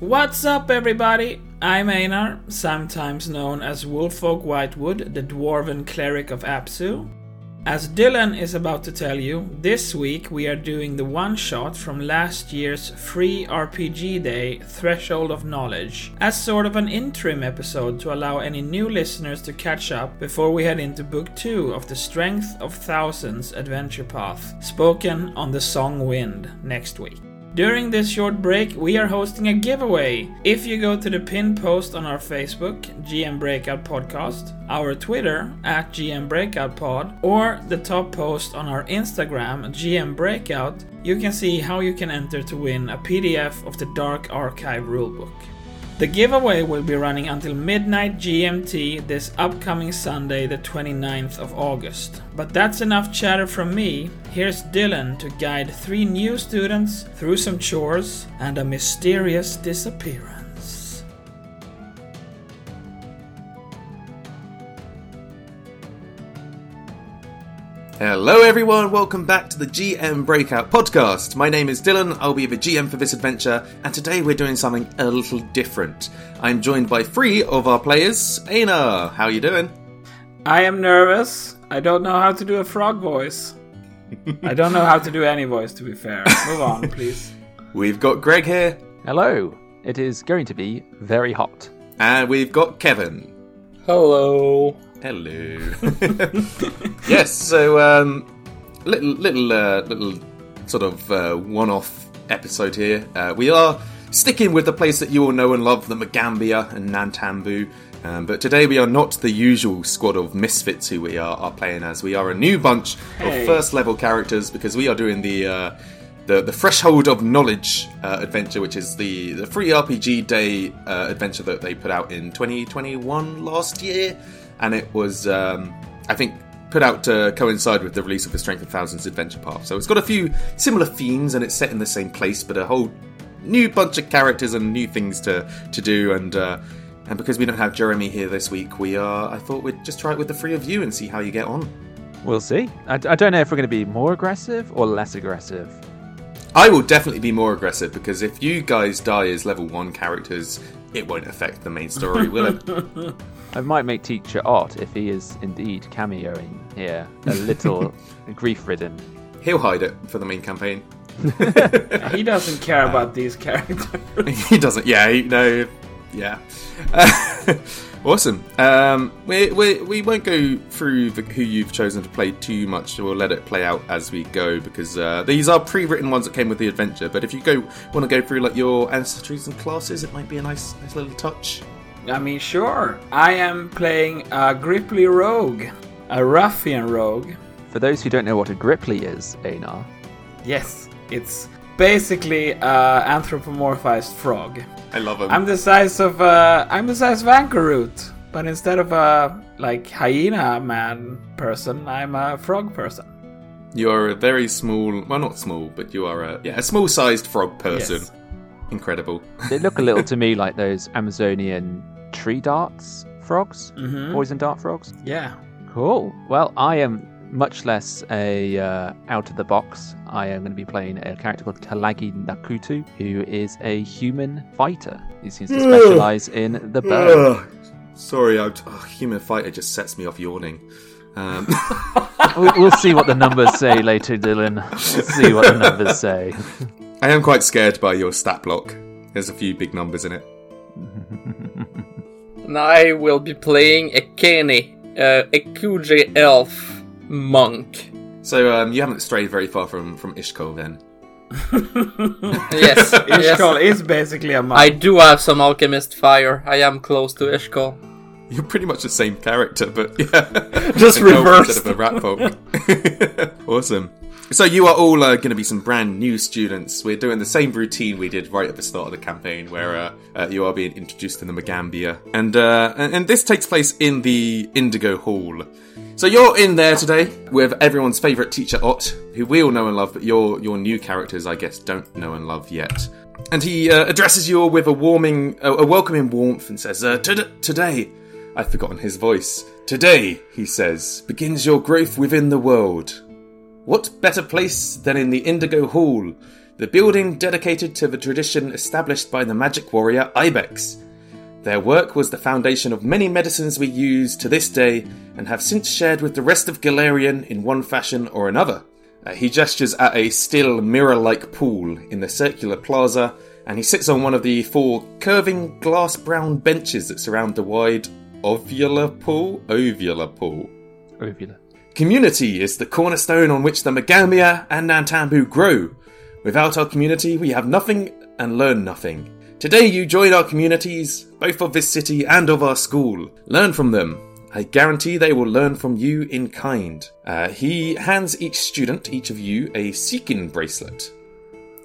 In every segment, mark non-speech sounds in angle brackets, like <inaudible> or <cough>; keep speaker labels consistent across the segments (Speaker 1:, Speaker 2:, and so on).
Speaker 1: What's up, everybody? I'm Einar, sometimes known as Wolffolk Whitewood, the dwarven cleric of Apsu. As Dylan is about to tell you, this week we are doing the one shot from last year's free RPG day, Threshold of Knowledge, as sort of an interim episode to allow any new listeners to catch up before we head into book two of the Strength of Thousands adventure path, spoken on the Song Wind next week. During this short break, we are hosting a giveaway. If you go to the pinned post on our Facebook, GM Breakout Podcast, our Twitter, at GM Breakout Pod, or the top post on our Instagram, GM Breakout, you can see how you can enter to win a PDF of the Dark Archive rulebook. The giveaway will be running until midnight GMT this upcoming Sunday, the 29th of August. But that's enough chatter from me. Here's Dylan to guide three new students through some chores and a mysterious disappearance.
Speaker 2: Hello, everyone. Welcome back to the GM Breakout Podcast. My name is Dylan. I'll be the GM for this adventure, and today we're doing something a little different. I'm joined by three of our players. Aina, how you doing?
Speaker 1: I am nervous. I don't know how to do a frog voice. I don't know how to do any voice, to be fair. Move on, please.
Speaker 2: We've got Greg here,
Speaker 3: Hello. It is going to be very hot.
Speaker 2: and we've got Kevin.
Speaker 4: Hello.
Speaker 2: Hello. yes, so um, little little uh, little sort of uh, one-off episode here. Uh, we are sticking with the place that you all know and love, the Magambia and Nantambu. Um, but today we are not the usual squad of misfits who we are, are playing as. We are a new bunch
Speaker 1: Hey.
Speaker 2: of first-level characters because we are doing the. Uh, the, the Threshold of Knowledge uh, adventure, which is the, the free RPG day uh, adventure that they put out in 2021 last year. And it was, um, I think, put out to coincide with the release of the Strength of Thousands adventure path. So it's got a few similar themes and it's set in the same place, but a whole new bunch of characters and new things to, to do. And, uh, and because we don't have Jeremy here this week, we are, I thought we'd just try it with the three of you and see how you get on.
Speaker 3: We'll see. I, I don't know if we're going to be more aggressive or less aggressive.
Speaker 2: I will definitely be more aggressive because if you guys die as level one characters, it won't affect the main story, will uh,
Speaker 1: <laughs>
Speaker 2: it?
Speaker 3: I might make Teacher Ot, if he is indeed cameoing here, <laughs> a little grief ridden.
Speaker 2: He'll hide it for the main campaign. <laughs>
Speaker 1: He doesn't care about these characters.
Speaker 2: he doesn't. Yeah, he, no, yeah. <laughs> awesome. Um, we, we we won't go through the, who you've chosen to play too much. We'll let it play out as we go because uh, these are pre-written ones that came with the adventure. But if you go want to go through like your ancestries and classes, it might be a nice nice little touch.
Speaker 1: I mean, sure. I am playing a Gripply Rogue, a Ruffian Rogue.
Speaker 3: For those who don't know what a Gripply is, Einar,
Speaker 1: Yes, it's basically an anthropomorphized frog.
Speaker 2: I love them.
Speaker 1: I'm the size of uh, I'm the size of Ankerroot, but instead of a like hyena man person, I'm a frog person.
Speaker 2: You are a very small, well, not small, but you are a yeah, a small-sized frog person.
Speaker 1: Yes.
Speaker 2: Incredible.
Speaker 3: they look a little to me like those Amazonian tree darts frogs, poison dart frogs.
Speaker 1: Yeah.
Speaker 3: Cool. Well, I am much less a uh, out of the box. I am going to be playing a character called Kalagi Nakutu, who is a human fighter. He seems to specialize in the bow.
Speaker 2: Ugh. Sorry, I, oh, human fighter just sets me off yawning. Um, <laughs>
Speaker 3: we'll, we'll see what the numbers say later, Dylan. We'll see what the numbers say.
Speaker 2: I am quite scared by your stat block. There's a few big numbers in it.
Speaker 4: And I will be playing a Kenny, uh, a QJ elf monk.
Speaker 2: So um, you haven't strayed very far from from Ishkol then. <laughs>
Speaker 4: Yes, yes.
Speaker 1: Ishkol is basically a monk.
Speaker 4: I do have some alchemist fire. I am close to Ishkol.
Speaker 2: You're pretty much the same character, but yeah,
Speaker 4: <laughs> Just
Speaker 2: An elf
Speaker 4: reversed.
Speaker 2: instead of <laughs> a rat folk. <laughs> awesome. So you are all uh, going to be some brand new students. We're doing the same routine we did right at the start of the campaign, where uh, uh, you are being introduced to the Magambia, and, uh, and and this takes place in the Indigo Hall. So you're in there today with everyone's favourite teacher Ott, who we all know and love, but your your new characters, I guess, don't know and love yet. And he uh, addresses you all with a warming, a, a welcoming warmth, and says, uh, "Tod- "Today, I've forgotten his voice. Today, he says, begins your growth within the world. What better place than in the Indigo Hall, the building dedicated to the tradition established by the magic warrior Ibex? Their work was the foundation of many medicines we use to this day and have since shared with the rest of Galarian in one fashion or another. Uh, he gestures at a still mirror like pool in the circular plaza and he sits on one of the four curving glass brown benches that surround the wide ovular pool. Ovular pool.
Speaker 3: Uvula.
Speaker 2: Community is the cornerstone on which the Megamia and Nantambu grow. Without our community, we have nothing and learn nothing. Today, you join our communities, both of this city and of our school. Learn from them. I guarantee they will learn from you in kind. Uh, he hands each student, each of you, a Seekin bracelet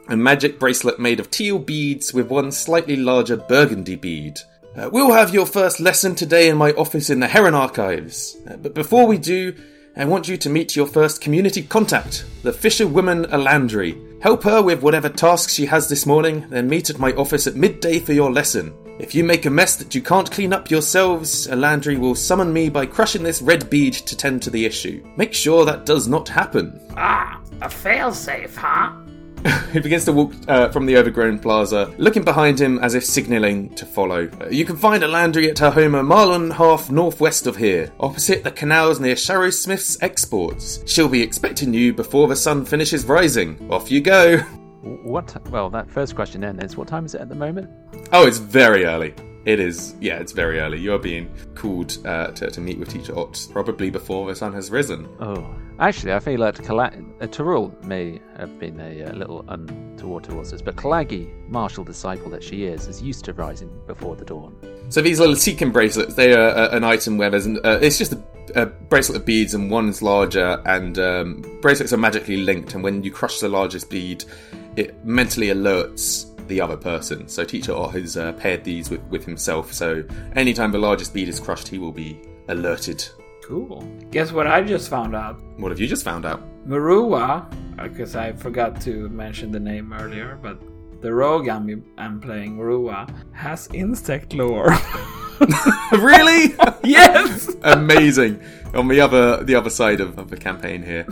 Speaker 2: a magic bracelet made of teal beads with one slightly larger burgundy bead. Uh, we'll have your first lesson today in my office in the Heron Archives. Uh, but before we do, I want you to meet your first community contact, the fisherwoman Alandri. Help her with whatever task she has this morning, then meet at my office at midday for your lesson. If you make a mess that you can't clean up yourselves, Alandri will summon me by crushing this red bead to tend to the issue. Make sure that does not happen.
Speaker 5: Ah, a failsafe, huh?
Speaker 2: He begins to walk uh, from the overgrown plaza, looking behind him as if signalling to follow. Uh, you can find Alandri at her home a mile and a half northwest of here, opposite the canals near Sharrow Smith's exports. She'll be expecting you before the sun finishes rising. Off you go. <laughs>
Speaker 3: What? Well, that first question then is what time is it at the moment?
Speaker 2: Oh, it's very early. It is, yeah, it's very early. You're being called uh, to, to meet with Teacher Ott probably before the sun has risen.
Speaker 3: Oh, actually, I feel that Kala- uh, Tyrrell may have been a, uh little untoward towards us, but Kalagi, martial disciple that she is, is used to rising before the dawn.
Speaker 2: So these little seeking bracelets, they are uh, an item where there's an, uh, it's just a, a bracelet of beads and one's larger, and um, bracelets are magically linked. And when you crush the largest bead, it mentally alerts the other person. So Teacher Ott has uh, paired these with, with himself. So anytime the largest bead is crushed, he will be alerted.
Speaker 1: Cool. Guess what I just found out?
Speaker 2: What have you just found out? <laughs>
Speaker 1: Marua, because I forgot to mention the name earlier, but the rogue I'm, I'm playing, Marua, has insect lore. <laughs>
Speaker 2: really? <laughs>
Speaker 1: yes!
Speaker 2: Amazing. On the other the other side of, of the campaign here.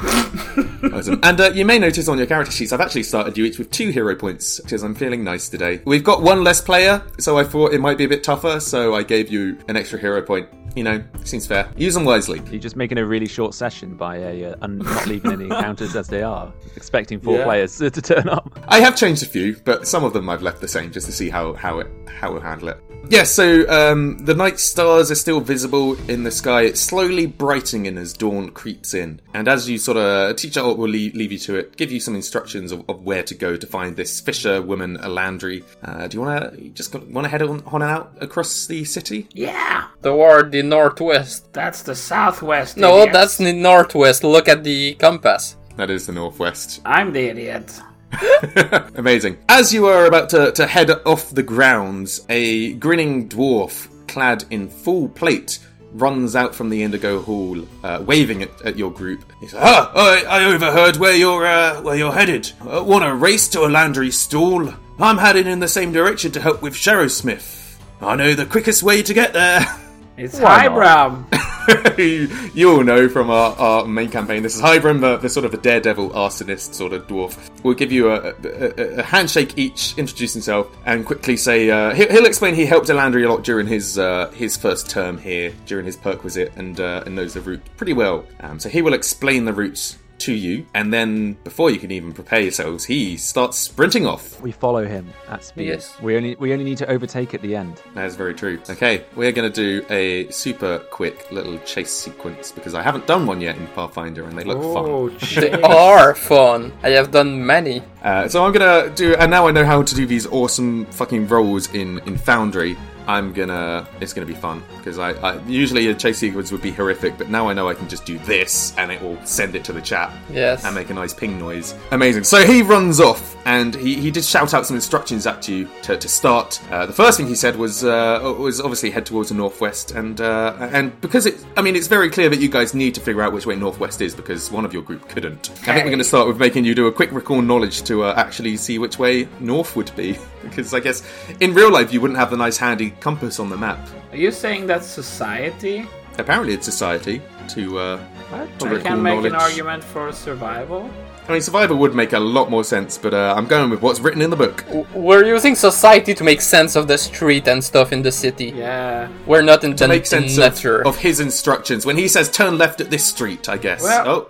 Speaker 2: awesome. And uh, you may notice on your character sheets, I've actually started you each with two hero points because I'm feeling nice today. We've got one less player, so I thought it might be a bit tougher, so I gave you an extra hero point. You know, seems fair. Use them wisely.
Speaker 3: You're just making a really short session by a, uh, un- not leaving any encounters as they are, expecting four
Speaker 1: Yeah.
Speaker 3: players to turn up.
Speaker 2: I have changed a few, but some of them I've left the same just to see how how it how we'll handle it. Yeah, so um, the night stars are still visible in the sky. It's slowly brightening as dawn creeps in, and as you sort of teacher Alt will leave, leave you to it, give you some instructions of, of where to go to find this fisher woman Alandri. Uh, do you want to just want to head on, on out across the city?
Speaker 5: Yeah,
Speaker 4: Toward the northwest.
Speaker 5: that's the southwest.
Speaker 4: No,
Speaker 5: idiot.
Speaker 4: that's the northwest. Look at the compass.
Speaker 2: That is the northwest.
Speaker 5: I'm the idiot.
Speaker 2: <laughs> Amazing. As you are about to, to head off the grounds, a grinning dwarf clad in full plate runs out from the Indigo Hall, uh, waving at, at your group. He says, "Ah, I, I overheard where you're uh, where you're headed. Uh, Want to race to a Landry stall? I'm heading in the same direction to help with Sharrowsmith. I know the quickest way to get there." <laughs>
Speaker 1: It's
Speaker 3: Why not?
Speaker 1: highbrow.
Speaker 2: you <laughs> you all know from our, our main campaign. This is Hybrim, the, the sort of the daredevil arsonist sort of dwarf. We'll give you a, a, a- a handshake each, introduce himself, and quickly say uh, he, he'll explain he helped Elandri a lot during his uh, his first term here, during his perquisite, and uh, and knows the route pretty well. Um, so he will explain the routes to you, and then before you can even prepare yourselves, he starts sprinting off.
Speaker 3: We follow him at speed.
Speaker 4: Yes.
Speaker 3: We only we only need to overtake at the end.
Speaker 2: That is very true. Okay, we're going to do a super quick little chase sequence because I haven't done one yet in Pathfinder and they look
Speaker 1: Oh,
Speaker 2: <laughs>
Speaker 4: <laughs> They
Speaker 1: shit.
Speaker 4: are fun. I have done many.
Speaker 2: fun. Uh, so I'm going to do, and now I know how to do these awesome fucking rolls in, in Foundry. I'm gonna, it's gonna be fun because I, I usually a chase sequence would be horrific, but now I know I can just do this and it will send it to the chat
Speaker 4: Yes.
Speaker 2: and make a nice ping noise. Amazing. So he runs off, and he, he did shout out some instructions at you to, to start. Uh, the first thing he said was uh, was obviously head towards the northwest, and uh, and because it, I mean, it's very clear that you guys need to figure out which way northwest is because one of your group couldn't. I think we're going to start with making you do a quick recall knowledge to uh, actually see which way north would be, <laughs> because I guess in real life you wouldn't have the nice handy compass on the map.
Speaker 1: Are you saying that's society?
Speaker 2: apparently it's society to uh,
Speaker 1: I
Speaker 2: Political
Speaker 1: can make
Speaker 2: knowledge.
Speaker 1: an argument for survival.
Speaker 2: I mean, survivor would make a lot more sense, but uh, I'm going with what's written in the book.
Speaker 4: W- We're using society to make sense of the street and stuff in the city.
Speaker 1: Yeah.
Speaker 4: We're not in the
Speaker 2: Make sense of,
Speaker 4: nature.
Speaker 2: of his instructions when he says turn left at this street. I guess.
Speaker 1: Well-
Speaker 2: oh,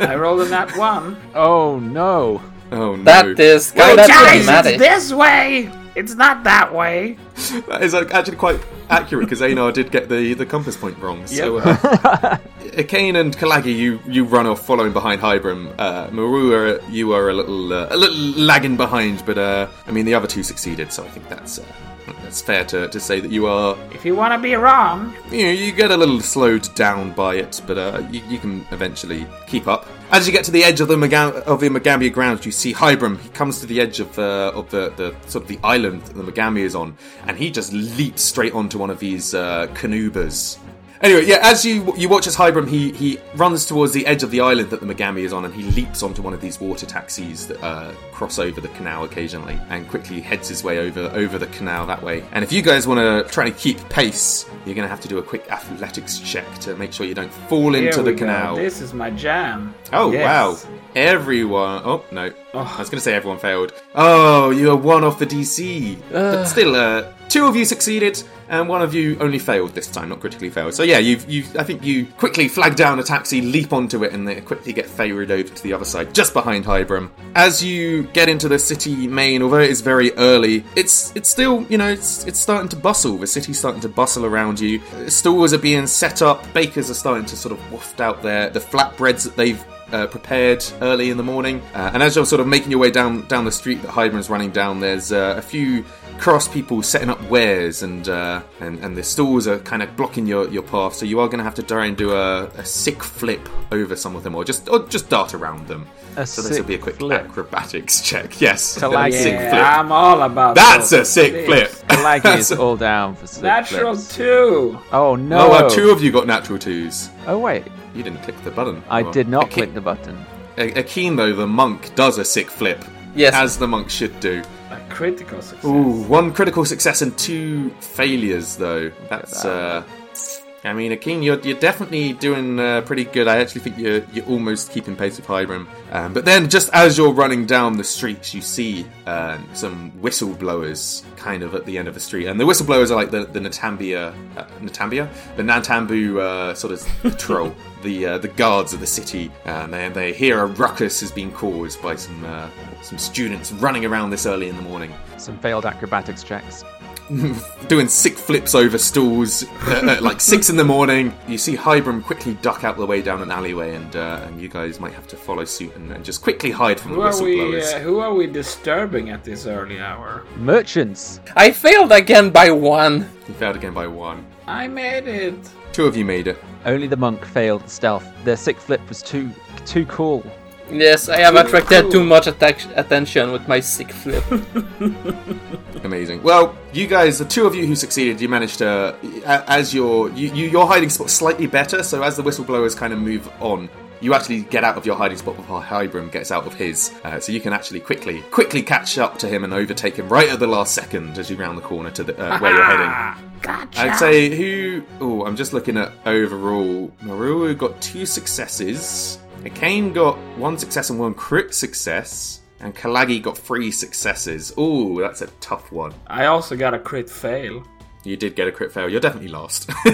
Speaker 1: I rolled a nat one.
Speaker 3: Oh no!
Speaker 2: oh no.
Speaker 4: that is
Speaker 2: Well,
Speaker 4: kind of
Speaker 5: Guys, it's
Speaker 4: problematic.
Speaker 5: this way. It's not that way.
Speaker 2: That is like, actually quite accurate because Anar did get the, the compass point wrong. So, uh, <laughs> Kane and Kalagi, you, you run off following behind Hybrim. Uh, Maru, are, you are a little uh, a little lagging behind, but uh, I mean the other two succeeded, so I think that's uh, that's fair to, to say that you are
Speaker 1: If you want to be wrong,
Speaker 2: you know, you get a little slowed down by it, but uh, you, you can eventually keep up. As you get to the edge of the Maga- of the Magambia grounds, you see Hybrim. He comes to the edge of the of the, the sort of the island that the Magambia is on, and he just leaps straight onto one of these uh, canoebas. Anyway, yeah, as you you watch as Hybrim, he he runs towards the edge of the island that the Megami is on, and he leaps onto one of these water taxis that uh, cross over the canal occasionally, and quickly heads his way over over the canal that way. And if you guys want to try to keep pace, you're going to have to do a quick athletics check to make sure you don't fall
Speaker 1: here
Speaker 2: into
Speaker 1: we
Speaker 2: the
Speaker 1: go.
Speaker 2: canal.
Speaker 1: This is my jam.
Speaker 2: Oh
Speaker 1: Yes.
Speaker 2: wow! Everyone. Oh no! I was going to say everyone failed. Oh, you are one off the DC, but still, uh, two of you succeeded and one of you only failed this time, not critically failed. So yeah, you've you. I think you quickly flag down a taxi, leap onto it, and then quickly get ferried over to the other side, just behind Hybrim. As you get into the city main, although it is very early, it's it's still you know it's it's starting to bustle. The city's starting to bustle around you. Stores are being set up. Bakers are starting to sort of waft out their the flatbreads that they've uh, prepared early in the morning. Uh, and as you're sort of making your way down down the street that Hydman's running down, there's uh, a few cross people setting up wares, and uh, and and the stalls are kind of blocking your, your path. So you are going to have to try and do a, a sick flip over some of them, or just or just dart around them.
Speaker 3: A
Speaker 2: so this will
Speaker 3: sick
Speaker 2: be a quick
Speaker 3: flip.
Speaker 2: acrobatics check. Yes,
Speaker 3: Kalagi.
Speaker 2: sick
Speaker 1: Yeah,
Speaker 2: flip.
Speaker 1: I'm all about
Speaker 2: That's
Speaker 1: those
Speaker 2: a sick flip.
Speaker 1: flips.
Speaker 3: Laggy is all down for sick
Speaker 1: Natural
Speaker 3: flips.
Speaker 1: two.
Speaker 3: Oh no!
Speaker 2: Oh, uh, two of you got natural twos.
Speaker 3: Oh, wait,
Speaker 2: You didn't click the button.
Speaker 3: I
Speaker 2: Well,
Speaker 3: did not
Speaker 2: Aki-
Speaker 3: click the button.
Speaker 2: A- Akeem, though, the monk, does a sick flip,
Speaker 4: Yes.
Speaker 2: as the monk should do.
Speaker 1: A critical success.
Speaker 2: Ooh, one critical success and two failures, though. That's. Uh, I mean, Akeem, you're, you're definitely doing uh, pretty good. I actually think you're, you're almost keeping pace with Hybrim. Um, but then, just as you're running down the streets, you see um, some whistleblowers kind of at the end of the street. And the whistleblowers are like the, the Natambia. Uh, Natambia? The Natambu uh, sort of patrol. The, uh, the guards of the city, Um, and they, they hear a ruckus has been caused by some uh, some students running around this early in the morning
Speaker 3: Some failed acrobatics checks.
Speaker 2: doing sick flips over stools uh,
Speaker 1: <laughs>
Speaker 2: at like six in the morning. You see Hybrim quickly duck out the way down an alleyway, and uh, and you guys might have to follow suit and, and just quickly hide from the
Speaker 1: Who are we?
Speaker 2: whistleblowers.
Speaker 1: Uh, who are we disturbing at this early hour?
Speaker 3: Merchants.
Speaker 4: I failed again by one.
Speaker 2: You failed again by one.
Speaker 1: I made it.
Speaker 2: Two of you made it.
Speaker 3: Only the monk failed the stealth. Their sick flip was too too cool.
Speaker 4: Yes, I have
Speaker 1: Too
Speaker 4: attracted
Speaker 1: cool.
Speaker 4: too much attac- attention with my sick flip.
Speaker 2: Amazing. Well, you guys, the two of you who succeeded, you managed to, a- as your you, you, your hiding spot slightly better. So as the whistleblowers kind of move on, you actually get out of your hiding spot before Hybrim gets out of his. Uh, so you can actually quickly quickly catch up to him and overtake him right at the last second as you round the corner to the, uh, where you're heading.
Speaker 1: Ah,
Speaker 5: Gotcha.
Speaker 2: I'd say who? Oh, I'm just looking at overall. Maru got two successes. Kane got one success and one crit success. And Kalagi got three successes. Ooh, that's a tough one.
Speaker 1: I also got a crit fail.
Speaker 2: You did get a crit fail. You're definitely lost. <laughs>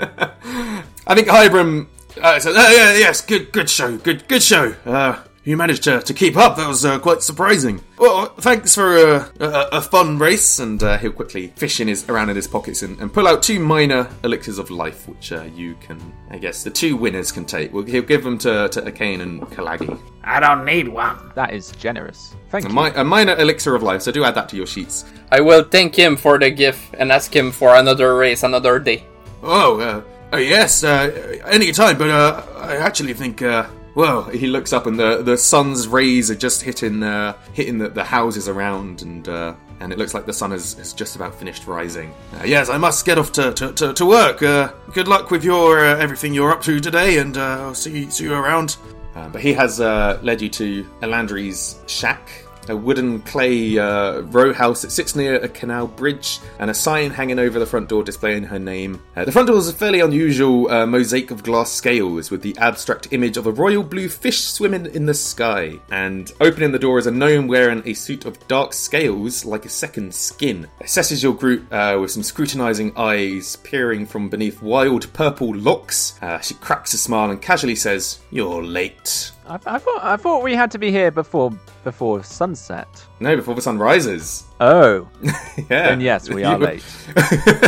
Speaker 2: I think Hybrim uh, says, "Oh, yeah, yes, good, good show, good, good show. Uh, you managed to, to keep up. That was uh, quite surprising. Well, thanks for uh, a, a, a fun race." And uh, he'll quickly fish in his around in his pockets and, and pull out two minor elixirs of life, which uh, you can, I guess, the two winners can take. Well, he'll give them to to Akane and Kalagi.
Speaker 5: I don't need one.
Speaker 3: That is generous. Thank
Speaker 2: A,
Speaker 3: you.
Speaker 2: mi- a minor elixir of life. So do add that to your sheets.
Speaker 4: I will thank him for the gift and ask him for another race another day.
Speaker 2: Oh, uh, uh, yes, uh, any time, but uh, I actually think. Uh, well, he looks up and the, the sun's rays are just hitting uh, hitting the, the houses around, and uh, and it looks like the sun has, has just about finished rising. Uh, yes, I must get off to, to, to, to work. Uh, good luck with your uh, everything you're up to today, and uh, I'll see, see you around. Uh, but he has uh, led you to Elandri's shack, a wooden clay uh, row house that sits near a canal bridge, and a sign hanging over the front door displaying her name. Uh, the front door is a fairly unusual uh, mosaic of glass scales with the abstract image of a royal blue fish swimming in the sky. And opening the door is a gnome wearing a suit of dark scales like a second skin. Assesses your group uh, with some scrutinizing eyes peering from beneath wild purple locks. Uh, she cracks a smile and casually says, You're late.
Speaker 3: I, I thought I thought we had to be here before before sunset.
Speaker 2: No, before the sun rises. <laughs>
Speaker 3: Oh,
Speaker 2: Yeah.
Speaker 3: then yes, we are
Speaker 2: <laughs> You-
Speaker 3: late.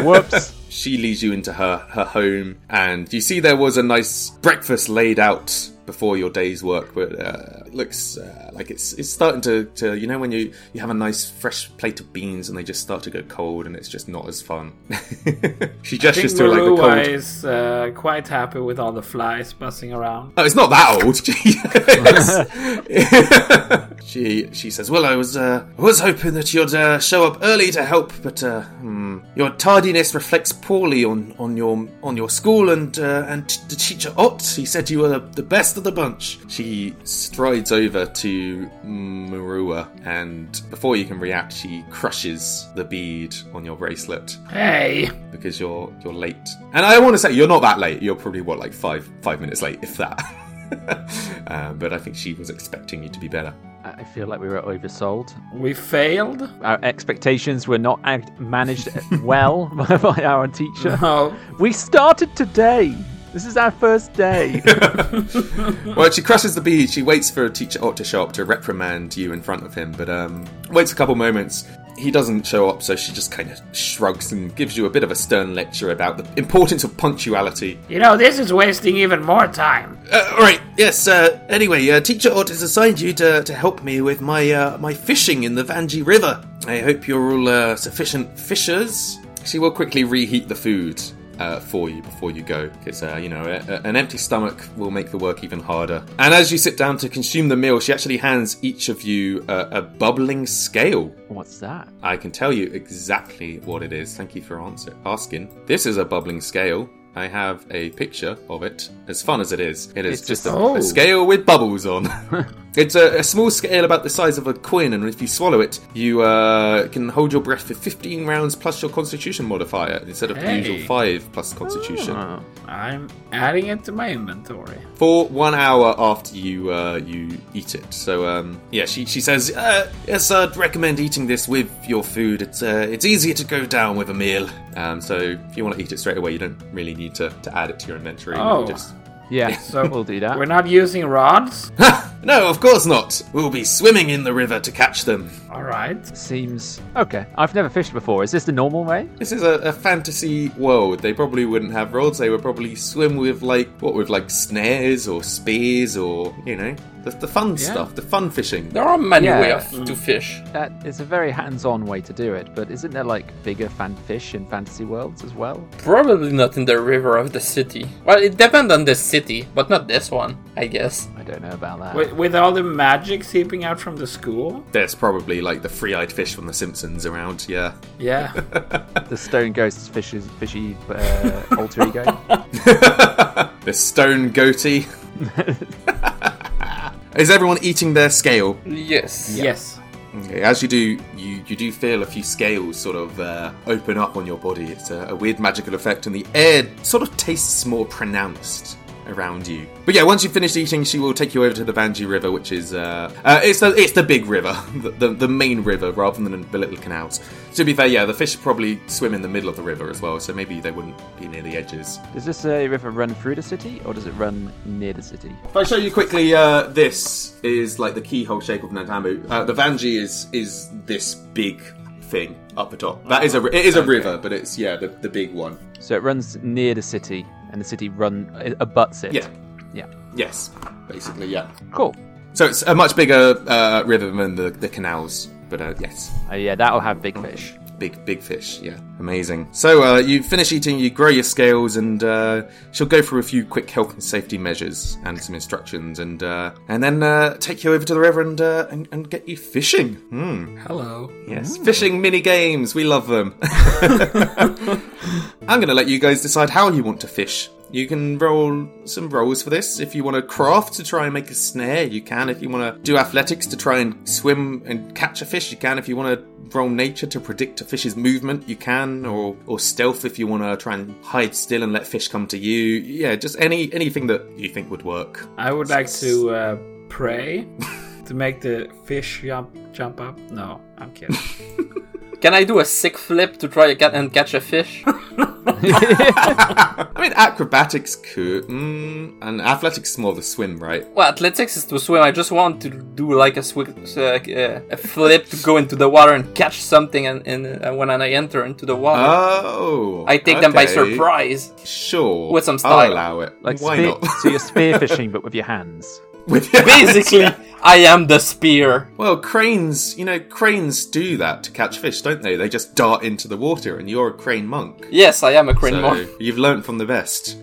Speaker 3: Whoops.
Speaker 2: She leads you into her, her home, and you see there was a nice breakfast laid out before your day's work, but uh, it looks uh, like it's it's starting to, to you know when you, you have a nice fresh plate of beans and they just start to go cold and it's just not as fun. <laughs> she
Speaker 1: I
Speaker 2: gestures
Speaker 1: think
Speaker 2: to like the
Speaker 1: Marua
Speaker 2: cold.
Speaker 1: is uh, quite happy with all the flies buzzing around.
Speaker 2: Oh, <laughs> it's not that old. Jesus. she she says, "Well, I was uh, I was hoping that you'd uh, show up early to help, but uh, hmm, your tardiness reflects poorly on, on your on your school and uh, and t- the teacher Ott. He said you were the, the best of the bunch." She strides over to Marua, and before you can react, she crushes the bead on your bracelet
Speaker 5: Hey,
Speaker 2: because you're you're late. And I want to say you're not that late. You're probably what like five five minutes late, if that. <laughs> um, but I think she was expecting you to be better.
Speaker 3: I feel like we were oversold.
Speaker 1: We failed. <laughs>
Speaker 3: Our expectations were not act- managed well by our teacher.
Speaker 1: No.
Speaker 3: We started today. This is our first day.
Speaker 2: Well, she crushes the bead. She waits for teacher Otto to show up to reprimand you in front of him, but um, waits a couple moments. He doesn't show up, so she just kind of shrugs and gives you a bit of a stern lecture about the importance of punctuality.
Speaker 5: you know, this is wasting even more time.
Speaker 2: Uh, all right. Yes. Uh, anyway, uh, teacher Ott has assigned you to, to help me with my uh, my fishing in the Vanji River. I hope you're all uh, sufficient fishers. She will quickly reheat the food uh, for you before you go, because uh, you know a, a- an empty stomach will make the work even harder. And as you sit down to consume the meal, she actually hands each of you uh, a bubbling scale.
Speaker 3: What's that?
Speaker 2: I can tell you exactly what it is. Thank you for answer- asking. This is a bubbling scale. I have a picture of it. As fun as it is, it is
Speaker 3: It's
Speaker 2: just
Speaker 3: just-
Speaker 2: a,
Speaker 1: Oh.
Speaker 2: a scale with bubbles on. it's a, a small scale about the size of a coin, and if you swallow it, you uh, can hold your breath for 15 rounds plus your constitution modifier instead of the
Speaker 1: Hey.
Speaker 2: usual 5 plus constitution.
Speaker 1: I'm adding it to my inventory.
Speaker 2: for one hour after you uh, you eat it. So um, yeah, she she says uh, yes, I'd recommend eating this with your food. It's uh, it's easier to go down with a meal. Um, so if you want to eat it straight away, you don't really need to, to add it to your inventory. You
Speaker 1: Oh.
Speaker 2: just- <laughs>
Speaker 3: Yeah,
Speaker 1: So-
Speaker 3: we'll do
Speaker 1: <laughs> We're
Speaker 3: that.
Speaker 1: not using rods.
Speaker 2: no, of course not. We'll be swimming in the river to catch them.
Speaker 1: All right.
Speaker 3: Seems okay. I've never fished before. Is this the normal way?
Speaker 2: This is a, a fantasy world. They probably wouldn't have rods. They would probably swim with like what with like snares or spears or you know the, the fun stuff, the fun fishing.
Speaker 4: There are many
Speaker 3: Yeah.
Speaker 4: ways to fish.
Speaker 3: That is a very hands-on way to do it. But isn't there like bigger fan fish in fantasy worlds as well?
Speaker 4: Probably not in the river of the city. Well, it depends on the city, but not this one, I guess.
Speaker 3: I don't know about that.
Speaker 1: With, with all the magic seeping out from the school.
Speaker 2: There's probably like the three-eyed fish from The Simpsons around. Yeah,
Speaker 1: Yeah.
Speaker 3: The stone ghost's fish's fishy uh, alter ego.
Speaker 2: the stone goatee. <laughs> Is everyone eating their scale?
Speaker 4: Yes.
Speaker 1: yes.
Speaker 2: Okay, as you do, you, you do feel a few scales sort of uh, open up on your body. It's a, a weird magical effect, and the air sort of tastes more pronounced around you. But yeah, once you've finished eating, she will take you over to the Vanji River, which is uh, uh, it's the it's the big river, <laughs> the, the the main river, rather than the little canals. To be fair, yeah, the fish probably swim in the middle of the river as well, so maybe they wouldn't be near the edges.
Speaker 3: Does this uh, river run through the city, or does it run near the city?
Speaker 2: If I show you quickly, uh, this is like the keyhole shape of Nantamu. Uh, the Vanji is is this big thing up the top. That is a ri- it is a river, but it's yeah the, the big one.
Speaker 3: So it runs near the city, and the city run it abuts it.
Speaker 2: Yeah.
Speaker 3: Yeah.
Speaker 2: Yes, basically yeah.
Speaker 3: Cool.
Speaker 2: So it's a much bigger uh, river than the, the canals, but uh, yes,
Speaker 3: Uh, yeah, that'll have big
Speaker 2: <laughs>
Speaker 3: fish.
Speaker 2: big big fish. Yeah, amazing. So uh, you finish eating, you grow your scales, and uh, she'll go through a few quick health and safety measures and some instructions, and uh, and then uh, take you over to the river and uh, and, and get you fishing. Hmm.
Speaker 1: Hello.
Speaker 2: Yes, fishing mini <laughs> games. We love them. I'm going to let you guys decide how you want to fish. You can roll some rolls for this. If you want to craft to try and make a snare, you can. If you want to do athletics to try and swim and catch a fish, you can. If you want to roll nature to predict a fish's movement, you can. Or or stealth if you want to try and hide still and let fish come to you. Yeah, just any anything that you think would work.
Speaker 1: I would like to uh, pray to make the fish jump jump up. No, I'm kidding.
Speaker 4: Can I do a sick flip to try to get and catch a fish?
Speaker 2: I mean, acrobatics could, mm, and athletics is more the swim, right?
Speaker 4: well, athletics is to swim. I just want to do like a, swi- uh, a flip to go into the water and catch something. And, and uh, when I enter into the water,
Speaker 2: Oh,
Speaker 4: I take them by
Speaker 2: okay.
Speaker 4: surprise.
Speaker 2: Sure,
Speaker 4: With some
Speaker 2: I'll
Speaker 4: style.
Speaker 2: allow it.
Speaker 3: Like
Speaker 2: Why
Speaker 3: spear-
Speaker 4: <laughs>
Speaker 2: not?
Speaker 3: so you're spearfishing, but with your hands.
Speaker 2: With- <laughs>
Speaker 4: Basically, I am the spear.
Speaker 2: Well, cranes, you know, cranes do that to catch fish, don't they? They just dart into the water, and you're a crane monk.
Speaker 4: Yes, I am a crane
Speaker 2: so
Speaker 4: monk.
Speaker 2: you've learnt from the best.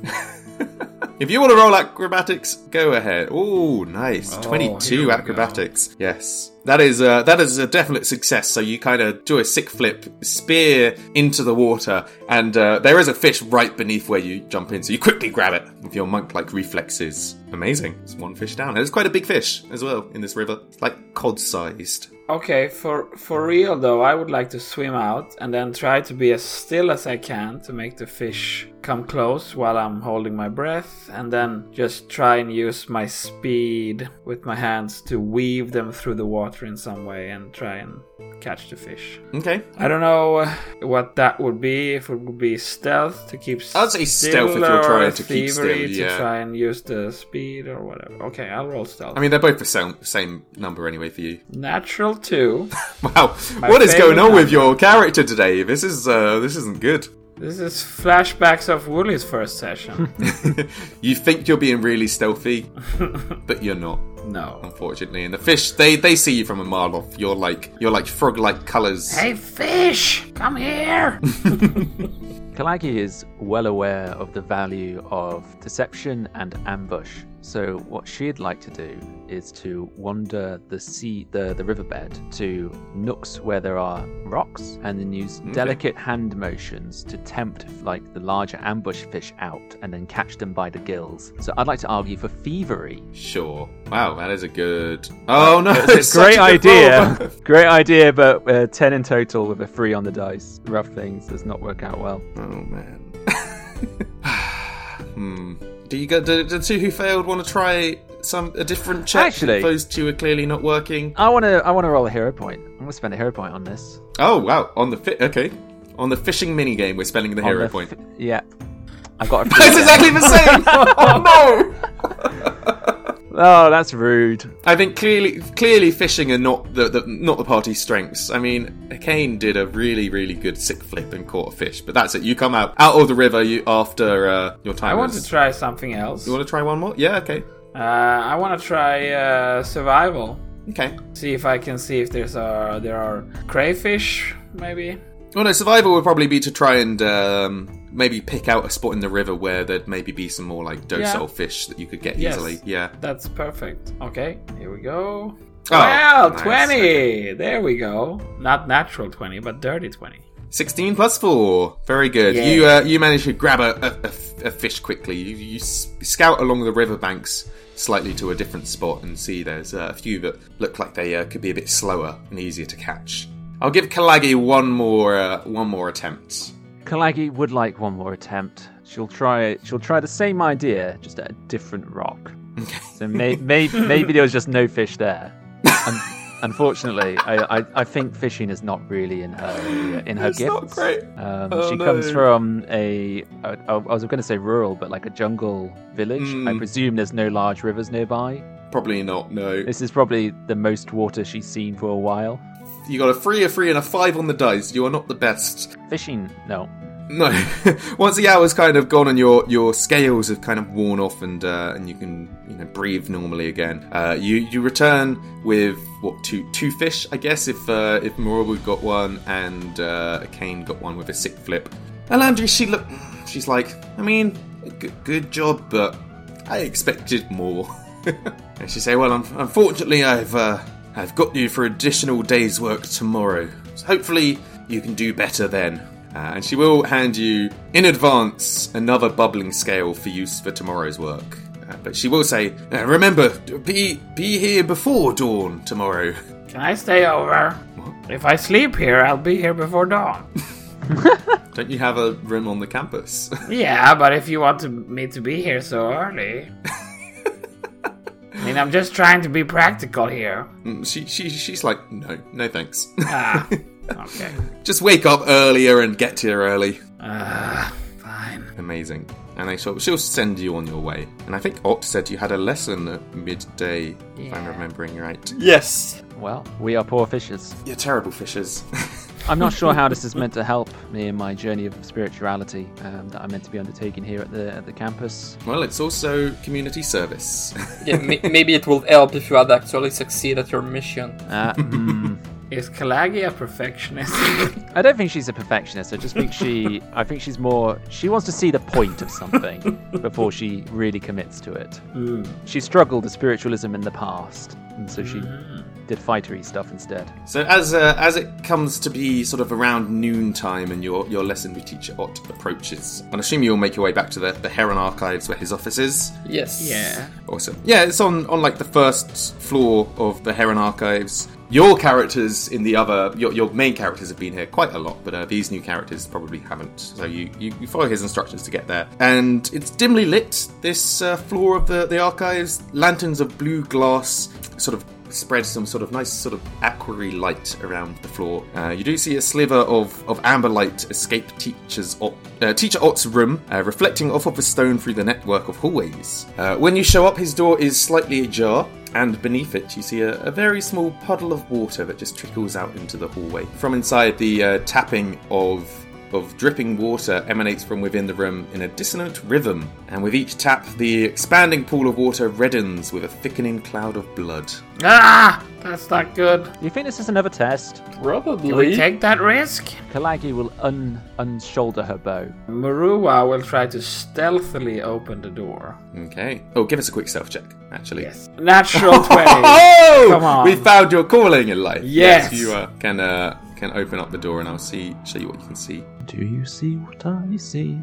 Speaker 2: if you want to roll acrobatics, go ahead. Ooh, nice,
Speaker 1: Oh, here we
Speaker 2: twenty-two
Speaker 1: go.
Speaker 2: acrobatics. Yes, that is uh, that is a definite success. So you kind of do a sick flip, spear into the water, and uh, there is a fish right beneath where you jump in. So you quickly grab it with your monk-like reflexes. Amazing. It's one fish down, and it's quite a big fish as well in this river, It's like cod-sized.
Speaker 1: Okay, for for real though, I would like to swim out and then try to be as still as I can to make the fish come close while I'm holding my breath, and then just try and use my speed with my hands to weave them through the water in some way and try and catch the fish.
Speaker 2: Okay,
Speaker 1: I don't know uh, what that would be. If it would be stealth to keep
Speaker 2: I'd say stealth if
Speaker 1: still
Speaker 2: you're
Speaker 1: or
Speaker 2: trying to keep
Speaker 1: thievery
Speaker 2: still, yeah.
Speaker 1: to try and use the speed or whatever. Okay, I'll roll stealth.
Speaker 2: I mean they're both the same same number anyway for you.
Speaker 1: natural two.
Speaker 2: Wow, what is
Speaker 1: favourite
Speaker 2: going on
Speaker 1: number.
Speaker 2: with your character today? This is uh, this isn't good. <laughs>
Speaker 1: This is flashbacks of Wooly's first
Speaker 2: <laughs>
Speaker 1: session.
Speaker 2: you think you're being really stealthy, but you're not,
Speaker 1: no.
Speaker 2: unfortunately. And the fish, they they see you from a mile off. You're like you're like frog-like colours.
Speaker 5: Hey, fish, come
Speaker 1: <laughs>
Speaker 5: here.
Speaker 3: Kalagi is well aware of the value of deception and ambush. So what she'd like to do is to wander the sea, the, the riverbed, to nooks where there are rocks, and then use delicate hand motions to tempt like the larger ambush fish out, and then catch them by the gills. So I'd like to argue for thievery.
Speaker 2: Sure. Wow, that is a good. Oh no, it's such
Speaker 3: Great
Speaker 2: a good roll.
Speaker 3: idea, <laughs> great idea, but uh, ten in total with a three on the dice. Rough things does not work out well.
Speaker 2: Oh man. <sighs> hmm. Do you go? Do, do the two who failed want to try some a different check?
Speaker 3: Actually-
Speaker 2: those two are clearly not working.
Speaker 3: I want to. I want to roll a hero point. I'm gonna spend a hero point on this.
Speaker 2: Oh wow, on the fi- okay, on the fishing mini game, we're spending the
Speaker 3: On
Speaker 2: hero
Speaker 3: the
Speaker 2: point.
Speaker 3: f- yeah, I've
Speaker 2: <laughs>
Speaker 3: got. A
Speaker 2: That's
Speaker 3: free-
Speaker 2: exactly the same. oh no.
Speaker 3: oh, that's rude.
Speaker 2: I think clearly, clearly, fishing are not the, the not the party's strengths. I mean, Kane did a really, really good sick flip and caught a fish, but that's it. You come out out of the river. You after uh, your time.
Speaker 1: I want
Speaker 2: is-
Speaker 1: to try something else.
Speaker 2: You want to try one more? Yeah. Okay.
Speaker 1: Uh, I want to try uh, survival.
Speaker 2: Okay.
Speaker 1: See if I can see if there's a, there are crayfish, maybe.
Speaker 2: Well, no, survival would probably be to try and um, maybe pick out a spot in the river where there'd maybe be some more like docile
Speaker 1: Yeah.
Speaker 2: fish that you could get
Speaker 1: Yes.
Speaker 2: easily. Yeah.
Speaker 1: That's perfect. Okay, here we go.
Speaker 2: Oh,
Speaker 1: well,
Speaker 2: nice.
Speaker 1: 20!
Speaker 2: Okay.
Speaker 1: There we go. Not natural 20, but dirty 20.
Speaker 2: 16 plus 4. Very good.
Speaker 1: Yeah.
Speaker 2: You uh, you manage to grab a, a- a f- a fish quickly. You, you s- scout along the riverbanks slightly to a different spot and see there's uh, a few that look like they uh, could be a bit slower and easier to catch. I'll give Kalagi one more uh, one more attempt.
Speaker 3: Kalagi would like one more attempt. She'll try. She'll try the same idea, just at a different rock. so may, may, maybe there was just no fish
Speaker 2: <laughs>
Speaker 3: there. Un- unfortunately, I, I, I think fishing is not really in her in her
Speaker 2: It's
Speaker 3: gifts.
Speaker 2: not great.
Speaker 3: Um,
Speaker 2: Oh,
Speaker 3: she
Speaker 2: no.
Speaker 3: comes from a, I I was going to say rural, but like a jungle village.
Speaker 2: Hmm.
Speaker 3: I presume there's no large rivers nearby.
Speaker 2: Probably not. No.
Speaker 3: This is probably the most water she's seen for a while.
Speaker 2: You got a three, a three, and a five on the dice. You are not the best.
Speaker 3: Fishing, no.
Speaker 2: No. <laughs> Once the hour's kind of gone and your your scales have kind of worn off and uh, and you can you know breathe normally again, uh, you you return with what two two fish I guess if uh, if Morobu got one and uh, Kane got one with a sick flip. Alandri, she look, she's like, I mean, good, good job, but I expected more. <laughs> and she say, well, un- unfortunately, I've uh, I've got you for additional day's work tomorrow. So hopefully you can do better then. Uh, and she will hand you in advance another bubbling scale for use for tomorrow's work. Uh, but she will say, "Uh, "Remember, be be here before dawn tomorrow." <laughs>
Speaker 1: Can I stay over? If I sleep here, I'll be here before dawn.
Speaker 2: Don't you have a room on the campus? <laughs>
Speaker 1: yeah, but if you want to, me to be here so early.
Speaker 2: <laughs>
Speaker 1: I mean, I'm just trying to be practical here.
Speaker 2: Mm, she, she she's like, "No, no thanks. <laughs>
Speaker 1: Ah, okay.
Speaker 2: Just wake up earlier and get here early."
Speaker 1: Ah, fine.
Speaker 2: Amazing. And they shall, she'll send you on your way. And I think Opt said you had a lesson at midday, if I'm
Speaker 1: Yeah.
Speaker 2: remembering right.
Speaker 4: Yes.
Speaker 3: Well, we are poor fishers.
Speaker 2: You're terrible fishers. <laughs>
Speaker 3: I'm not sure how this is meant to help me in my journey of spirituality um, that I'm meant to be undertaking here at the at the campus.
Speaker 2: well, it's also community service. <laughs>
Speaker 4: Yeah, may- maybe it will help if you had actually succeed at your mission.
Speaker 3: Uh, mm,
Speaker 1: Is Kalagi a
Speaker 2: <laughs>
Speaker 1: perfectionist?
Speaker 3: I don't think she's a perfectionist. I just think she. I think she's more. She wants to see the point of something before she really commits to it. She struggled with spiritualism in the past, and so she did fightery stuff instead.
Speaker 2: So as uh, as it comes to be sort of around noontime and your, your lesson with teacher Ott approaches, I'm assuming you'll make your way back to the, the Heron Archives where his office is.
Speaker 4: Yes.
Speaker 1: yeah.
Speaker 2: Awesome. Yeah, it's on, on like the first floor of the Heron Archives. Your characters in the other, your, your main characters have been here quite a lot, but uh, these new characters probably haven't. So you, you, you follow his instructions to get there. And it's dimly lit, this uh, floor of the, the archives. Lanterns of blue glass sort of spread some sort of nice sort of aquary light around the floor. Uh, you do see a sliver of, of amber light escape teacher's Ott, uh, teacher Ott's room, uh, reflecting off of the stone through the network of hallways. Uh, when you show up, his door is slightly ajar, and beneath it, you see a, a very small puddle of water that just trickles out into the hallway. From inside, the uh, tapping of of dripping water emanates from within the room in a dissonant rhythm, and with each tap, the expanding pool of water reddens with a thickening cloud of blood.
Speaker 1: Ah, that's not good.
Speaker 3: Do you think this is another test?
Speaker 1: Can we
Speaker 4: Probably.
Speaker 1: take that risk?
Speaker 3: Kalagi will un unshoulder her bow.
Speaker 1: Marua will try to stealthily open the door.
Speaker 2: Okay. Oh, give us a quick self check, actually.
Speaker 1: Yes.
Speaker 2: <laughs>
Speaker 1: Natural 20.
Speaker 2: Oh!
Speaker 1: Come on.
Speaker 2: We found your calling in life.
Speaker 1: Yes.
Speaker 2: you uh, can uh, can open up the door, and I'll see show you what you can see.
Speaker 3: Do you see what I see?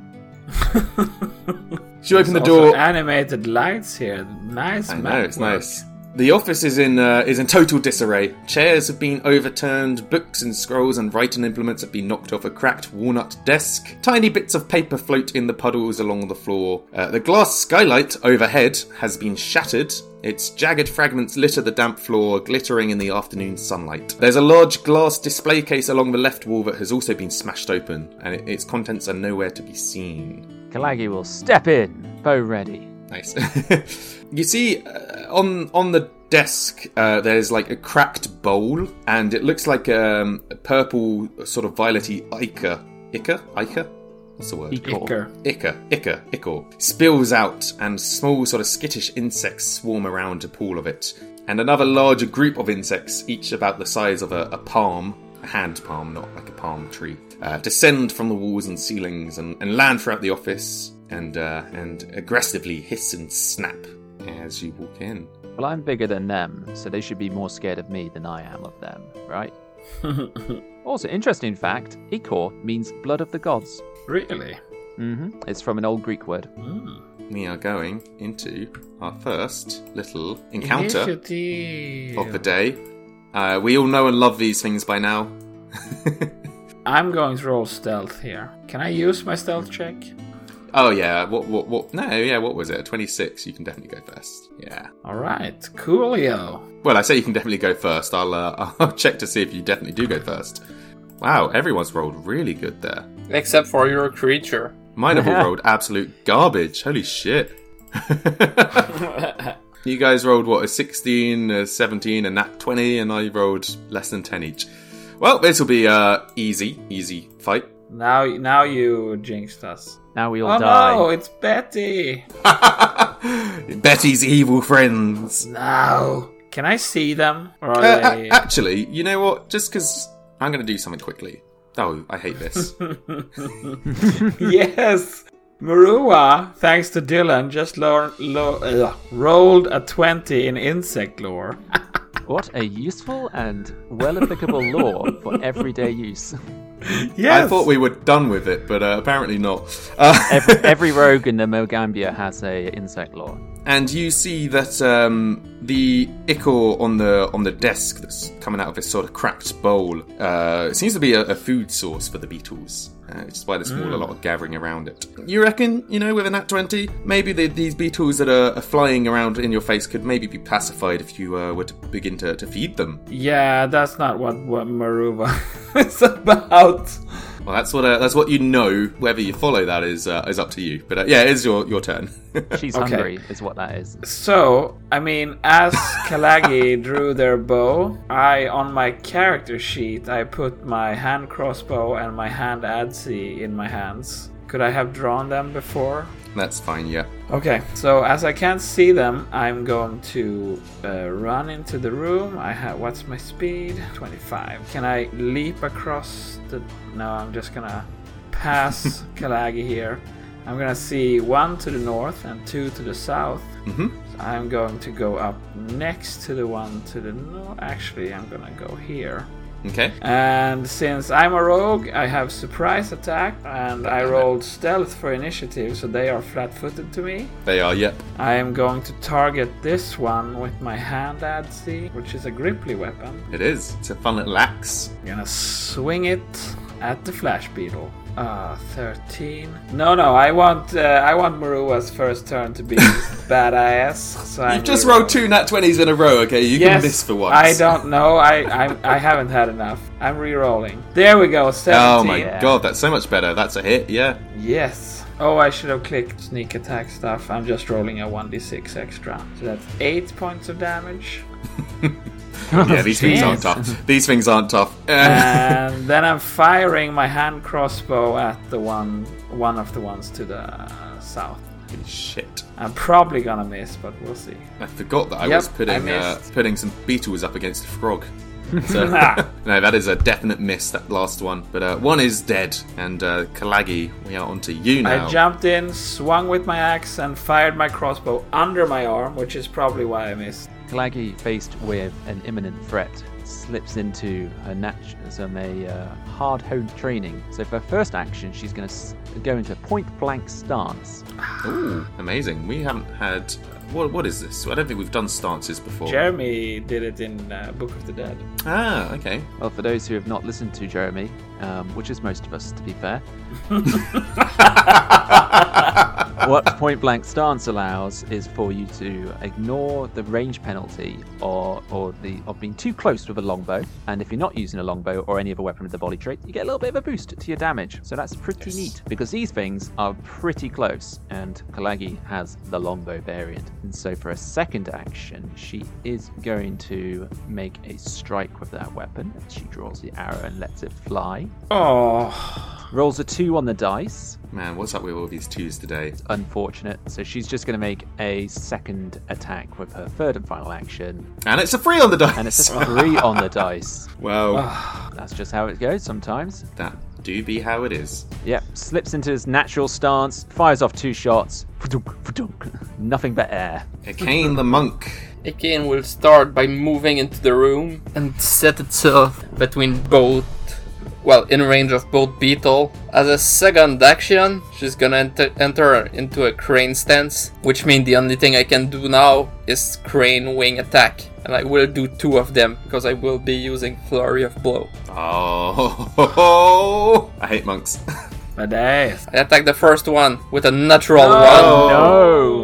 Speaker 2: She opened
Speaker 1: Also
Speaker 2: the door.
Speaker 1: animated lights here. Nice,
Speaker 2: I
Speaker 1: man.
Speaker 2: know it's nice. The office is in uh, is in total disarray. Chairs have been overturned, books and scrolls and writing implements have been knocked off a cracked walnut desk. Tiny bits of paper float in the puddles along the floor. Uh, the glass skylight overhead has been shattered. Its jagged fragments litter the damp floor, glittering in the afternoon sunlight. There's a large glass display case along the left wall that has also been smashed open, and it, its contents are nowhere to be seen.
Speaker 3: Kalagi will step in, bow ready.
Speaker 2: Nice. <laughs> you see, uh, on on the desk, uh, there's like a cracked bowl, and it looks like um, a purple, sort of violety ichor. Ichor? Ichor? What's the word?
Speaker 1: Icker.
Speaker 2: Ichor, ichor, ichor spills out, and small, sort of skittish insects swarm around a pool of it. And another larger group of insects, each about the size of a, a palm, a hand palm, not like a palm tree, uh, descend from the walls and ceilings and, and land throughout the office and uh, and aggressively hiss and snap as you walk in.
Speaker 3: Well, I'm bigger than them, so they should be more scared of me than I am of them,
Speaker 1: <laughs>
Speaker 3: right? also, interesting fact Ikor means blood of the gods.
Speaker 1: Really?
Speaker 3: hmm It's from an old Greek word.
Speaker 2: We are going into our first little encounter
Speaker 1: Initiative.
Speaker 2: of the day. Uh, we all know and love these things by now. <laughs>
Speaker 1: I'm going to roll stealth here. Can I use my stealth check?
Speaker 2: Oh yeah, what what what? No, yeah, what was it? Twenty six. You can definitely go first. Yeah.
Speaker 1: All right, coolio.
Speaker 2: Well, I say you can definitely go first. I'll uh, <laughs> I'll check to see if you definitely do go first. Wow, everyone's rolled really good there.
Speaker 4: Except for your creature.
Speaker 2: Mine have all rolled absolute garbage. Holy shit. you guys rolled what a 16 a 17 a nat 20 and i rolled less than 10 each well this will be uh easy easy fight <laughs>
Speaker 1: Now, now you jinxed us.
Speaker 3: Now we all
Speaker 1: oh
Speaker 3: die.
Speaker 1: no, it's Betty.
Speaker 2: betty's evil friends
Speaker 1: No. Can I see them? Or are
Speaker 2: Uh,
Speaker 1: they...
Speaker 2: a- actually, you know what? Just because I'm going to do something quickly. Oh, I hate this.
Speaker 1: <laughs> yes. Marua, thanks to Dylan, just lo- lo- ugh, rolled a 20 in insect lore. <laughs>
Speaker 3: <laughs> What a useful and well applicable law for everyday use.
Speaker 1: Yes.
Speaker 2: I thought we were done with it, but uh, apparently not. Uh,
Speaker 3: Every, every rogue in the Mogambia has a insect law.
Speaker 2: <laughs> and you see that um, the ichor on the on the desk that's coming out of this sort of cracked bowl uh, seems to be a, a food source for the beetles, uh, which is why there's all a lot of gathering around it. You reckon, you know, with an at twenty, maybe the, these beetles that are, are flying around in your face could maybe be pacified if you uh, were to begin to, to feed them.
Speaker 1: Yeah, that's not what, what Maruva <laughs> is about.
Speaker 2: Well, that's what uh, that's what you know. Whether you follow that is uh, is up to you. But uh, yeah, it is your your turn. <laughs>
Speaker 3: She's
Speaker 1: Okay.
Speaker 3: hungry, is what that is.
Speaker 1: So, I mean, as Kalagi drew their bow, I, on my character sheet, I put my hand crossbow and my hand adze in my hands. Could I have drawn them before?
Speaker 2: that's fine. Yeah.
Speaker 1: Okay, so as I can't see them, I'm going to uh, run into the room. I have what's my speed? 25. Can I leap across the? No, I'm just gonna pass Kalagi here. I'm gonna see one to the north and two to the south.
Speaker 2: Mhm.
Speaker 1: So I'm going to go up next to the one to the north. Actually, I'm gonna go here.
Speaker 2: Okay.
Speaker 1: And since I'm a rogue, I have surprise attack, and I rolled stealth for initiative, so they are flat-footed to me.
Speaker 2: They are. Yep.
Speaker 1: I am going to target this one with my hand adze, which is a gripply weapon.
Speaker 2: It is. It's a fun little axe.
Speaker 1: I'm gonna swing it at the flash beetle. Ah, 13. No, no, I want uh, I want Marua's first turn
Speaker 2: <laughs>
Speaker 1: to be badass. So I'm
Speaker 2: You've just
Speaker 1: gonna-
Speaker 2: rolled two nat twenties in a row. Okay, you
Speaker 1: Yes,
Speaker 2: can miss for once.
Speaker 1: I don't know. I I'm, I haven't had enough. I'm re-rolling. There we go. 17.
Speaker 2: Oh my god, that's so much better. That's a
Speaker 1: <laughs>
Speaker 2: hit. Yeah.
Speaker 1: Yes. Oh, I should have clicked sneak attack stuff. I'm just rolling a 1d6 extra. So that's 8 points of damage.
Speaker 2: Yeah. These things aren't tough. These things
Speaker 1: <laughs>
Speaker 2: aren't tough.
Speaker 1: and then I'm firing my hand crossbow at the one one of the ones to the uh, south.
Speaker 2: Shit.
Speaker 1: I'm probably gonna miss, but we'll see.
Speaker 2: I forgot that I
Speaker 1: Yep,
Speaker 2: was putting
Speaker 1: I
Speaker 2: uh,
Speaker 1: missed.
Speaker 2: putting some beetles up against a frog. So, <laughs> no, that is a definite miss. That last one, but uh, one is dead, and uh, Kalagi, we are onto you now.
Speaker 1: I jumped in, swung with my axe, and fired my crossbow under my arm, which is probably why I missed.
Speaker 3: Glaggy, faced with an imminent threat, slips into her natu- some a uh, hard honed training. So for her first action, she's going to s- go into point blank stance.
Speaker 2: Ooh, amazing. We haven't had. What, what is this? I don't think we've done stances before.
Speaker 1: Jeremy did it in uh, Book of the Dead.
Speaker 2: Ah, okay.
Speaker 3: Well, for those who have not listened to Jeremy, um, which is most of us to be fair, what point blank stance allows is for you to ignore the range penalty or or the of being too close with a longbow. And if you're not using a longbow or any other weapon with the body trait, you get a little bit of a boost to your damage. So that's pretty neat because these things are pretty close. And Kalagi has the longbow variant. And so for a second action, she is going to make a strike with that weapon. She draws the arrow and lets it fly.
Speaker 1: Oh,
Speaker 3: Rolls a two on the dice
Speaker 2: Man, what's up with all these twos today?
Speaker 3: unfortunate. So she's just going to make a second attack with her third and final action,
Speaker 2: And it's a three on the dice.
Speaker 3: and
Speaker 2: <laughs>
Speaker 3: it's a three on the dice.
Speaker 2: well,
Speaker 3: That's just how it goes sometimes.
Speaker 2: that do be how it is.
Speaker 3: Yep, slips into his natural stance, fires off two shots. Nothing but air.
Speaker 2: Kane the monk.
Speaker 4: Again, will start by moving into the room and set itself between both, well, in range of both beetle. As a second action, she's gonna enter, enter into a crane stance, which means the only thing I can do now is crane wing attack, and I will do two of them because I will be using flurry of blow.
Speaker 2: Oh, <laughs> I hate monks.
Speaker 1: badass.
Speaker 4: I attack the first one with a natural one.
Speaker 2: Oh,
Speaker 1: no.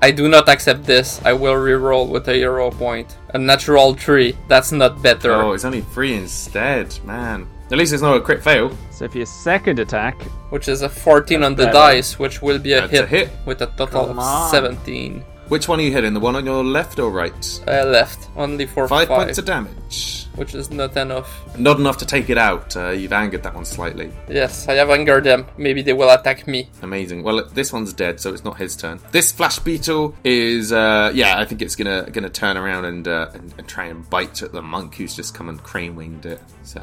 Speaker 4: I do not accept this. I will reroll with a euro point. A natural three. That's not better.
Speaker 2: oh, it's only three instead, man. At least it's not a crit fail.
Speaker 3: So for your second attack,
Speaker 4: which is a 14 on the
Speaker 1: better.
Speaker 4: dice, which will be a
Speaker 2: That's
Speaker 4: hit,
Speaker 2: a hit.
Speaker 4: with a total
Speaker 1: Come
Speaker 4: of
Speaker 1: on.
Speaker 4: 17
Speaker 2: Which one are you hitting? The one on your left or right?
Speaker 4: uh, left, only for
Speaker 2: Five,
Speaker 4: five,
Speaker 2: points of damage.
Speaker 4: which is not enough.
Speaker 2: Not enough to take it out. Uh, you've angered that one slightly.
Speaker 4: Yes, I have angered them. Maybe they will attack me.
Speaker 2: Amazing. Well, this one's dead, so it's not his turn. This flash beetle is, uh, yeah, I think it's gonna gonna turn around and, uh, and and try and bite at the monk who's just come and crane winged it. So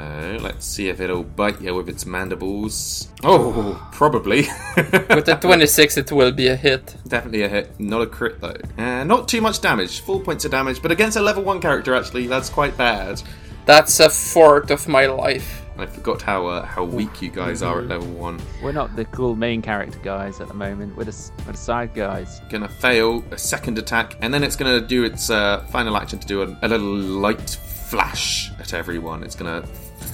Speaker 2: let's see if it'll bite you with its mandibles. Oh, probably. <laughs>
Speaker 4: With a 26, it will be a hit.
Speaker 2: Definitely a hit, not a crit though. Uh, not too much damage, four points of damage, but against a level one character, actually, that's quite bad.
Speaker 4: That's a fourth of my life.
Speaker 2: I forgot how uh, how weak you guys are at level one.
Speaker 3: We're not the cool main character guys at the moment. We're the, s- we're the side guys.
Speaker 2: Gonna fail a second attack, and then it's gonna do its uh, final action to do a, a little light flash at everyone. It's gonna f-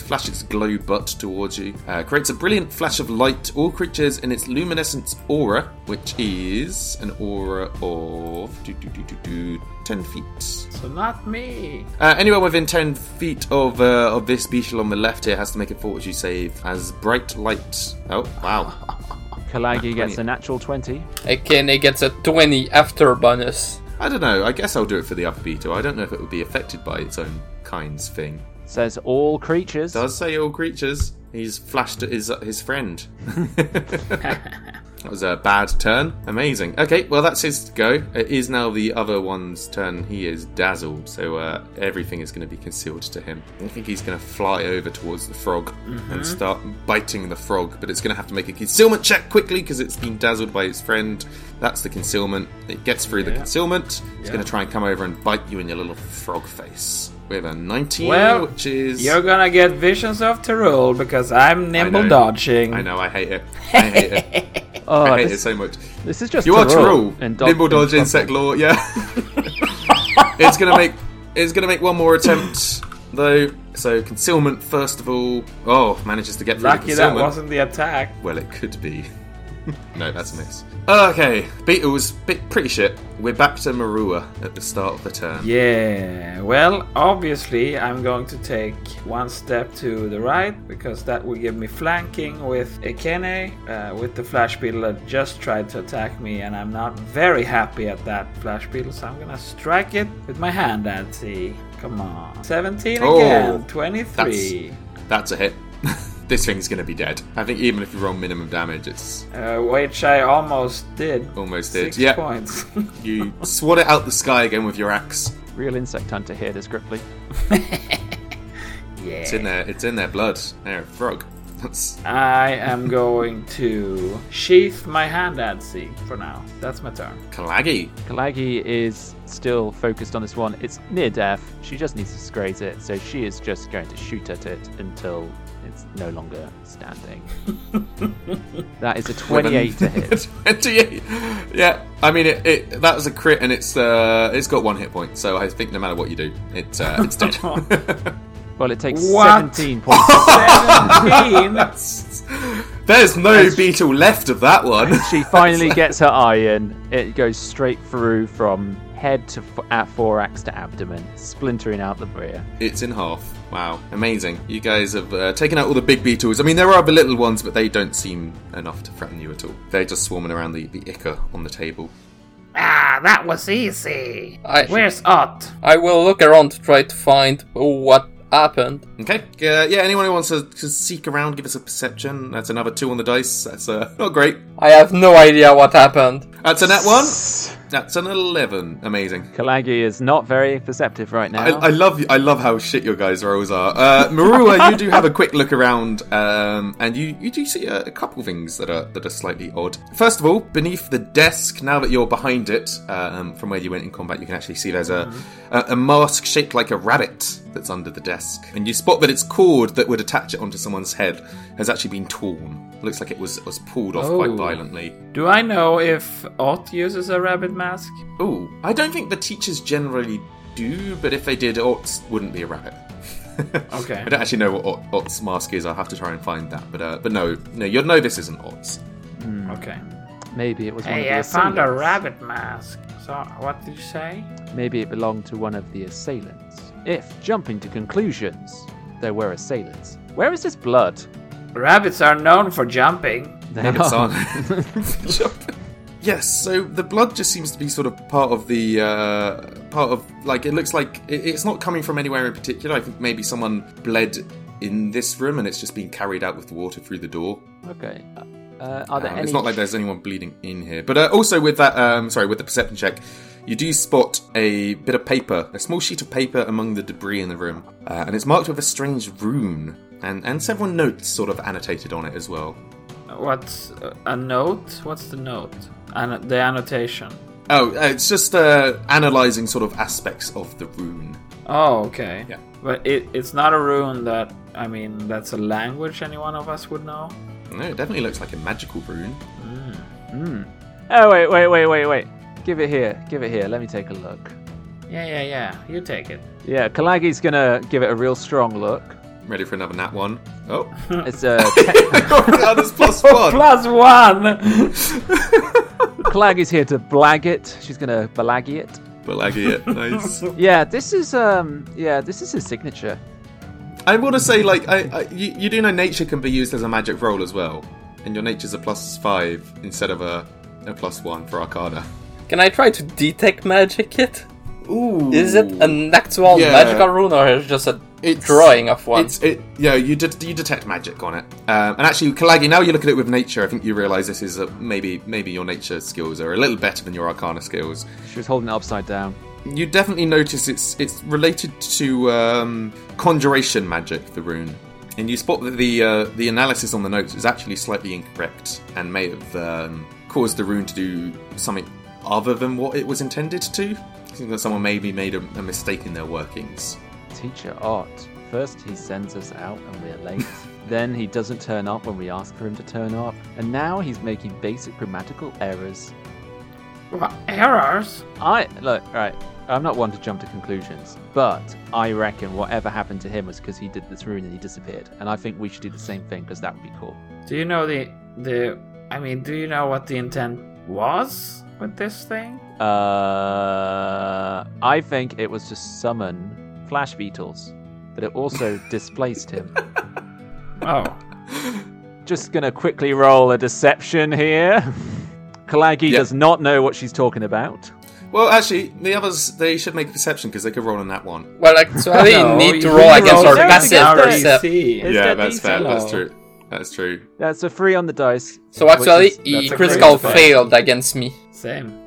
Speaker 2: flash its glow butt towards you. Uh, creates a brilliant flash of light. All creatures in its luminescence aura, which is an aura of do, do, do, do, do, 10 feet.
Speaker 1: So not me.
Speaker 2: Uh, anyone within 10 feet of uh, of this beetle on the left here has to make a fortitude save as bright light. Oh, wow. Ah,
Speaker 3: Kalagi gets a natural 20.
Speaker 4: Akane gets a 20 after bonus.
Speaker 2: I don't know. I guess I'll do it for the upper beetle. I don't know if it would be affected by its own kind's thing.
Speaker 3: Says all creatures.
Speaker 2: Does say all creatures. He's flashed at his, uh,
Speaker 1: <laughs>
Speaker 2: his friend. that was a bad turn. Amazing. Okay, well, that's his go. It is now the other one's turn. He is dazzled, so uh, everything is going to be concealed to him. I think he's going to fly over towards the frog
Speaker 1: Mm-hmm.
Speaker 2: and start biting the frog, but it's going to have to make a concealment check quickly because it's been dazzled by its friend. That's the concealment. It gets through the concealment. It's going to try and come over and bite you in your little frog face. We have a 19,
Speaker 1: Well,
Speaker 2: which is.
Speaker 1: You're gonna get visions of Tyrol because I'm
Speaker 2: I
Speaker 1: nimble
Speaker 2: know.
Speaker 1: dodging. <laughs>
Speaker 2: I know. I hate it. I hate it.
Speaker 3: oh,
Speaker 2: I hate
Speaker 3: this,
Speaker 2: it so much.
Speaker 3: this is just
Speaker 2: You are
Speaker 3: Tyrol
Speaker 2: true.
Speaker 3: and dog-
Speaker 2: Nimble
Speaker 3: and
Speaker 2: dodge,
Speaker 3: dog-
Speaker 2: insect law. Yeah.
Speaker 1: <laughs>
Speaker 2: it's gonna make. It's gonna make one more attempt though. So concealment first of all. Oh, manages to get through the
Speaker 1: Lucky that
Speaker 2: concealment.
Speaker 1: wasn't the attack.
Speaker 2: Well, it could be. <laughs> no, that's a miss. Okay, Beetle's bit pretty shit. We're back to Marua at the start of the turn.
Speaker 1: Yeah, well, obviously, I'm going to take one step to the right because that will give me flanking with Ekene, uh, with the Flash Beetle that just tried to attack me, and I'm not very happy at that Flash Beetle, so I'm gonna strike it with my hand and see. Come on. 17
Speaker 2: Oh,
Speaker 1: again, 23.
Speaker 2: That's a hit. <laughs> this thing's gonna be dead. I think even if you roll minimum damage, it's
Speaker 1: Uh, which I almost did.
Speaker 2: almost dead.
Speaker 1: Six
Speaker 2: Yeah,
Speaker 1: points.
Speaker 2: <laughs>
Speaker 1: <laughs>
Speaker 2: you swat it out the sky again with your axe.
Speaker 3: Real insect hunter here, this Gripply.
Speaker 2: It's in their it's in their blood. They're a frog. That's
Speaker 1: I am going to sheath my hand at sea for now. That's my turn.
Speaker 2: Kalagi.
Speaker 3: Kalagi is still focused on this one. It's near death. She just needs to disgrace it, so she is just going to shoot at it until it's no longer standing. that is a
Speaker 2: <laughs>
Speaker 3: 28 to hit.
Speaker 2: 28. Yeah. I mean it, it that was a crit and it's uh it's got one hit point, so I think no matter what you do, it uh, it's
Speaker 3: <laughs>
Speaker 2: dead. <laughs>
Speaker 3: Well, it takes
Speaker 1: What?
Speaker 3: 17 points.
Speaker 1: 17.
Speaker 2: There's no beetle left of that one.
Speaker 3: she finally gets her eye in. It goes straight through from head to f- at thorax to abdomen, splintering out the rear.
Speaker 2: It's in half. Wow, amazing! You guys have uh, taken out all the big beetles. I mean, there are the little ones, but they don't seem enough to threaten you at all. They're just swarming around the the ichor on the table.
Speaker 5: <laughs> Ah, that was easy.
Speaker 4: I,
Speaker 5: Where's Ott?
Speaker 4: I will look around to try to find what happened.
Speaker 2: Okay. Uh, yeah. Anyone who wants to, to seek around, give us a perception. That's another two on the dice. That's uh, not great.
Speaker 4: I have no idea what happened.
Speaker 2: That's a net one. That's an eleven. Amazing.
Speaker 3: Kalagi is not very perceptive right now.
Speaker 2: I, I love I love how shit your guys' rolls are. Uh, Marua, you do have a quick look around, um, and you, you do see a, a couple things that are that are slightly odd. First of all, beneath the desk, now that you're behind it, um, from where you went in combat, you can actually see there's a, a a mask shaped like a rabbit that's under the desk, and you spot that its cord that would attach it onto someone's head has actually been torn. Looks like it was was pulled off quite
Speaker 1: Oh.
Speaker 2: violently.
Speaker 1: Do I know if Ott uses a rabbit mask?
Speaker 2: Ooh, I don't think the teachers generally do, but if they did, Ots wouldn't be a rabbit. <laughs>
Speaker 1: Okay.
Speaker 2: I don't actually know what Ot- Ot's mask is. I'll have to try and find that. But uh, but no, no, you'd know this isn't Ot's.
Speaker 1: Okay.
Speaker 3: Maybe it was one of
Speaker 5: Hey,
Speaker 3: the
Speaker 5: I found a
Speaker 3: assailants.
Speaker 5: rabbit mask.
Speaker 1: So, what did you say?
Speaker 3: Maybe it belonged to one of the assailants. If, jumping to conclusions, there were assailants. Where is this blood?
Speaker 1: Rabbits are known for jumping.
Speaker 3: They
Speaker 2: It's
Speaker 3: are-
Speaker 2: on. <laughs> yes, so the blood just seems to be sort of part of the uh, part of like it looks like it, it's not coming from anywhere in particular. I think maybe someone bled in this room and it's just being carried out with water through the door.
Speaker 3: Okay. Uh, are there
Speaker 2: Um,
Speaker 3: any?
Speaker 2: It's not like there's anyone bleeding in here. But uh, also with that, um, sorry, with the perception check, you do spot a bit of paper, a small sheet of paper among the debris in the room, uh, and it's marked with a strange rune and and several notes sort of annotated on it as well.
Speaker 1: What's uh, a note? What's the note? An- the annotation.
Speaker 2: Oh, uh, it's just uh, analyzing sort of aspects of the rune.
Speaker 1: Oh, okay.
Speaker 2: Yeah.
Speaker 1: But it, it's not a rune that, I mean, that's a language any one of us would know.
Speaker 2: No, it definitely looks like a magical rune.
Speaker 3: Hmm. Oh wait, wait, wait, wait, wait. Give it here. Give it here. Let me take a look.
Speaker 1: Yeah, yeah, yeah. You take it.
Speaker 3: Yeah, Kalagi's gonna give it a real strong look.
Speaker 2: Ready for another nat one.
Speaker 3: <laughs>
Speaker 2: Oh, <laughs>
Speaker 3: It's uh, a te-
Speaker 2: oh that's plus one.
Speaker 1: Plus one!
Speaker 3: Kalagi's here to blag it. She's gonna balaggy it.
Speaker 2: But laggy it.
Speaker 3: <laughs>
Speaker 2: Nice.
Speaker 3: Yeah, this is um, yeah, this is his signature.
Speaker 2: I want to say, like, I, I you, you do know nature can be used as a magic roll as well, and your nature's a plus five instead of a, a plus one for Arcana.
Speaker 4: Can I try to detect magic it?
Speaker 2: Ooh,
Speaker 4: Is it an actual
Speaker 2: Yeah.
Speaker 4: magical rune or is it just a drawing of one?
Speaker 2: It's it. Yeah, you det- you detect magic on it, um, and actually, Kalagi, now you look at it with nature. I think you realise this is a, maybe maybe your nature skills are a little better than your Arcana skills.
Speaker 3: She was holding it upside down.
Speaker 2: You definitely notice it's it's related to um, conjuration magic, the rune, and you spot that the uh, the analysis on the notes is actually slightly incorrect and may have um, caused the rune to do something other than what it was intended to. I think that someone maybe made a, a mistake in their workings.
Speaker 3: Teacher Art. First, he sends us out and we're late. then, he doesn't turn up when we ask for him to turn up. And now he's making basic grammatical errors.
Speaker 5: Wha- errors?
Speaker 3: I. Look, right. I'm not one to jump to conclusions, but I reckon whatever happened to him was because he did this rune and he disappeared. And I think we should do the same thing because that would be cool.
Speaker 1: do you know the. the. I mean, do you know what the intent was with this thing?
Speaker 3: Uh, I think it was to summon flash beetles, but it also displaced him.
Speaker 1: Oh.
Speaker 3: Just gonna quickly roll a deception here. <laughs> Kalagi
Speaker 2: Yeah.
Speaker 3: does not know what she's talking about.
Speaker 2: Well, actually, the others they should make a perception because they could roll on that one.
Speaker 4: well, actually,
Speaker 1: No,
Speaker 4: <laughs> Oh, need
Speaker 1: you
Speaker 4: to roll against
Speaker 3: rolled
Speaker 4: our
Speaker 3: it
Speaker 4: passive
Speaker 3: together.
Speaker 4: percept.
Speaker 1: REC.
Speaker 3: Is
Speaker 2: yeah,
Speaker 3: that
Speaker 2: that's
Speaker 3: these
Speaker 2: fair.
Speaker 3: yellow?
Speaker 2: That's true. That's true.
Speaker 3: That's a three on the dice.
Speaker 4: So
Speaker 3: which
Speaker 4: actually,
Speaker 3: is-
Speaker 4: he
Speaker 1: that's a
Speaker 4: critical
Speaker 1: great
Speaker 4: failed against me.
Speaker 1: Same.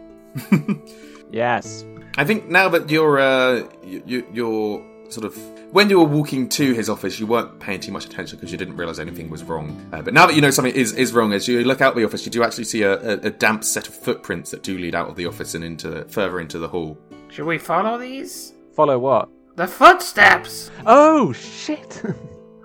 Speaker 3: Yes.
Speaker 2: I think now that you're uh, you, you, you're sort of when you were walking to his office, you weren't paying too much attention because you didn't realize anything was wrong. Uh, but now that you know something is, is wrong, as you look out the office, you do actually see a, a, a damp set of footprints that do lead out of the office and into further into the hall.
Speaker 5: Should we follow these?
Speaker 3: Follow what?
Speaker 5: The footsteps!
Speaker 3: Oh shit! <laughs>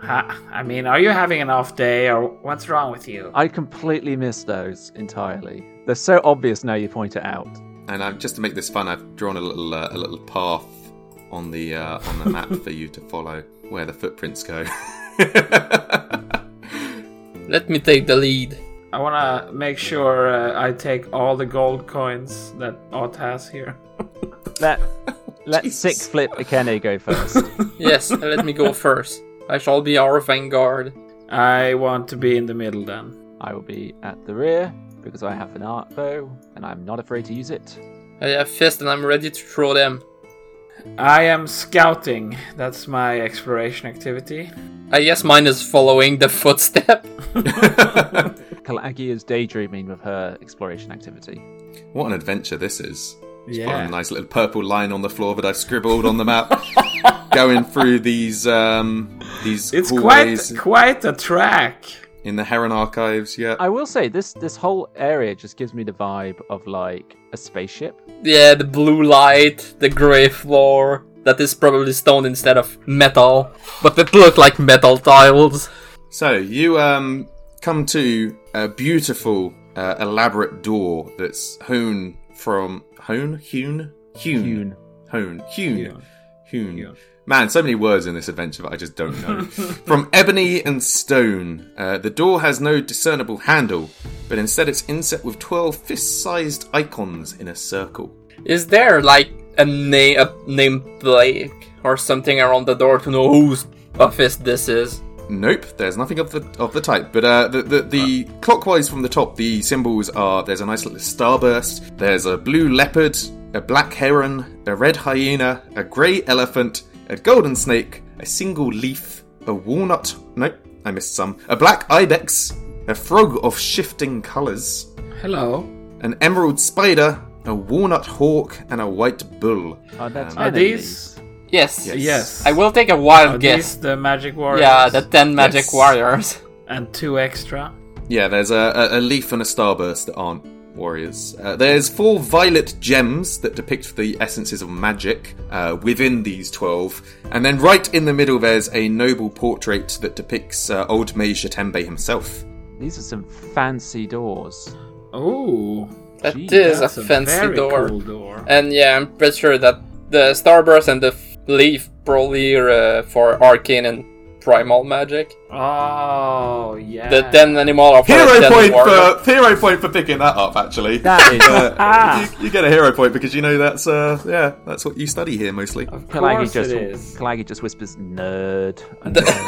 Speaker 1: Ha, I mean, are you having an off day or what's wrong with you?
Speaker 3: I completely missed those entirely. They're so obvious now you point it out.
Speaker 2: And i just to make this fun, I've drawn a little uh, a little path on the uh, on the map for you to follow where the footprints go. <laughs>
Speaker 4: Let me take the lead.
Speaker 1: I want to make sure uh, I take all the gold coins that Ott has here.
Speaker 4: <laughs>
Speaker 3: Let let sick flip Akene go first.
Speaker 4: Yes, <laughs> let me go first. I shall be our vanguard.
Speaker 1: I want to be in the middle then.
Speaker 3: I will be at the rear because I have an art bow and I'm not afraid to use it.
Speaker 4: I have fist and I'm ready to throw them.
Speaker 1: I am scouting. That's my exploration activity.
Speaker 4: I guess mine is following the footstep.
Speaker 3: Kalagi is daydreaming with her exploration activity.
Speaker 2: what an adventure this is! Just
Speaker 1: Yeah.
Speaker 2: put a nice little purple line on the floor that I've scribbled on the map, <laughs> going through these um, these
Speaker 1: It's quite
Speaker 2: hallways
Speaker 1: quite a track.
Speaker 2: in the Heron archives. Yeah,
Speaker 3: I will say this this whole area just gives me the vibe of like a spaceship.
Speaker 4: Yeah, the blue light, the grey floor. That is probably stone instead of metal, but it looked like metal tiles.
Speaker 2: So you um, come to a beautiful, uh, elaborate door that's hewn from hewn, hewn, hewn,
Speaker 3: Hewn.
Speaker 2: hewn, hewn,
Speaker 1: Hewn.
Speaker 2: hewn.
Speaker 1: Hewn.
Speaker 2: Man, so many words in this adventure that I just don't
Speaker 1: <laughs>
Speaker 2: know. from ebony and stone, uh, the door has no discernible handle, but instead it's inset with twelve fist-sized icons in a circle.
Speaker 4: Is there like a name, a name plaque or something around the door to know whose office this is?
Speaker 2: Nope, there's nothing of the of the type. But uh, the the, the clockwise from the top, the symbols are there's a nice little starburst, there's a blue leopard, a black heron, a red hyena, a grey elephant, a golden snake, a single leaf, a walnut. Nope, I missed some. A black ibex, a frog of shifting colours,
Speaker 1: Hello.
Speaker 2: an emerald spider, a walnut hawk, and a white bull.
Speaker 3: Are there 10
Speaker 1: Are
Speaker 3: of
Speaker 1: these?
Speaker 4: Yes.
Speaker 2: Yes.
Speaker 1: Yes.
Speaker 4: I will take a wild
Speaker 1: Are
Speaker 4: guess.
Speaker 1: these the magic warriors?
Speaker 4: Yeah, the ten magic
Speaker 1: <laughs>
Speaker 2: Yes.
Speaker 4: warriors.
Speaker 1: and two extra.
Speaker 2: Yeah, there's a, a, a leaf and a starburst that aren't warriors. Uh, there's four violet gems that depict the essences of magic uh, within these twelve, and then right in the middle there's a noble portrait that depicts uh, old Mage Shatembe himself.
Speaker 3: These are some fancy doors.
Speaker 1: Oh,
Speaker 4: That
Speaker 3: Gee,
Speaker 4: is
Speaker 1: that's
Speaker 4: a fancy
Speaker 1: very
Speaker 4: door.
Speaker 1: cool door.
Speaker 4: And yeah, I'm pretty sure that the starburst and the f- leaf probably are uh, for arcane and primal magic.
Speaker 1: Oh yeah.
Speaker 4: The ten animal of
Speaker 2: Hero
Speaker 4: ten
Speaker 2: point
Speaker 4: warlock.
Speaker 2: for hero point for picking that up. Actually, <laughs>
Speaker 3: That is
Speaker 2: Uh, you, you get a hero point because you know that's uh, yeah that's what you study here mostly.
Speaker 1: of
Speaker 3: Kalagi
Speaker 1: course it
Speaker 3: just
Speaker 1: is.
Speaker 3: Kalagi just whispers nerd.
Speaker 1: <laughs>
Speaker 3: And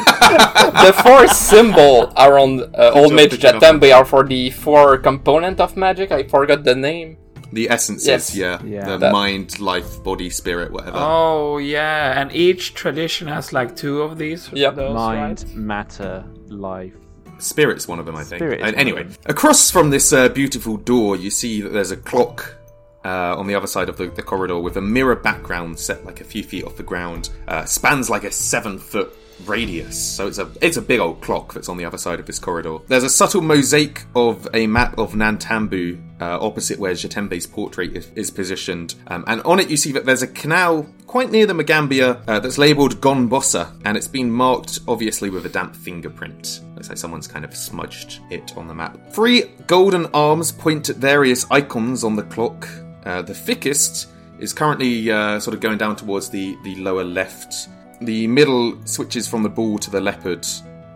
Speaker 4: <laughs> the four symbol around uh, old
Speaker 2: job
Speaker 4: mage
Speaker 2: picking up.
Speaker 4: Jatambe are for the four component of magic. I forgot the name.
Speaker 2: The essences,
Speaker 4: Yes.
Speaker 2: yeah,
Speaker 3: Yeah.
Speaker 2: the
Speaker 4: That-
Speaker 2: mind, life, body, spirit, whatever.
Speaker 1: Oh yeah, and each tradition has like two of these.
Speaker 4: Yep.
Speaker 1: those,
Speaker 3: mind,
Speaker 1: right?
Speaker 3: matter, life.
Speaker 2: Spirit's one of them, I think.
Speaker 3: Spirit is
Speaker 2: and
Speaker 3: one of
Speaker 2: anyway,
Speaker 3: them.
Speaker 2: across from this uh, beautiful door, you see that there's a clock uh, on the other side of the, the corridor with a mirror background set like a few feet off the ground. Uh, spans like a seven foot radius, so it's a it's a big old clock that's on the other side of this corridor. There's a subtle mosaic of a map of Nantambu. Uh, opposite where Jatembe's portrait is, is positioned, um, and on it you see that there's a canal quite near the Magambia uh, that's labelled Gonbossa, and it's been marked obviously with a damp fingerprint. Looks like someone's kind of smudged it on the map. Three golden arms point at various icons on the clock. Uh, the thickest is currently uh, sort of going down towards the, the lower left. The middle switches from the bull to the leopard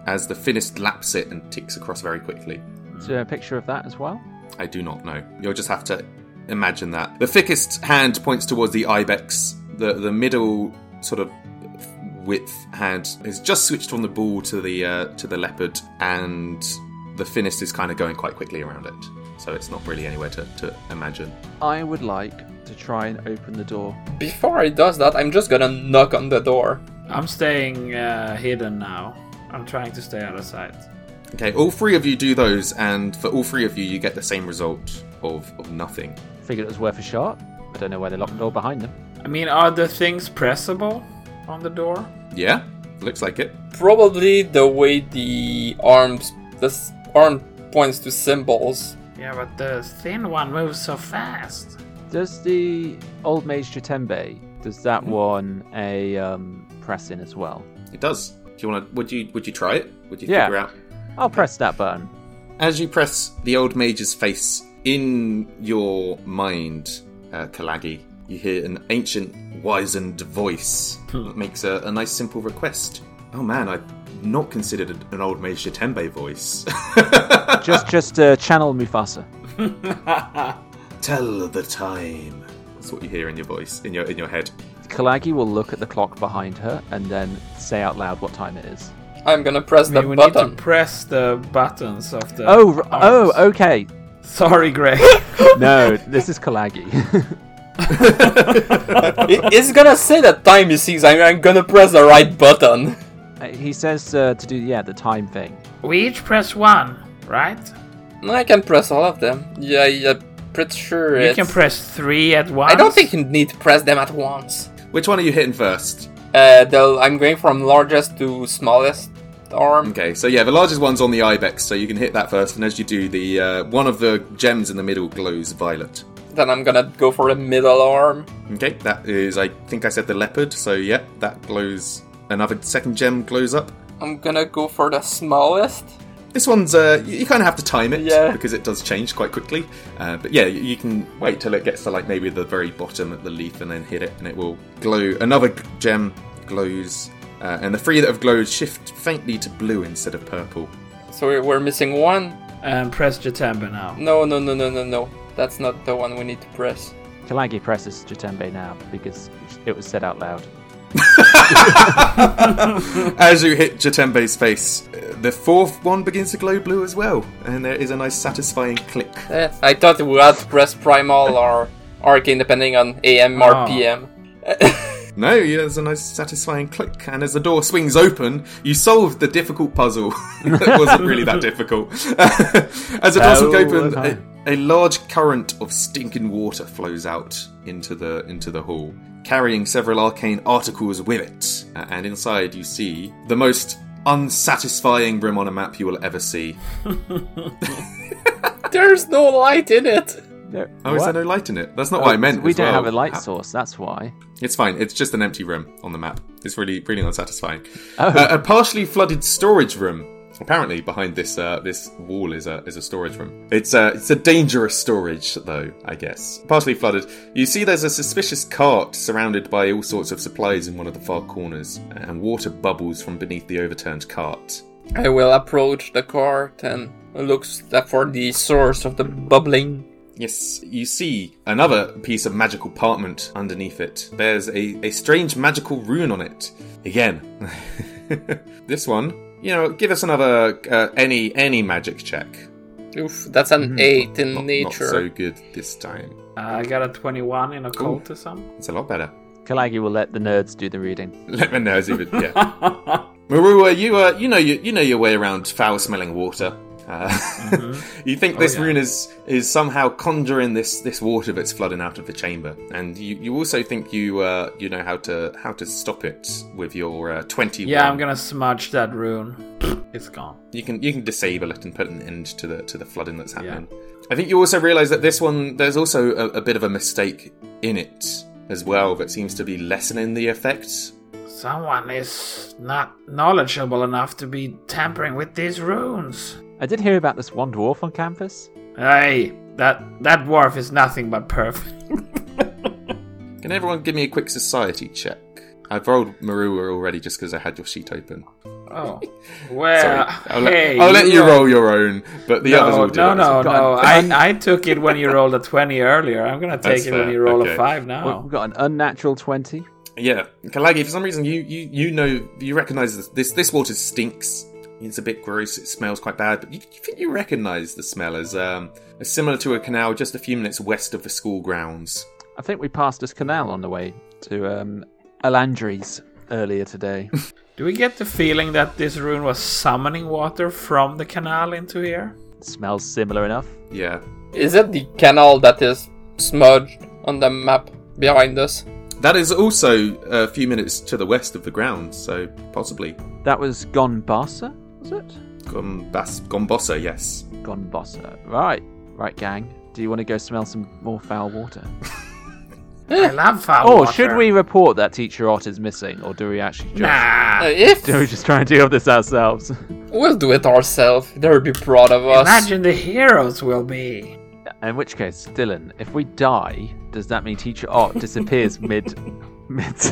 Speaker 2: as the thinnest laps it and ticks across very quickly.
Speaker 3: Is there a picture of that as well?
Speaker 2: I do not know. You'll just have to imagine that. The thickest hand points towards the ibex. The the middle sort of width hand is just switched from the bull to the uh, to the leopard, and the thinnest is kind of going quite quickly around it. So it's not really anywhere to, to imagine.
Speaker 3: I would like to try and open the door.
Speaker 4: Before he does that, I'm just gonna knock on the door.
Speaker 1: I'm staying uh, hidden now. I'm trying to stay out of sight.
Speaker 2: Okay, all three of you do those, and for all three of you, you get the same result of, of nothing.
Speaker 3: Figured it was worth a shot. I don't know why they locked the door behind them.
Speaker 1: I mean, are the things pressable on the door?
Speaker 2: Yeah, looks like it.
Speaker 4: Probably the way the arms, the s- arm points to symbols.
Speaker 1: Yeah, but the thin one moves so fast.
Speaker 3: Does the old mage Jatembe? Does that
Speaker 1: Hmm?
Speaker 3: one a um, press in as well?
Speaker 2: It does. Do you want to? Would you? Would you try it? Would you
Speaker 3: Yeah.
Speaker 2: figure out?
Speaker 3: I'll press that button.
Speaker 2: As you press the old mage's face in your mind, uh, Kalagi, you hear an ancient, wizened voice that makes a, a nice, simple request. Oh man, I've not considered an- an old mage Shitembe voice.
Speaker 1: <laughs>
Speaker 2: <laughs>
Speaker 3: Just, just uh, channel Mufasa.
Speaker 2: Tell the time. That's what you hear in your voice, in your in your head.
Speaker 3: Kalagi will look at the clock behind her and then say out loud what time it is.
Speaker 4: I'm gonna press
Speaker 1: I mean,
Speaker 4: the
Speaker 1: we
Speaker 4: button.
Speaker 1: need to press the buttons of the.
Speaker 3: Oh, r-
Speaker 1: arms.
Speaker 3: oh, okay.
Speaker 1: Sorry,
Speaker 3: <laughs>
Speaker 1: Greg.
Speaker 3: No, this is Kalagi.
Speaker 4: He- He's gonna say that time he sees. I'm, I'm gonna press the right button. <laughs>
Speaker 3: Uh, he says uh, to do yeah the time thing.
Speaker 5: We each press one, right?
Speaker 4: I can press all of them. Yeah, yeah, pretty sure
Speaker 1: you
Speaker 4: it's...
Speaker 1: can press three at once.
Speaker 4: I don't think you need to press them at once.
Speaker 2: Which one are you hitting first?
Speaker 4: Uh, the, I'm going from largest to smallest arm.
Speaker 2: Okay, so yeah, the largest one's on the ibex, so you can hit that first, and as you do, the uh, one of the gems in the middle glows violet.
Speaker 4: Then I'm gonna go for the middle arm.
Speaker 2: Okay, that is, I think I said the leopard, so yeah, that glows. Another second gem glows up.
Speaker 4: I'm gonna go for the smallest.
Speaker 2: This one's, uh, you, kind of have to time it
Speaker 4: Yeah.
Speaker 2: because it does change quite quickly. Uh, but yeah, you, you can wait till it gets to like maybe the very bottom of the leaf and then hit it and it will glow. Another g- gem glows, uh, and the three that have glowed shift faintly to blue instead of purple.
Speaker 4: So we- we're missing one.
Speaker 1: And press Jatemba now.
Speaker 4: No, no, no, no, no, no. That's not the one we need to press.
Speaker 3: Kalagi presses Jatembe now because it was said out loud.
Speaker 2: As you hit Jatembe's face, uh, the fourth one begins to glow blue as well, and there is a nice satisfying click.
Speaker 4: Eh, I thought we had to
Speaker 2: <laughs>
Speaker 4: press primal or arcane depending on AM or
Speaker 1: Ah.
Speaker 4: <laughs> PM.
Speaker 2: No, yeah, there's a nice satisfying click, and as the door swings open, you solve the difficult puzzle. <laughs> it wasn't really that difficult. <laughs> as the door swings
Speaker 3: Oh,
Speaker 2: open,
Speaker 3: okay.
Speaker 2: a, a large current of stinking water flows out into the into the hall, carrying several arcane articles with it. Uh, and inside, you see the most unsatisfying room on a map you will ever see.
Speaker 4: There's no light in it.
Speaker 3: No.
Speaker 2: Oh, is
Speaker 3: what?
Speaker 2: there no light in it? That's not
Speaker 3: Oh,
Speaker 2: what I meant.
Speaker 3: We
Speaker 2: as
Speaker 3: don't
Speaker 2: well.
Speaker 3: have a light
Speaker 2: Ah,
Speaker 3: source. That's why.
Speaker 2: It's fine. It's just an empty room on the map. It's really, really unsatisfying.
Speaker 3: Oh.
Speaker 2: Uh, a partially flooded storage room. Apparently, behind this uh, this wall is a is a storage room. It's a it's a dangerous storage, though. I guess partially flooded. You see, there's a suspicious cart surrounded by all sorts of supplies in one of the far corners, and water bubbles from beneath the overturned cart.
Speaker 4: I will approach the cart and look for the source of the bubbling.
Speaker 2: Yes, you see another piece of magical parchment underneath it. There's a, a strange magical rune on it. Again. <laughs> this one, you know, give us another uh, any any magic check.
Speaker 4: Oof, that's an eight in
Speaker 2: Mm-hmm. Not, not
Speaker 4: nature.
Speaker 2: so good this time.
Speaker 1: Uh, I got a 21 in occult or something.
Speaker 2: It's a lot better.
Speaker 3: Kalagi will let the nerds do the reading.
Speaker 2: Let me know, even yeah. <laughs> Marua, you uh, you know you, you know your way around foul-smelling water. Uh,
Speaker 1: Mm-hmm.
Speaker 2: <laughs> you
Speaker 1: Oh,
Speaker 2: think this
Speaker 6: yeah.
Speaker 2: rune is is somehow conjuring this this water that's flooding out of the chamber, and you, you also think you uh, you know how to how to stop it with your uh, twenty.
Speaker 1: Yeah, I'm gonna smudge that rune. It's gone.
Speaker 2: You can you can disable it and put an end to the to the flooding that's happening. I think you also realise that this one there's also a, a bit of a mistake in it as well that seems to be lessening the effects
Speaker 1: Someone is not knowledgeable enough to be tampering with these runes.
Speaker 3: I did hear about this one dwarf on campus.
Speaker 1: Hey, that that dwarf is nothing but perfect.
Speaker 2: Can everyone give me a quick society check? I've rolled Marua already just because I had your sheet open.
Speaker 1: Oh,
Speaker 2: <laughs> Sorry.
Speaker 1: well,
Speaker 2: I'll, let,
Speaker 1: hey,
Speaker 2: I'll let you
Speaker 1: are-
Speaker 2: roll your own, but the others
Speaker 1: No,
Speaker 2: will do
Speaker 1: no,
Speaker 2: it.
Speaker 1: no,
Speaker 3: Go
Speaker 1: no.
Speaker 3: on, go on.
Speaker 1: I, I took it when you rolled a 20 earlier. I'm going to
Speaker 2: That's
Speaker 1: take it when
Speaker 2: fair,
Speaker 1: you roll
Speaker 2: okay.
Speaker 1: a 5
Speaker 3: Well, We've
Speaker 1: now.
Speaker 3: got an unnatural 20.
Speaker 2: Yeah, Kalagi, for some reason you, you, you know, you recognise this, this. This water stinks. It's a bit gross. It smells quite bad, but you, you think you recognise the smell as, um, as similar to a canal just a few minutes west of the school grounds.
Speaker 3: I think we passed this canal on the way to um, Alandri's earlier <laughs> today.
Speaker 1: Do we get the feeling that this rune was summoning water from the canal into here?
Speaker 3: smells similar enough.
Speaker 2: Yeah,
Speaker 4: Is it the canal that is smudged on the map behind us?
Speaker 2: that is also a few minutes to the west of the grounds, so possibly
Speaker 3: That was Gonbasa, was it?
Speaker 2: Gombas- Gombosa. Yes.
Speaker 3: Gonbasa. Right. Right, gang. Do you want to go smell some more foul water?
Speaker 1: I love foul
Speaker 3: Or
Speaker 1: water.
Speaker 3: Eh. Oh, should we report that teacher Ott is missing, or do we actually just
Speaker 1: Nah.
Speaker 4: Uh, if
Speaker 3: do we just try and deal with this ourselves? <laughs>
Speaker 4: we'll do it ourselves, they'll be proud of us.
Speaker 1: Imagine the heroes will be.
Speaker 3: In which case, Dylan, if we die, does that mean teacher Ott disappears mid mid
Speaker 2: <laughs>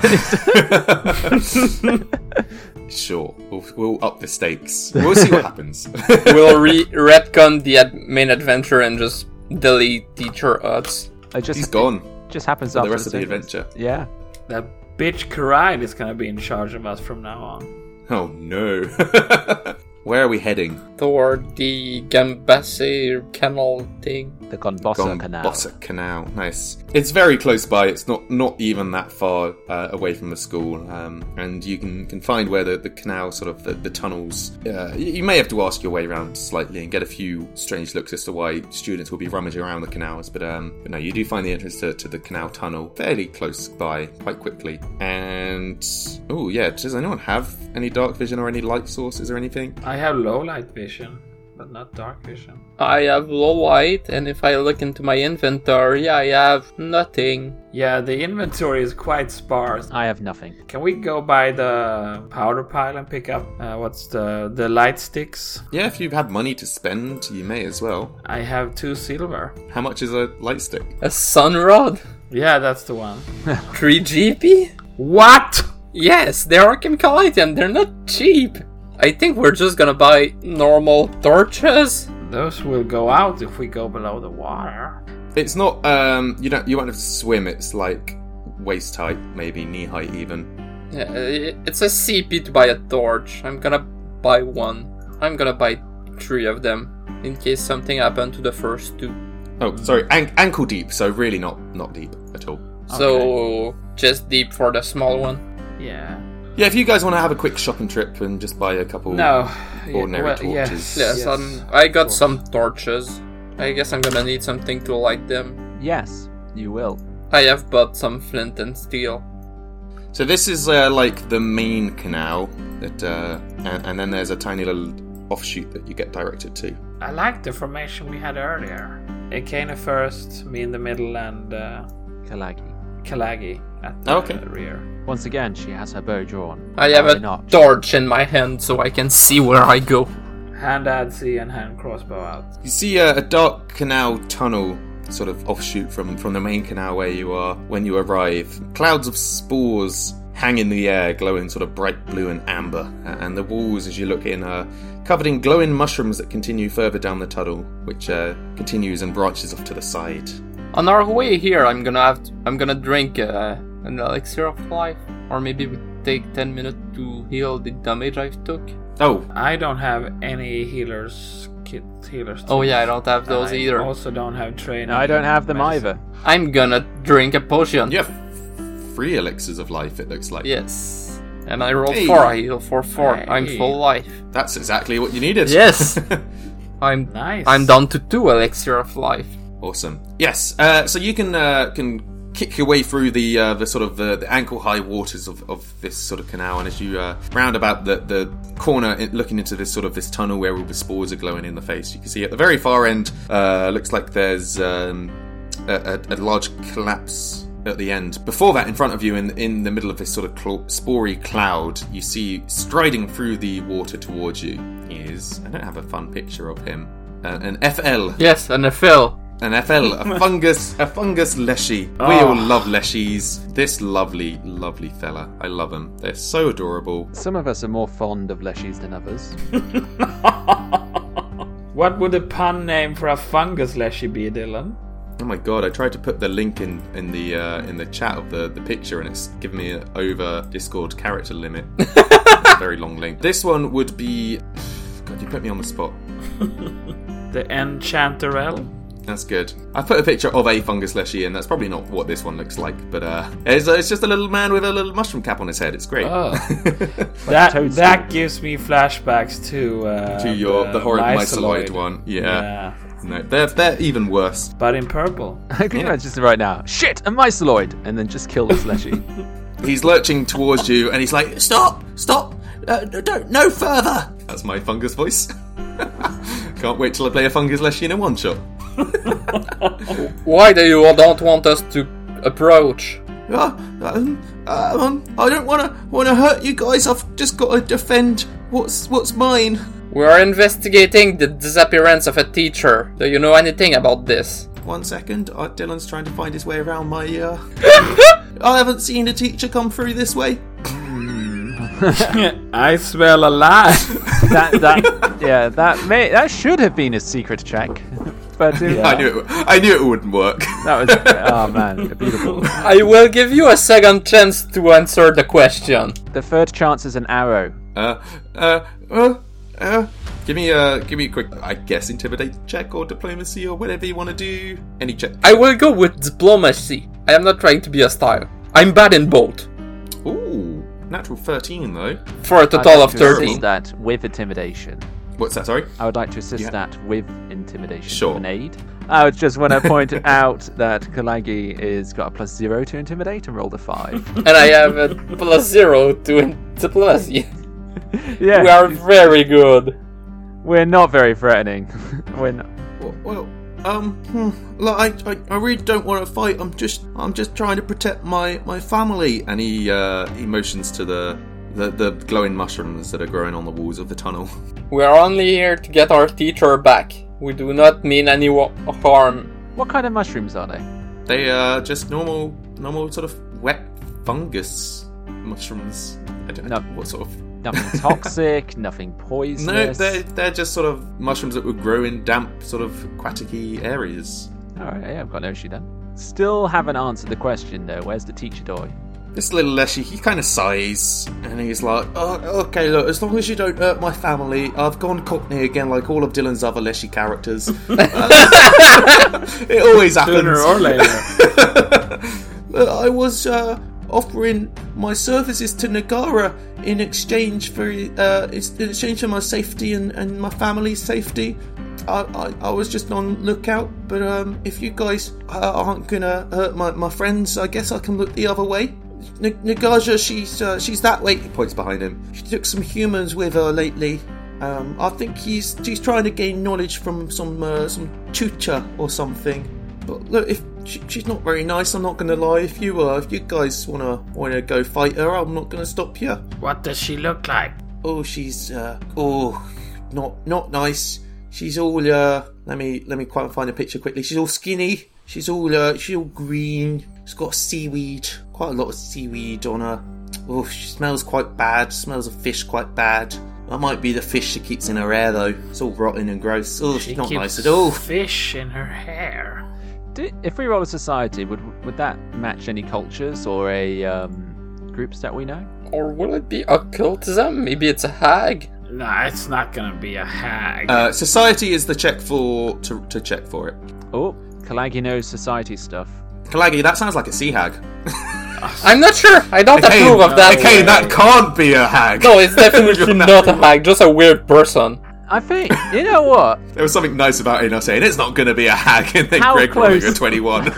Speaker 2: Sure, we'll, we'll up the stakes. We'll see what happens. <laughs>
Speaker 4: <laughs> we'll re retcon the ad- main adventure and just delete teacher odds.
Speaker 3: It just
Speaker 2: He's gone.
Speaker 3: just happens
Speaker 2: the
Speaker 3: after
Speaker 2: rest of the
Speaker 3: sentence.
Speaker 2: adventure.
Speaker 3: Yeah.
Speaker 1: That bitch Karide is going to be in charge of us from now on.
Speaker 2: Oh no. <laughs> Where are we heading?
Speaker 4: Toward the Gambassi canal thing.
Speaker 3: The Gonbasa canal.
Speaker 2: Gombossa Canal. Nice. It's very close by. It's not not even that far uh, away from the school, um, and you can, can find where the, the canal, sort of the, the tunnels. Uh, y- you may have to ask your way around slightly and get a few strange looks as to why students will be rummaging around the canals. But um, but no, you do find the entrance to, to the canal tunnel fairly close by, quite quickly. And oh yeah, does anyone have any dark vision or any light sources or anything?
Speaker 1: I have low light vision, but not dark vision.
Speaker 4: I have low light, and if I look into my inventory, I have nothing.
Speaker 1: Yeah, the inventory is quite sparse.
Speaker 3: I have nothing.
Speaker 1: Can we go by the powder pile and pick up uh, what's the the light sticks?
Speaker 2: Yeah, if you've had money to spend, you may as well.
Speaker 1: I have two silver.
Speaker 2: How much is a light stick?
Speaker 4: A sun rod?
Speaker 1: Yeah, that's the one.
Speaker 4: 3 GP?
Speaker 1: What?
Speaker 4: Yes, they are chemical item. They're not cheap. I think we're just gonna buy normal torches.
Speaker 1: Those will go out if we go below the water.
Speaker 2: It's not. Um, you don't. You won't have to swim. It's like waist height, maybe knee height, even.
Speaker 4: Yeah, i- Uh, It's a CP to buy a torch. I'm gonna buy one. I'm gonna buy three of them in case something happened to the first two.
Speaker 2: Oh, sorry, an- ankle deep. So really, not not deep at all.
Speaker 4: So just deep for the small one.
Speaker 1: Yeah.
Speaker 2: Yeah, if you guys want to have a quick shopping trip and just buy a couple.
Speaker 1: No.
Speaker 2: Ordinary
Speaker 1: Well,
Speaker 2: torches.
Speaker 4: Yes,
Speaker 1: Yes.
Speaker 4: I'm, I got some torches. I guess I'm gonna need something to light them.
Speaker 3: Yes, you will.
Speaker 4: I have bought some flint and steel.
Speaker 2: So this is uh, like the main canal that, uh, and, and then there's a tiny little offshoot that you get directed to.
Speaker 1: I like the formation we had earlier. Ekana first, me in the middle, and uh,
Speaker 3: Kalagi.
Speaker 1: Kalagi at the
Speaker 2: Okay.
Speaker 1: rear.
Speaker 3: Once again, she has her bow drawn.
Speaker 4: I have
Speaker 3: Why
Speaker 4: a
Speaker 3: not?
Speaker 4: torch in my hand so I can see where I go.
Speaker 1: Hand adzi and hand crossbow out.
Speaker 2: You see a, a dark canal tunnel, sort of offshoot from, from the main canal where you are when you arrive. Clouds of spores hang in the air, glowing sort of bright blue and amber. A- And the walls, as you look in, are covered in glowing mushrooms that continue further down the tunnel, which uh, continues and branches off to the side.
Speaker 4: On our way here, I'm gonna have to, I'm gonna drink uh, an elixir of life, or maybe we take ten minutes to heal the damage I've took.
Speaker 2: Oh,
Speaker 1: I don't have any healers kit. Healers.
Speaker 4: Oh
Speaker 1: tools.
Speaker 4: yeah, I don't have those
Speaker 1: I
Speaker 4: either.
Speaker 1: Also, don't have training.
Speaker 3: No, I don't have them
Speaker 1: medicine.
Speaker 3: either.
Speaker 4: I'm gonna drink a potion.
Speaker 2: you have three elixirs of life, it looks like.
Speaker 4: Yes. And I rolled
Speaker 2: Hey.
Speaker 4: four. I heal for four. I'm
Speaker 1: Hey.
Speaker 4: full life.
Speaker 1: <laughs>
Speaker 2: That's exactly what you needed.
Speaker 4: Yes. I'm
Speaker 1: Nice.
Speaker 4: I'm down to two elixir of life.
Speaker 2: Awesome. Yes. Uh, so you can uh, can kick your way through the uh, the sort of the, the ankle high waters of, of this sort of canal, and as you uh, round about the the corner, in- looking into this sort of this tunnel where all the spores are glowing in the face, you can see at the very far end uh, looks like there's um, a, a, a large collapse at the end. Before that, in front of you, in in the middle of this sort of cl- spory cloud, you see striding through the water towards you is I don't have a fun picture of him. Uh, an FL
Speaker 4: Yes, and a fill.
Speaker 2: an FL,
Speaker 1: <laughs>
Speaker 2: a fungus, a fungus leshy. We all
Speaker 1: Ah.
Speaker 2: love leshies. This lovely, lovely fella. I love them. They're so adorable.
Speaker 3: Some of us are more fond of leshies than others.
Speaker 1: What would a pun name for a fungus leshy be, Dylan?
Speaker 2: Oh my god! I tried to put the link in in the uh, in the chat of the the picture, and it's given me an over Discord
Speaker 1: <laughs>
Speaker 2: character limit. It's a very long link. This one would be. God, you put me on the spot.
Speaker 1: The Enchanterel?
Speaker 2: That's good. I put a picture of a fungus leshy, and that's probably not what this one looks like. But uh, it's, it's just a little man with a little mushroom cap on his head. It's great.
Speaker 1: Ah. That
Speaker 3: toadstool.
Speaker 1: that gives me flashbacks to uh,
Speaker 2: <laughs> to your the horrid myceloid,
Speaker 1: myceloid.
Speaker 2: one.
Speaker 1: Yeah,
Speaker 2: No, they're they're even worse.
Speaker 1: but in purple.
Speaker 3: <laughs> I can imagine just right now. Shit, a myceloid, and then just kill this leshy.
Speaker 2: He's lurching towards you, and he's like, "Stop! Stop! Uh, don't no further!" That's my fungus voice. <laughs> Can't wait till I play a fungus leshy in a one shot.
Speaker 4: <laughs> Why do you all don't want us to approach?
Speaker 2: Uh, um, uh, um, I don't want to want to hurt you guys. I've just got to defend what's what's mine.
Speaker 4: We are investigating the disappearance of a teacher. Do you know anything about this?
Speaker 2: One second, uh, Dylan's trying to find his way around my. Uh... I haven't seen a teacher come through this way.
Speaker 1: <laughs> I smell a lie.
Speaker 3: <laughs> that that yeah, that may that should have been a secret check. <laughs> But it,
Speaker 2: I knew it. I knew it wouldn't work.
Speaker 3: that <laughs> was oh man, beautiful.
Speaker 4: I will give you a second chance to answer the question.
Speaker 3: The third chance is an arrow.
Speaker 2: Uh, uh, uh, uh. Give me a give me a quick, I guess, intimidate check or diplomacy or whatever you want to do. Any check.
Speaker 4: I will go with diplomacy. I am not trying to be hostile. I'm bad in both.
Speaker 2: Ooh, natural thirteen though.
Speaker 4: For a
Speaker 3: I'd
Speaker 4: total
Speaker 3: like
Speaker 4: of
Speaker 3: to assist <laughs>
Speaker 4: 13.
Speaker 3: that with intimidation.
Speaker 2: What's that? Sorry.
Speaker 3: I would like to assist
Speaker 2: Yeah.
Speaker 3: that with intimidation.
Speaker 2: Sure.
Speaker 3: An aid. I would just want to point <laughs> out that Kalagi is got a plus zero to intimidate and rolled a five.
Speaker 4: <laughs> And I have a plus zero to in- diplomacy.
Speaker 3: yeah,
Speaker 4: We are very good.
Speaker 3: we're not very threatening. <laughs> we're not.
Speaker 2: Well, well um, hmm, look, I, I, I really don't want to fight. I'm just I'm just trying to protect my my family. And he uh, he motions to the. The, the glowing mushrooms that are growing on the walls of the tunnel. <laughs>
Speaker 4: We are only here to get our teacher back. We do not mean any wa- harm.
Speaker 3: What kind of mushrooms are they?
Speaker 2: They are just normal, normal sort of wet fungus mushrooms. I don't know
Speaker 3: No.
Speaker 2: what sort of
Speaker 3: Nothing toxic, nothing
Speaker 2: No,
Speaker 3: poisonous.
Speaker 2: they're, they're just sort of mushrooms that would grow in damp, sort of aquatic areas.
Speaker 3: All right, yeah, I've got no issue then. Still haven't answered the question though. Where's the teacher doy?
Speaker 2: This little Leshy, he kind of sighs and he's like, oh, okay, look, as long as you don't hurt my family, I've gone cockney again like all of Dylan's other Leshy characters. <laughs> Uh, it always happens.
Speaker 1: Sooner or later.
Speaker 2: Uh, <laughs> I was uh, offering my services to Nagara in exchange for uh, in exchange for my safety and, and my family's safety. I, I, I was just on lookout, but um, if you guys uh, aren't gonna hurt my, my friends, I guess I can look the other way. N- Nagaja, she's uh, she's that way. He points behind him. She took some humans with her lately. Um, I think he's he's trying to gain knowledge from some uh, some tutor or something. But look, if she, she's not very nice, I'm not going to lie. If you uh, if you guys wanna wanna go fight her, I'm not going to stop you.
Speaker 5: <laughs> What does she look like?
Speaker 2: Oh, she's uh, oh, not not nice. She's all uh, let me let me quite find a picture quickly. She's all skinny. She's all uh, she's all green. She's got seaweed, quite a lot of seaweed on her. Oh, she smells quite bad. Smells of fish quite bad. That might be the fish she keeps in her hair though. It's all rotten and gross. Oh, she's
Speaker 5: She
Speaker 2: not
Speaker 5: keeps
Speaker 2: nice at all.
Speaker 5: Fish in her hair.
Speaker 3: Do, if we roll a society, would would that match any cultures or a um, groups that we know?
Speaker 4: Or will it be occultism? Maybe it's a hag?
Speaker 5: No, it's not gonna be a hag. <laughs>
Speaker 2: Uh, society is the check for to, to check for it.
Speaker 3: Oh, Kalagi knows society stuff.
Speaker 2: Kalagi, that sounds like a sea hag.
Speaker 4: I'm not sure. I don't approve of that.
Speaker 2: okay, that can't be a hag.
Speaker 5: <laughs>
Speaker 2: <laughs>
Speaker 4: No, it's definitely not a hag. Just a weird person.
Speaker 3: I think you know what. <laughs>
Speaker 2: There was something nice about Einar saying it's not going to be a hag, and then
Speaker 3: How
Speaker 2: Greg rolling a
Speaker 3: close?
Speaker 2: twenty-one.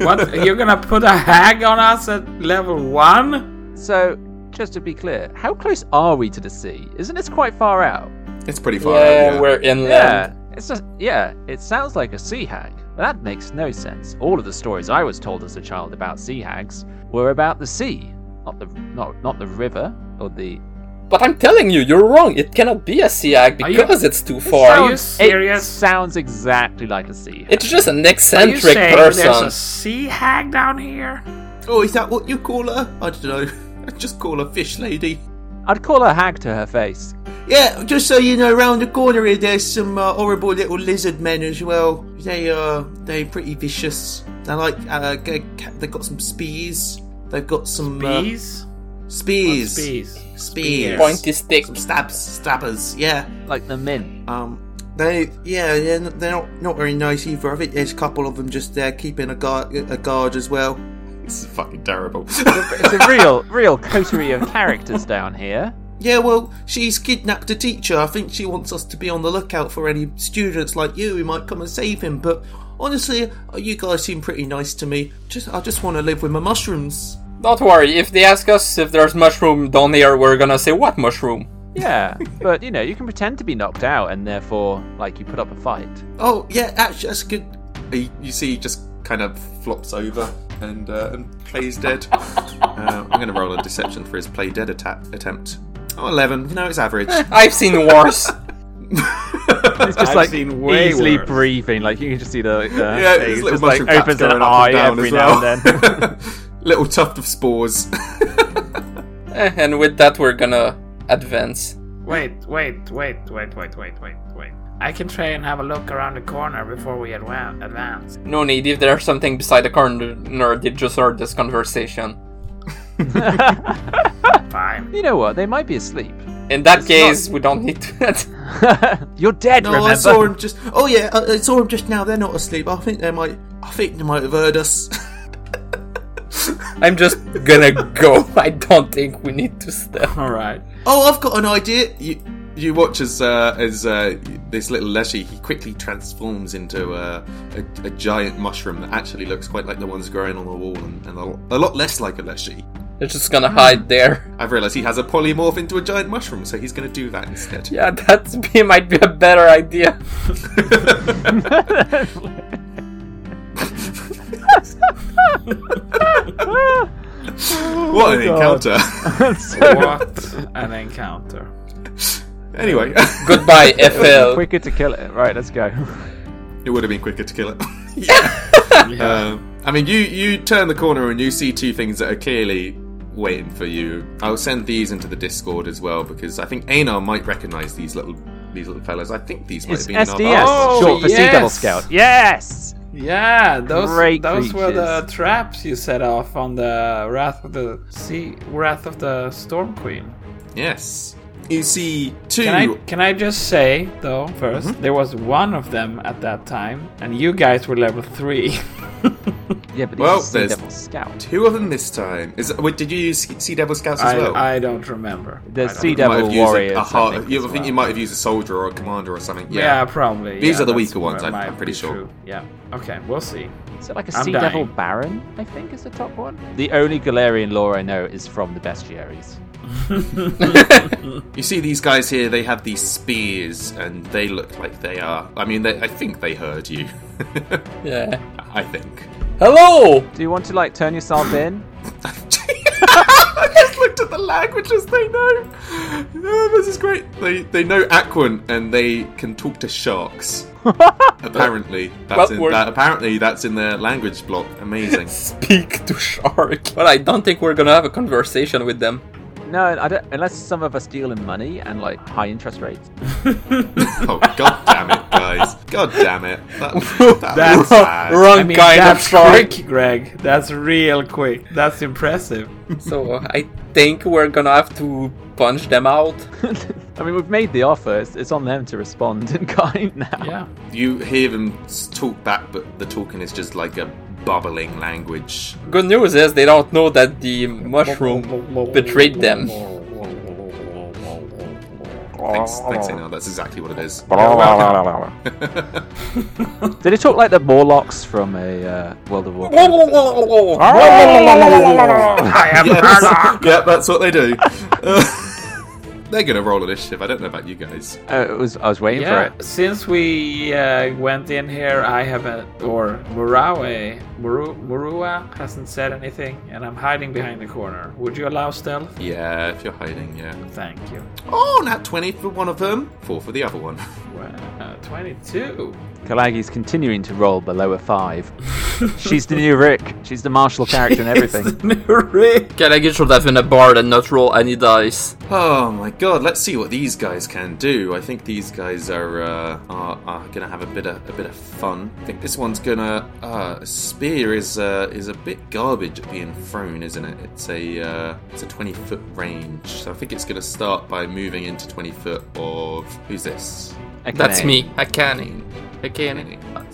Speaker 1: What? You're gonna put a hag on us at level one?
Speaker 3: So, just to be clear, how close are we to the sea? Isn't this quite far out?
Speaker 2: It's pretty far.
Speaker 4: Yeah,
Speaker 2: out, yeah.
Speaker 4: we're inland.
Speaker 3: Yeah, it's just yeah. It sounds like a sea hag. But that makes no sense. All of the stories I was told as a child about sea hags were about the sea, not the not not the river or the.
Speaker 4: But I'm telling you, you're wrong. It cannot be a sea hag
Speaker 5: Are you-
Speaker 4: because it's too
Speaker 5: Are
Speaker 4: far.
Speaker 5: you
Speaker 3: It
Speaker 5: serious?
Speaker 3: sounds exactly like a sea hag.
Speaker 4: It's just
Speaker 5: Are
Speaker 4: an
Speaker 5: you
Speaker 4: eccentric
Speaker 5: saying there's a
Speaker 4: person.
Speaker 5: sea hag down here?
Speaker 2: Oh, is that what you call her? I don't know. <laughs> Just call her fish lady.
Speaker 3: I'd call her hag to her face.
Speaker 2: Yeah, just so you know, round the corner here, there's some uh, horrible little lizard men as well. They uh, they're pretty vicious. They like uh, g- ca- they've got some spears. They've got some uh,
Speaker 5: Bees?
Speaker 2: spears,
Speaker 5: Bees.
Speaker 2: spears,
Speaker 4: Pointy stick.
Speaker 2: some stabs, stabbers. Yeah.
Speaker 3: like the min.
Speaker 2: Um, they, yeah, they're, not- they're not not very nice either. I think there's a couple of them just there keeping a guard, a guard as well. This is fucking terrible.
Speaker 3: It's a
Speaker 5: <laughs>
Speaker 3: real, real coterie of characters down here.
Speaker 2: <laughs> yeah, well, she's kidnapped a teacher. I think she wants us to be on the lookout for any students like you who might come and save him. But honestly, you guys seem pretty nice to me. Just, I just want to live with my mushrooms.
Speaker 4: Don't worry. If they ask us if there's mushroom down here, we're gonna say what mushroom.
Speaker 3: Yeah,
Speaker 5: <laughs>
Speaker 3: but you know, you can pretend to be knocked out and therefore, like, you put up a fight.
Speaker 2: Oh, yeah, actually, that's good. You, you see, he just kind of flops over and, uh, and plays
Speaker 3: <laughs>
Speaker 2: dead. uh, I'm going to roll a deception for his play dead atta- attempt. Oh, 11. No, it's average.
Speaker 5: <laughs>
Speaker 4: I've seen worse.
Speaker 3: It's just
Speaker 1: I've
Speaker 3: like
Speaker 1: seen way
Speaker 3: easily
Speaker 1: worse.
Speaker 3: breathing. Like you can just see the uh,
Speaker 2: yeah,
Speaker 3: face,
Speaker 2: his little
Speaker 3: just like
Speaker 2: mushroom cat's
Speaker 3: opens
Speaker 2: going
Speaker 3: an
Speaker 2: up
Speaker 3: eye
Speaker 2: and down
Speaker 3: every
Speaker 2: as well.
Speaker 3: now and then.
Speaker 2: <laughs> little tuft of
Speaker 3: <laughs>
Speaker 2: spores.
Speaker 4: Eh, and with that, we're gonna advance.
Speaker 5: Wait, wait, wait, wait, wait, wait, wait, wait. I can try and have a look around the corner before we advan- advance.
Speaker 4: No need. If there's something beside the corner, they just heard this conversation.
Speaker 1: <laughs>
Speaker 5: Fine.
Speaker 3: you know what? They might be asleep. <laughs>
Speaker 4: In that
Speaker 3: It's
Speaker 4: case, we don't need to. <laughs>
Speaker 3: You're dead.
Speaker 2: no,
Speaker 3: remember?
Speaker 2: I saw
Speaker 3: <laughs>
Speaker 2: him just. Oh yeah, I, I saw him just now. They're not asleep. I think they might. I think they might have heard us. <laughs>
Speaker 4: I'm just gonna go. <laughs> I don't think we need to step.
Speaker 1: Alright.
Speaker 2: oh, I've got an idea. You, you watch as uh, as uh, this little Leshy he quickly transforms into uh, a, a giant mushroom that actually looks quite like the ones growing on the wall and, and a, lot, a lot less like a Leshy.
Speaker 4: They're just gonna hide there.
Speaker 2: I've realised he has a polymorph into a giant mushroom, so he's going to do that instead. <laughs>
Speaker 4: Yeah, that <laughs> be, might be a better idea. Oh
Speaker 2: what an encounter!
Speaker 5: What an encounter.
Speaker 2: <laughs> anyway,
Speaker 1: <laughs>
Speaker 4: Goodbye, FL.
Speaker 3: Quicker to kill it. Right, let's go.
Speaker 2: it would have been quicker to kill
Speaker 1: <laughs>
Speaker 2: it. <laughs> Um, I mean, you you turn the corner and you see two things that are clearly waiting for you. I'll send these into the Discord as well because I think Einar might recognise these little these little fellas. I think these might
Speaker 3: It's
Speaker 2: have been in
Speaker 3: SDS,
Speaker 2: our-
Speaker 1: Oh,
Speaker 3: short for Sea Devil
Speaker 1: yes.
Speaker 3: Scout. Yes.
Speaker 1: Yeah, those
Speaker 3: Great
Speaker 1: those were the
Speaker 3: creatures.
Speaker 1: traps you set off on the Wrath of the Sea, Wrath of the Storm Queen.
Speaker 2: Yes, you see two.
Speaker 1: Can I can I just say though
Speaker 3: Mm-hmm.
Speaker 1: 1st there was one of them at that time, and you guys were level three. <laughs>
Speaker 3: Yeah, but
Speaker 2: Well,
Speaker 3: well, Sea
Speaker 2: there's-
Speaker 3: Devil Scout.
Speaker 2: Two of them this time. Is wait, did you use Sea Devil Scouts as
Speaker 1: I,
Speaker 2: well?
Speaker 1: I don't remember.
Speaker 3: The
Speaker 1: I don't
Speaker 3: sea
Speaker 2: You might have
Speaker 3: devil
Speaker 2: used a-
Speaker 3: warriors.
Speaker 2: A heart,
Speaker 3: I think,
Speaker 2: you,
Speaker 3: as
Speaker 2: I think you
Speaker 3: well.
Speaker 2: might have used a soldier or a commander or something.
Speaker 1: Yeah,
Speaker 2: Yeah.
Speaker 1: probably.
Speaker 2: These
Speaker 1: yeah,
Speaker 2: are the
Speaker 1: that's
Speaker 2: weaker ones,
Speaker 1: where
Speaker 2: I'm-
Speaker 1: it
Speaker 2: I'm
Speaker 1: might
Speaker 2: pretty
Speaker 1: be
Speaker 2: sure.
Speaker 1: true. Yeah. Okay, we'll see.
Speaker 3: Is it like a
Speaker 1: I'm
Speaker 3: sea devil
Speaker 1: dying.
Speaker 3: baron? I think is the top one. The only Galarian lore I know is from the bestiaries.
Speaker 2: You see these guys here, they have these spears, and they look like they are. I mean, they, I think they heard you. <laughs>
Speaker 4: Yeah.
Speaker 2: I think. <laughs>
Speaker 4: Hello!
Speaker 3: Do you want to like turn yourself in?
Speaker 2: I just looked at the languages they know. Oh, this is great. They they know Aquan and they can talk to <laughs> sharks. apparently, that's
Speaker 4: Well,
Speaker 2: in,
Speaker 4: we're-
Speaker 2: that, apparently that's in their language block. Amazing.
Speaker 4: Speak to shark. Well, I don't think we're gonna have a conversation with them.
Speaker 3: No, I don't, unless some of us deal in money and like high interest rates.
Speaker 2: oh <laughs> god damn it, guys! God damn it! That, <laughs> that was
Speaker 1: That's-
Speaker 2: bad.
Speaker 4: Wrong kind of
Speaker 1: that's
Speaker 4: shark.
Speaker 1: quick, Greg. That's real quick. That's
Speaker 2: <laughs>
Speaker 1: impressive.
Speaker 4: so I think we're gonna have to punch them out.
Speaker 3: I mean, we've made the offer. It's, it's on them to respond <laughs> in kind now.
Speaker 4: <laughs>
Speaker 1: Yeah.
Speaker 2: You hear them s- talk back, but the talking is just like a bubbling language.
Speaker 4: Good news is they don't know that the mushroom betrayed them.
Speaker 2: Thanks, thanks, Einar. That's exactly what it is.
Speaker 3: Did it talk like the Morlocks from a uh, World of
Speaker 4: Whoa,
Speaker 3: Warcraft?
Speaker 4: whoa, whoa, whoa, whoa.
Speaker 5: I am
Speaker 2: Yes.
Speaker 5: Murdoch.
Speaker 2: yeah, that's what they do. <laughs> Uh, they're gonna roll initiative. I don't know about you guys.
Speaker 3: Uh, it was. I was waiting
Speaker 1: Yeah,
Speaker 3: for it.
Speaker 1: since we uh, went in here, I haven't, or Murawe, Muru, Murua hasn't said anything, and I'm hiding behind the corner. Would you allow stealth?
Speaker 2: Yeah, if you're hiding, yeah.
Speaker 1: Thank you.
Speaker 2: Oh, nat twenty for one of them, four for the other one.
Speaker 1: Wow, 22.
Speaker 3: Kalagi's continuing to roll below a five. She's the new Rick. She's the martial character and everything.
Speaker 1: Rick.
Speaker 4: Can I get should have been a bard and not roll any dice?
Speaker 2: Oh my god, let's see what these guys can do. I think these guys are uh, are, are gonna have a bit of a bit of fun. I think this one's gonna uh, spear is uh, is a bit garbage at being thrown, isn't it? It's a uh, it's a twenty foot range, so I think it's gonna start by moving into twenty foot of who's this?
Speaker 4: That's
Speaker 3: Ekene.
Speaker 4: me. I can. I can. I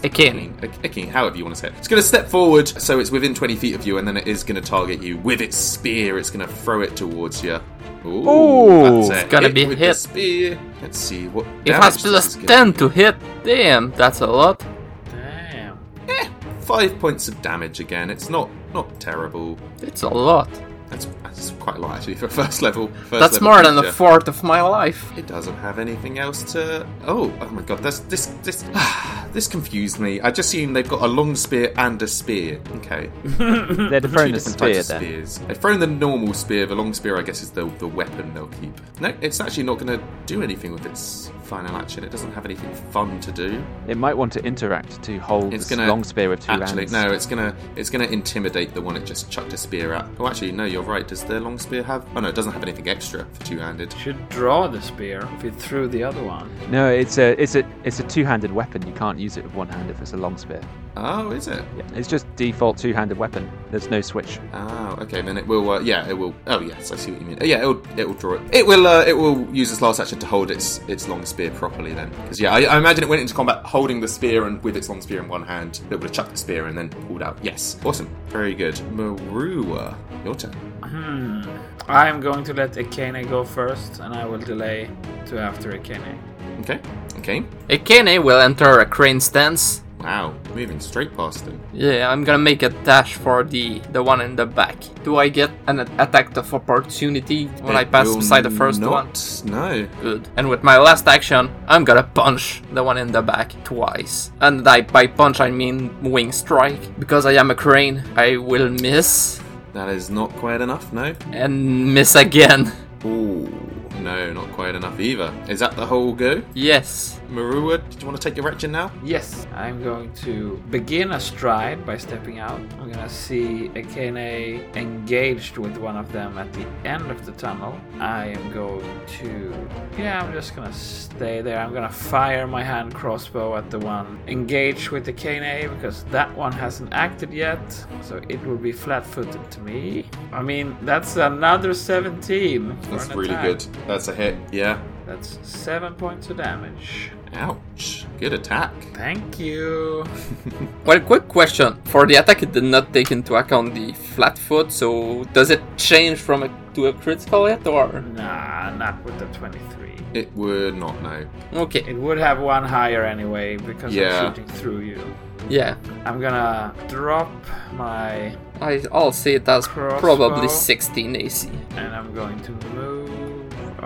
Speaker 4: can.
Speaker 2: A, a king, however you want to say it. It's going to step forward, so it's within 20 feet of you, and then it is going to target you with its spear. It's going to throw it towards you. Ooh,
Speaker 3: Ooh.
Speaker 2: that's a
Speaker 4: It's gonna be
Speaker 2: with The
Speaker 4: hit.
Speaker 2: spear. Let's see what.
Speaker 4: It
Speaker 2: damage
Speaker 4: has
Speaker 2: this
Speaker 4: plus
Speaker 2: is gonna
Speaker 4: 10 to hit. Damn, that's a lot.
Speaker 1: <laughs> Damn.
Speaker 2: be. Eh, Five points of damage again. It's not not terrible.
Speaker 4: It's a lot.
Speaker 2: That's, that's quite a lot actually for <laughs> a first level. First
Speaker 4: That's
Speaker 2: level
Speaker 4: more than a
Speaker 2: creature.
Speaker 4: fourth of my life.
Speaker 2: It doesn't have anything else to. Oh, oh my god, that's, this this <sighs> this confused me. I just seen they've got a long spear and a spear. Okay,
Speaker 3: They're
Speaker 2: Two
Speaker 3: throwing the
Speaker 2: different
Speaker 3: spear
Speaker 2: types of
Speaker 3: then.
Speaker 2: spears. They've thrown the normal spear. The long spear, I guess, is the, the weapon they'll keep. No, it's actually not going to do anything with its final action. It doesn't have anything fun to do.
Speaker 3: It might want to interact to hold
Speaker 2: It's
Speaker 3: this
Speaker 2: going to
Speaker 3: long spear with two
Speaker 2: actually,
Speaker 3: hands.
Speaker 2: no. It's going to it's going to intimidate the one it just chucked a spear at. Oh, actually, no. You're right. Does the long spear have? Oh no, it doesn't have anything extra for two handed.
Speaker 1: Should draw the spear if you threw the other one.
Speaker 3: No, it's a it's a it's a two-handed weapon. You can't use it with one hand if it's a long spear.
Speaker 2: Oh, is it?
Speaker 3: Yeah, it's just default two-handed weapon. There's no switch.
Speaker 2: Oh, okay. Then it will. Uh, yeah, it will. Oh, yes, I see what you mean. Uh, yeah, it will. It will draw it. It will. Uh, it will use its last action to hold its its long spear properly. Then, because yeah, I, I imagine it went into combat holding the spear and with its long spear in one hand, it would have chucked the spear and then pulled out. Yes, awesome, very good. Marua, your turn.
Speaker 1: Hmm. I'm going to let Ekene go first, and I will delay to after Ekene.
Speaker 2: Okay, okay.
Speaker 4: A Akene will enter a crane stance.
Speaker 2: Wow, moving straight past them.
Speaker 4: Yeah, I'm gonna make a dash for the the one in the back. Do I get an attack of opportunity when I
Speaker 2: It
Speaker 4: pass
Speaker 2: will
Speaker 4: beside the first one?
Speaker 2: not- No.
Speaker 4: Good. And with my last action, I'm gonna punch the one in the back twice. And I, by punch, I mean wing strike. Because I am a crane, I will miss
Speaker 2: That is not quite enough. No.
Speaker 4: and miss again. <laughs>
Speaker 2: Ooh. No, not quite enough either. Is that the whole go?
Speaker 4: Yes.
Speaker 2: Marua, did you want to take your action now?
Speaker 1: Yes, I'm going to begin a stride by stepping out. I'm gonna see Akane engaged with one of them at the end of the tunnel. I am going to. Yeah, I'm just gonna stay there. I'm gonna fire my hand crossbow at the one engaged with Akane because that one hasn't acted yet, so it will be flat footed to me. I mean, that's another 17. for
Speaker 2: That's
Speaker 1: an
Speaker 2: really
Speaker 1: attack.
Speaker 2: good. That's a hit. Yeah.
Speaker 1: That's 7 points of damage.
Speaker 2: Ouch. Good attack.
Speaker 1: Thank you.
Speaker 4: Well, quick question. For the attack, it did not take into account the flat foot, so does it change from a to a critical hit or?
Speaker 1: Nah, not with the 23.
Speaker 2: It would not know.
Speaker 4: Okay.
Speaker 1: It would have one higher anyway because
Speaker 2: Yeah.
Speaker 1: I'm shooting through you.
Speaker 4: Yeah,
Speaker 1: I'm gonna drop my.
Speaker 4: I, I'll say it as
Speaker 1: Crossbow.
Speaker 4: probably 16 AC.
Speaker 1: And I'm going to move.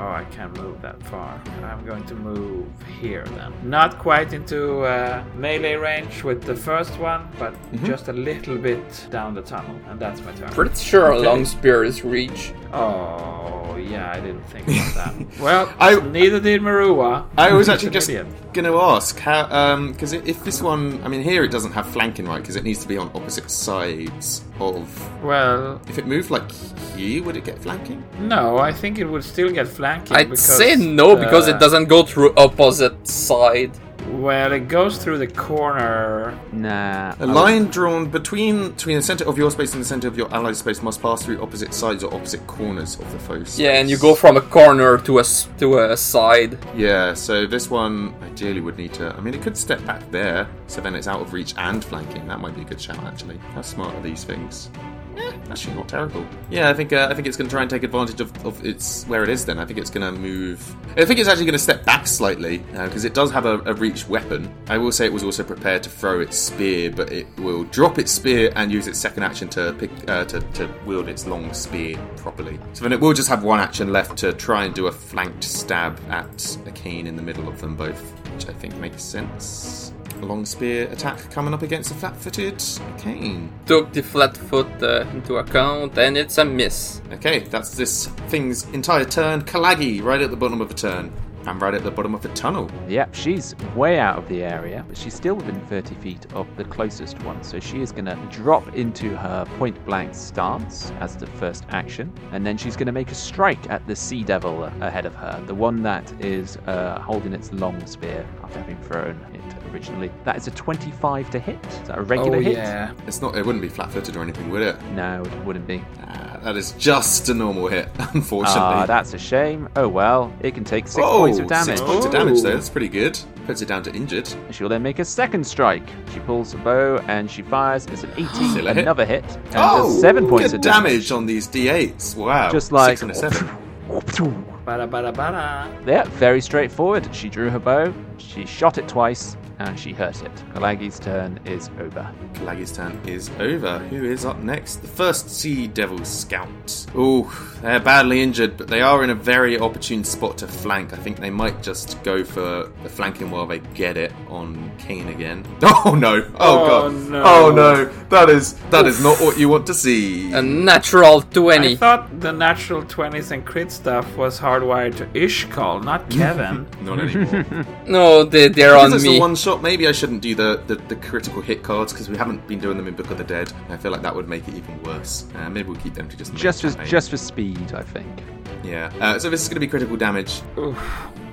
Speaker 1: Oh, I can't move that far. I'm going to move here then. Not quite into uh, melee range with the first one, but just a little bit down the tunnel. And that's my turn.
Speaker 4: Pretty sure a
Speaker 2: Okay.
Speaker 4: long spear is reach.
Speaker 1: Oh, yeah, I didn't think about that. well,
Speaker 2: I-
Speaker 1: neither did Marua.
Speaker 2: I was <laughs>
Speaker 1: He's
Speaker 2: actually
Speaker 1: an
Speaker 2: just
Speaker 1: idiot.
Speaker 2: going to ask how because if this one, I mean, here it doesn't have flanking right because it needs to be on opposite sides of.
Speaker 1: Well,
Speaker 2: If it moved like here, would it get flanking?
Speaker 1: no, I think it would still get flanking.
Speaker 4: I'd
Speaker 1: because,
Speaker 4: say no because
Speaker 1: uh,
Speaker 4: it doesn't go through opposite side.
Speaker 1: Well, it goes through the corner.
Speaker 3: Nah.
Speaker 2: A
Speaker 3: Oh,
Speaker 2: line drawn between between the center of your space and the center of your allied space must pass through opposite sides or opposite corners of the foe. space.
Speaker 4: Yeah, and you go from a corner to a s- to a side.
Speaker 2: Yeah, so this one ideally would need to. I mean, it could step back there, so then it's out of reach and flanking. That might be a good shout, actually. How smart are these things? Eh, actually, not terrible. Yeah, I think uh, I think it's going to try and take advantage of, of its where it is. Then I think it's going to move. I think it's actually going to step back slightly because it does have a, a reach weapon. I will say it was also prepared to throw its spear, but it will drop its spear and use its second action to pick uh, to, to wield its long spear properly. So then it will just have one action left to try and do a flanked stab at a cane in the middle of them both, which I think makes sense. A long spear attack coming up against a flat-footed cane.
Speaker 4: Took the flat foot uh, into account, and it's a miss.
Speaker 2: Okay, that's this thing's entire turn. Kalagi, right at the bottom of the turn. And right at the bottom of the tunnel.
Speaker 3: Yep, she's way out of the area, but she's still within 30 feet of the closest one. So she is going to drop into her point blank stance as the first action. And then she's going to make a strike at the sea devil ahead of her, the one that is uh, holding its long spear after having thrown it originally. That is a 25 to hit. Is that a regular
Speaker 1: oh
Speaker 3: hit?
Speaker 1: yeah.
Speaker 2: It's not. It wouldn't be flat-footed or anything, would it?
Speaker 3: No, it wouldn't be.
Speaker 2: Ah, that is just a normal hit, <laughs> unfortunately.
Speaker 3: Ah, that's a shame. Oh well, it can take six
Speaker 2: Whoa,
Speaker 3: points of damage.
Speaker 2: Oh, Six points of damage, though.
Speaker 1: Ooh.
Speaker 2: That's pretty good. Puts it down to injured.
Speaker 3: She'll then make a second strike. She pulls a bow and she fires.
Speaker 2: <gasps>
Speaker 3: It's an 18,
Speaker 2: Still a hit.
Speaker 3: another hit, and does seven points
Speaker 2: Oh, good
Speaker 3: of
Speaker 2: damage.
Speaker 3: damage.
Speaker 2: on these d8s. Wow.
Speaker 3: Just like
Speaker 2: Six and a seven.
Speaker 1: Bada bada bada.
Speaker 3: yeah, very straightforward. She drew her bow, she shot it twice, and she hurt it. Galagi's turn is over.
Speaker 2: Laggy's turn is over. Who is up next? The first Sea Devil Scout. Ooh, they're badly injured, but they are in a very opportune spot to flank. I think they might just go for the flanking while they get it on Kane again. <laughs> Oh no! Oh, god!
Speaker 1: no.
Speaker 2: Oh no! That is that is not what you want to see.
Speaker 4: A natural
Speaker 1: I
Speaker 4: 20.
Speaker 1: thought the natural 20s and crit stuff was hardwired to Ishkal, not Kevin.
Speaker 3: <laughs>
Speaker 2: not anymore.
Speaker 4: no, they, they're
Speaker 2: Because
Speaker 4: on
Speaker 2: it's
Speaker 4: me.
Speaker 2: a one shot, maybe I shouldn't do the, the, the critical hit cards because we haven't been doing them in Book of the Dead. I feel like that would make it even worse. Uh, maybe we'll keep them to just the main
Speaker 3: Just for
Speaker 2: campaign.
Speaker 3: just for speed, I think.
Speaker 2: Yeah. Uh, so this is going to be critical damage.
Speaker 1: Oof.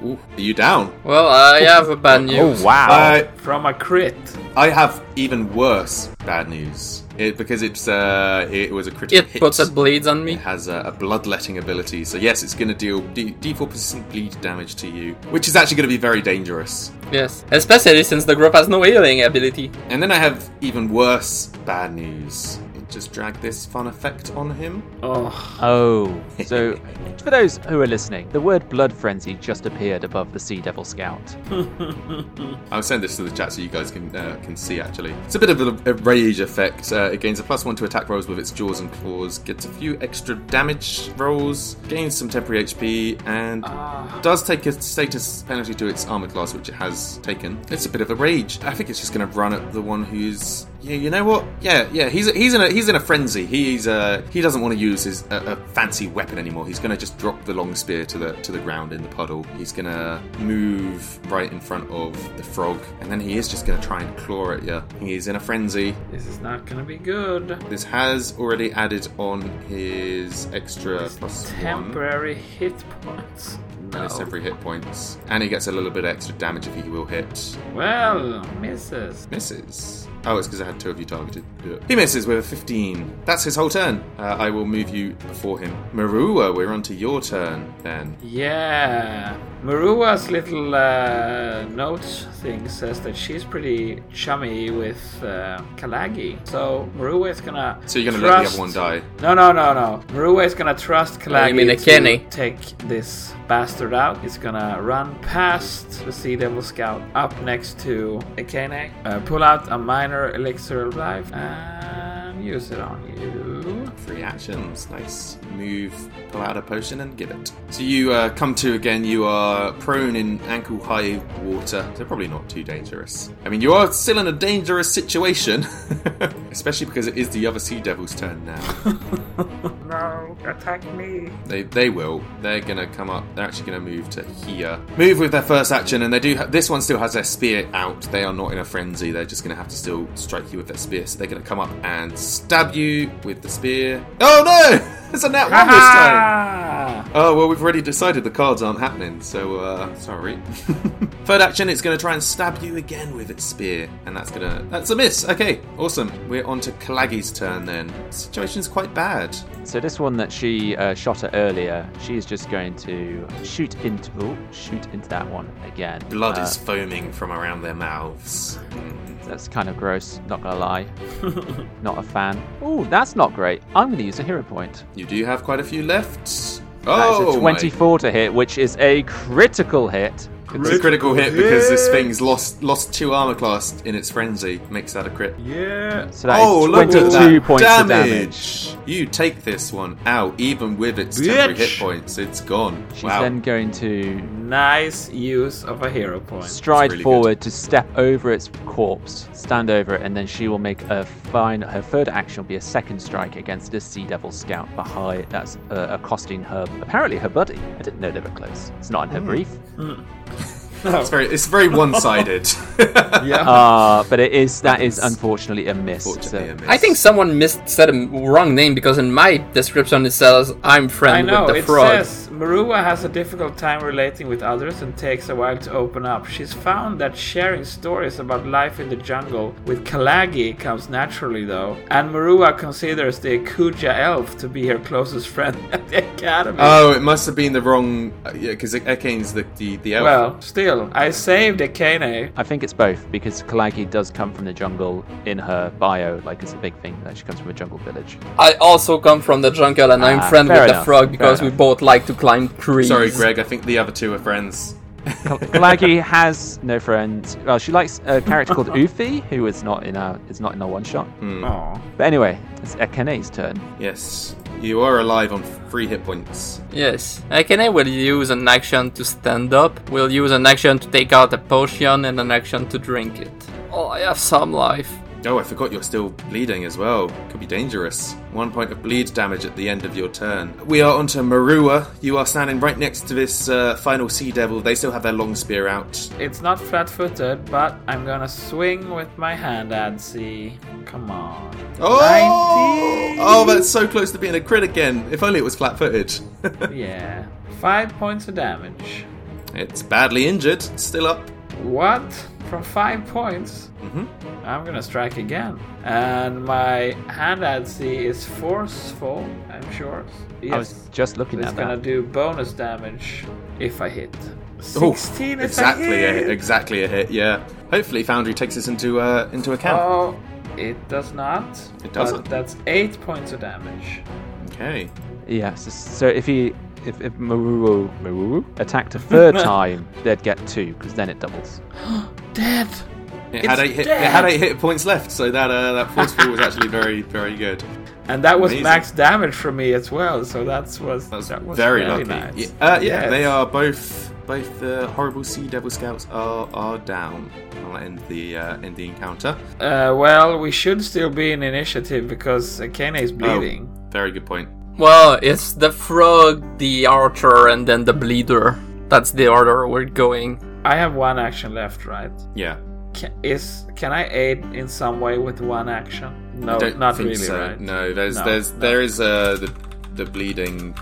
Speaker 2: Ooh, are you down?
Speaker 4: Well, I have a bad news.
Speaker 3: Oh wow!
Speaker 2: Uh,
Speaker 1: From a crit.
Speaker 2: I have even worse bad news. It, because it's uh, it was a critical
Speaker 4: It
Speaker 2: hit.
Speaker 4: puts a blades on me.
Speaker 2: It has a, a bloodletting ability, so yes, it's going to deal D- d4 persistent bleed damage to you, which is actually going to be very dangerous.
Speaker 4: Yes. Especially since the group has no healing ability.
Speaker 2: And then I have even worse bad news. It just dragged this fun effect on him.
Speaker 1: Oh,
Speaker 3: Oh,
Speaker 2: <laughs>
Speaker 3: so for those who are listening, the word "blood frenzy" just appeared above the Sea Devil Scout.
Speaker 2: I'll send this to the chat so you guys can uh, can see. Actually, it's a bit of a, a rage effect. Uh, it gains a plus one to attack rolls with its jaws and claws, gets a few extra damage rolls, gains some temporary HP, and does take a status penalty to its armor class, which it has taken. It's a bit of a rage. I think it's just going to run at the one who's. Yeah, you know what? Yeah, yeah. He's he's in a he's in a frenzy. He's uh he doesn't want to use his a, a fancy weapon anymore. He's going to just drop the long spear to the to the ground in the puddle. He's going to move right in front of the frog, and then he is just going to try and claw at you. He is in a frenzy.
Speaker 1: this is not gonna be good.
Speaker 2: This has already added on his extra plus one.
Speaker 1: Temporary hit points.
Speaker 2: And it's every hit points. And he gets a little bit extra damage if he will hit.
Speaker 1: Well, misses.
Speaker 2: Misses. Oh, it's because I had two of you targeted. Yeah. He misses with a 15. That's his whole turn. Uh, I will move you before him. Marua, we're on to your turn then.
Speaker 1: Yeah. Marua's little uh, notes thing says that she's pretty chummy with uh, Kalagi. So Marua is gonna.
Speaker 2: So you're going to let the
Speaker 1: trust...
Speaker 2: other one die.
Speaker 1: No, no, no, no. Marua is gonna trust
Speaker 4: Oh,
Speaker 1: Kalagi
Speaker 4: you mean a
Speaker 1: to
Speaker 4: Kenny?
Speaker 1: take this bastard out. He's gonna run past the Sea Devil Scout up next to Akene, uh, pull out a minor her elixir of life and use it on you.
Speaker 2: Three actions. Nice. Move, pull out a potion, and give it. So you uh, come to again. You are prone in ankle high water, so probably not too dangerous. I mean, you are still in a dangerous situation, <laughs> especially because it is the other sea devil's turn now.
Speaker 1: No, attack me.
Speaker 2: they they will. They're gonna come up. They're actually gonna move to here. Move with their first action, and they do. Ha- this one still has their spear out. They are not in a frenzy. They're just gonna have to still strike you with their spear. So they're gonna come up and stab you with the spear. Oh no! <laughs> It's a nat one this time.
Speaker 1: Ah!
Speaker 2: Oh well, we've already decided the cards aren't happening, so uh, sorry. <laughs> Third action, it's going to try and stab you again with its spear, and that's gonna that's a miss. Okay, awesome. We're on to Kalaggi's turn then. Situation's quite bad.
Speaker 3: So this one that she uh, shot at earlier, she is just going to shoot into oh, shoot into that one again.
Speaker 2: Blood
Speaker 3: Uh,
Speaker 2: is foaming from around their mouths. Mm.
Speaker 3: that's kind of gross. Not
Speaker 2: <laughs>
Speaker 3: gonna lie, not a fan. Oh, that's not great. I'm gonna use a hero point.
Speaker 2: You do have quite a few left.
Speaker 3: That is
Speaker 2: Oh,
Speaker 3: a
Speaker 2: my-
Speaker 3: 24 to hit, which is a critical hit.
Speaker 2: It's a critical hit because this thing's lost lost two armor class in its frenzy. Makes that a crit. Oh,
Speaker 1: Yeah.
Speaker 3: So that is 22 points of damage.
Speaker 2: You take this one out, even with its
Speaker 1: Bitch.
Speaker 2: temporary hit points. It's gone.
Speaker 3: She's
Speaker 2: wow.
Speaker 3: then going to
Speaker 1: Nice use of a hero point.
Speaker 3: stride
Speaker 2: really good.
Speaker 3: forward to step over its corpse, stand over it, and then she will make a fine. Her third action will be a second strike against this sea devil scout behind. That's uh, accosting her, apparently her buddy. I didn't know they were close. It's not in
Speaker 2: Hmm.
Speaker 3: her brief,
Speaker 2: It's very, it's very one-sided.
Speaker 1: Yeah.
Speaker 3: uh, but it is. That is unfortunately a miss. So
Speaker 2: Fortunately, a miss.
Speaker 4: I think someone missed said a m- wrong name because in my description it says
Speaker 1: <laughs>
Speaker 4: I'm
Speaker 1: I
Speaker 4: friend
Speaker 1: know,
Speaker 4: with the
Speaker 1: it
Speaker 4: frog.
Speaker 1: says Marua has a difficult time relating with others and takes a while to open up. She's found that sharing stories about life in the jungle with Kalagi comes naturally, though, and Marua considers the Kuja elf to be her closest friend <laughs> at the academy.
Speaker 4: Uh,
Speaker 2: Oh, it must have been the wrong. uh, Yeah, because Ekane's the the, the elf.
Speaker 1: well, still, I saved Akane.
Speaker 3: I think it's both because Kalagi does come from the jungle in her bio. Like it's a big thing that she comes from a jungle
Speaker 2: <laughs>
Speaker 3: village.
Speaker 4: I also come from the jungle and I'm
Speaker 3: Ah,
Speaker 4: friend
Speaker 3: fair
Speaker 4: with the
Speaker 3: enough,
Speaker 4: frog
Speaker 3: fair
Speaker 4: because we
Speaker 3: enough.
Speaker 4: both like to climb trees.
Speaker 2: Sorry, Greg. I think the other two are friends.
Speaker 3: Kal- Kalagi has no friends. Well, she likes a character
Speaker 2: <laughs>
Speaker 3: called Ufi, who is not in our is not in our one shot.
Speaker 4: Hmm.
Speaker 1: Aw.
Speaker 3: But anyway, it's Ekane's turn.
Speaker 2: Yes, you are alive on three hit points.
Speaker 4: Yes. Akane will use an action to stand up, will use an action to take out a potion, and an action to drink it. Oh, I have some life.
Speaker 2: Oh, I forgot you're still bleeding as well. Could be dangerous. One point of bleed damage at the end of your turn. We are onto Marua. You are standing right next to this uh, final sea devil. They still have their long spear out.
Speaker 1: It's not flat footed, but I'm gonna swing with my hand, Adsy. Come on.
Speaker 2: Oh! Oh, that's so close to being a crit again. If only it was flat footed.
Speaker 1: Yeah. Five points of damage.
Speaker 2: <laughs> it's badly injured. Still up.
Speaker 1: What? From five points? Mm-hmm. I'm gonna strike again. And my hand Adsy is forceful, I'm sure. Yes.
Speaker 3: I was just looking
Speaker 1: it's
Speaker 3: at
Speaker 1: gonna
Speaker 3: that.
Speaker 1: do bonus damage if I hit.
Speaker 2: Oh,
Speaker 1: 16 if
Speaker 2: exactly
Speaker 1: I
Speaker 2: a
Speaker 1: hit.
Speaker 2: hit. Exactly a hit. Yeah. Hopefully, Foundry takes this into uh, into account.
Speaker 1: Oh, it does not.
Speaker 2: It doesn't.
Speaker 1: But that's eight points of damage.
Speaker 2: Okay.
Speaker 3: Yeah. So, so if he if, if Maruru, Maruru attacked a third time, they'd get two because then it doubles.
Speaker 1: Dead!
Speaker 2: It had eight hit, it had eight hit points left, so that uh, that forceful was actually very very good.
Speaker 1: And that was
Speaker 2: Amazing.
Speaker 1: max damage for me as well, so that's was
Speaker 2: That was,
Speaker 1: that was
Speaker 2: very
Speaker 1: really
Speaker 2: lucky.
Speaker 1: Nice.
Speaker 2: Yeah, uh, yeah
Speaker 1: Yes.
Speaker 2: they are both both the horrible sea devil scouts are are down. I'll end the uh, end the encounter.
Speaker 1: Uh, well, we should still be in initiative because Kane is
Speaker 2: Oh,
Speaker 1: bleeding.
Speaker 2: very good point.
Speaker 4: Well, it's the frog, the archer, and then the bleeder. That's the order we're going.
Speaker 1: I have one action left, right?
Speaker 2: Yeah.
Speaker 1: Can, is can I aid in some way with one action? No,
Speaker 2: Don't
Speaker 1: Oh, not
Speaker 2: think
Speaker 1: really,
Speaker 2: so.
Speaker 1: right?
Speaker 2: No, there's
Speaker 1: No,
Speaker 2: there's
Speaker 1: no.
Speaker 2: there is uh, the the bleeding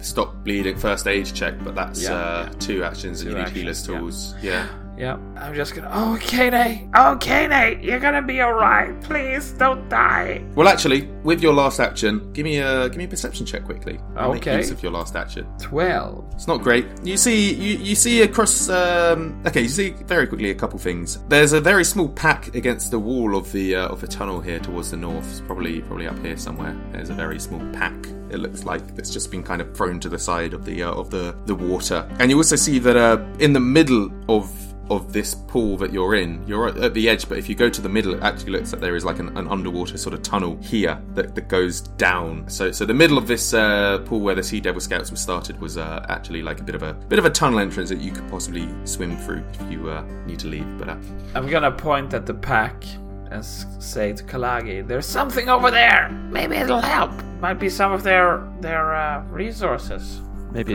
Speaker 2: stop bleeding first aid check, but that's
Speaker 1: Yeah,
Speaker 2: uh, two actions and
Speaker 1: Two
Speaker 2: you need healer's
Speaker 1: actions, yeah.
Speaker 2: tools. Yeah.
Speaker 1: Yeah, I'm just gonna. Oh, Kane! Oh, Kane! You're gonna be alright. Please don't die.
Speaker 2: Well, actually, with your last action, give me a give me a perception check quickly. I'll
Speaker 1: Okay.
Speaker 2: Make use of your last action.
Speaker 1: Twelve.
Speaker 2: It's not great. You see, you, you see across. Um, okay, you see very quickly a couple things. There's a very small pack against the wall of the uh, of the tunnel here towards the north. It's probably probably up here somewhere. There's a very small pack. It looks like that's just been kind of thrown to the side of the uh, of the the water. And you also see that uh, in the middle of of this pool that you're in. You're at- at the edge, but if you go to the middle, it actually looks like there is like an, an underwater sort of tunnel here that, that goes down. So, so the middle of this uh, pool where the Sea Devil Scouts were started was uh, actually like a bit of a bit of a tunnel entrance that you could possibly swim through if you uh, need to leave. But uh,
Speaker 5: I'm gonna point at the pack and s- say to Kalagi, "There's something over there. Maybe it'll help. Might be some of their their uh, resources."
Speaker 3: Maybe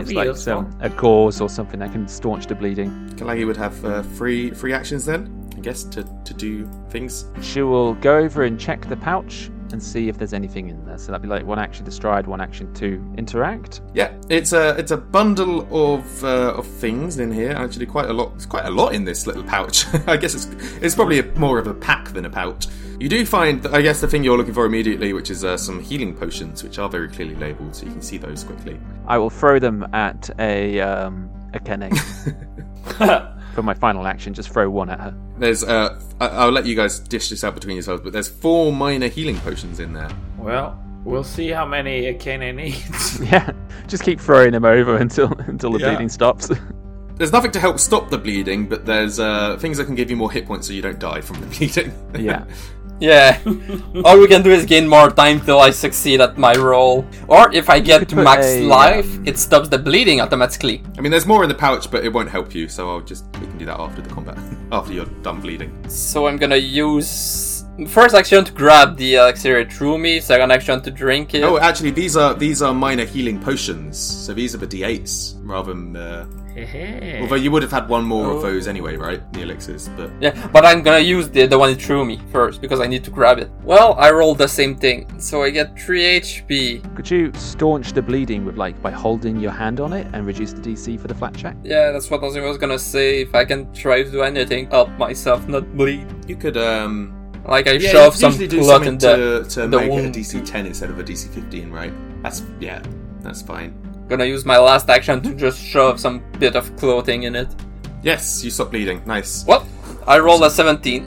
Speaker 5: Could
Speaker 3: it's
Speaker 5: be
Speaker 3: like
Speaker 5: useful.
Speaker 3: some a gauze or something that can staunch the bleeding.
Speaker 2: Kalagi would have uh, free free actions then, I guess, to, to do things.
Speaker 3: She will go over and check the pouch and see if there's anything in there. So that'd be like one action to stride, one action to interact.
Speaker 2: Yeah, it's a it's a bundle of uh, of things in here. Actually, quite a lot. It's quite a lot in this little pouch. <laughs> I guess it's it's probably a, more of a pack than a pouch. You do find, I guess, the thing you're looking for immediately, which is uh, some healing potions, which are very clearly labelled, so you can see those quickly.
Speaker 3: I will throw them at a um, a Kenne. For my final action, just throw one at her. <laughs>
Speaker 2: There's, uh, I- I'll let you guys dish this out between yourselves, but there's four minor healing potions in there.
Speaker 5: Well, we'll see how many Akane <laughs> needs.
Speaker 3: Yeah, just keep throwing them over <laughs> until until the
Speaker 2: Yeah.
Speaker 3: bleeding stops. <laughs>
Speaker 2: There's nothing to help stop the bleeding, but there's uh, things that can give you more hit points so you don't die from the <laughs> bleeding.
Speaker 3: yeah.
Speaker 4: <laughs> Yeah. All we can do is gain more time till I succeed at my roll. Or if I get
Speaker 3: could
Speaker 4: to
Speaker 3: put
Speaker 4: max
Speaker 3: a,
Speaker 4: life, it stops the bleeding automatically.
Speaker 2: I mean, there's more in the pouch, but it won't help you. So I'll just we can do that after the combat, <laughs> after you're done bleeding.
Speaker 4: So I'm gonna use first action to grab the elixir it through me, second action to drink it.
Speaker 2: Oh, actually, these are these are minor healing potions. So these are the d8s rather than. Uh, although you would have had one more of those anyway, right? The elixirs, but
Speaker 4: Yeah, but I'm gonna use the, the one it threw me first because I need to grab it. Well, I rolled the same thing, so I get 3
Speaker 3: <laughs>
Speaker 4: HP.
Speaker 3: Could you staunch the bleeding with like by holding your hand on it and reduce the DC for the flat check?
Speaker 4: Yeah, that's what I was gonna say. If I can try to do anything, help myself not bleed.
Speaker 2: you could um.
Speaker 4: Like I
Speaker 2: Yeah,
Speaker 4: shove
Speaker 2: you
Speaker 4: some
Speaker 2: usually do
Speaker 4: blood in
Speaker 2: something
Speaker 4: the.
Speaker 2: to, to
Speaker 4: the
Speaker 2: make it a
Speaker 4: wound.
Speaker 2: DC 10 instead of a DC 15, right? That's yeah, that's fine.
Speaker 4: Gonna use my last action to just shove some bit of clothing in it.
Speaker 2: Yes, you stop bleeding. Nice.
Speaker 4: Well, I rolled a 17.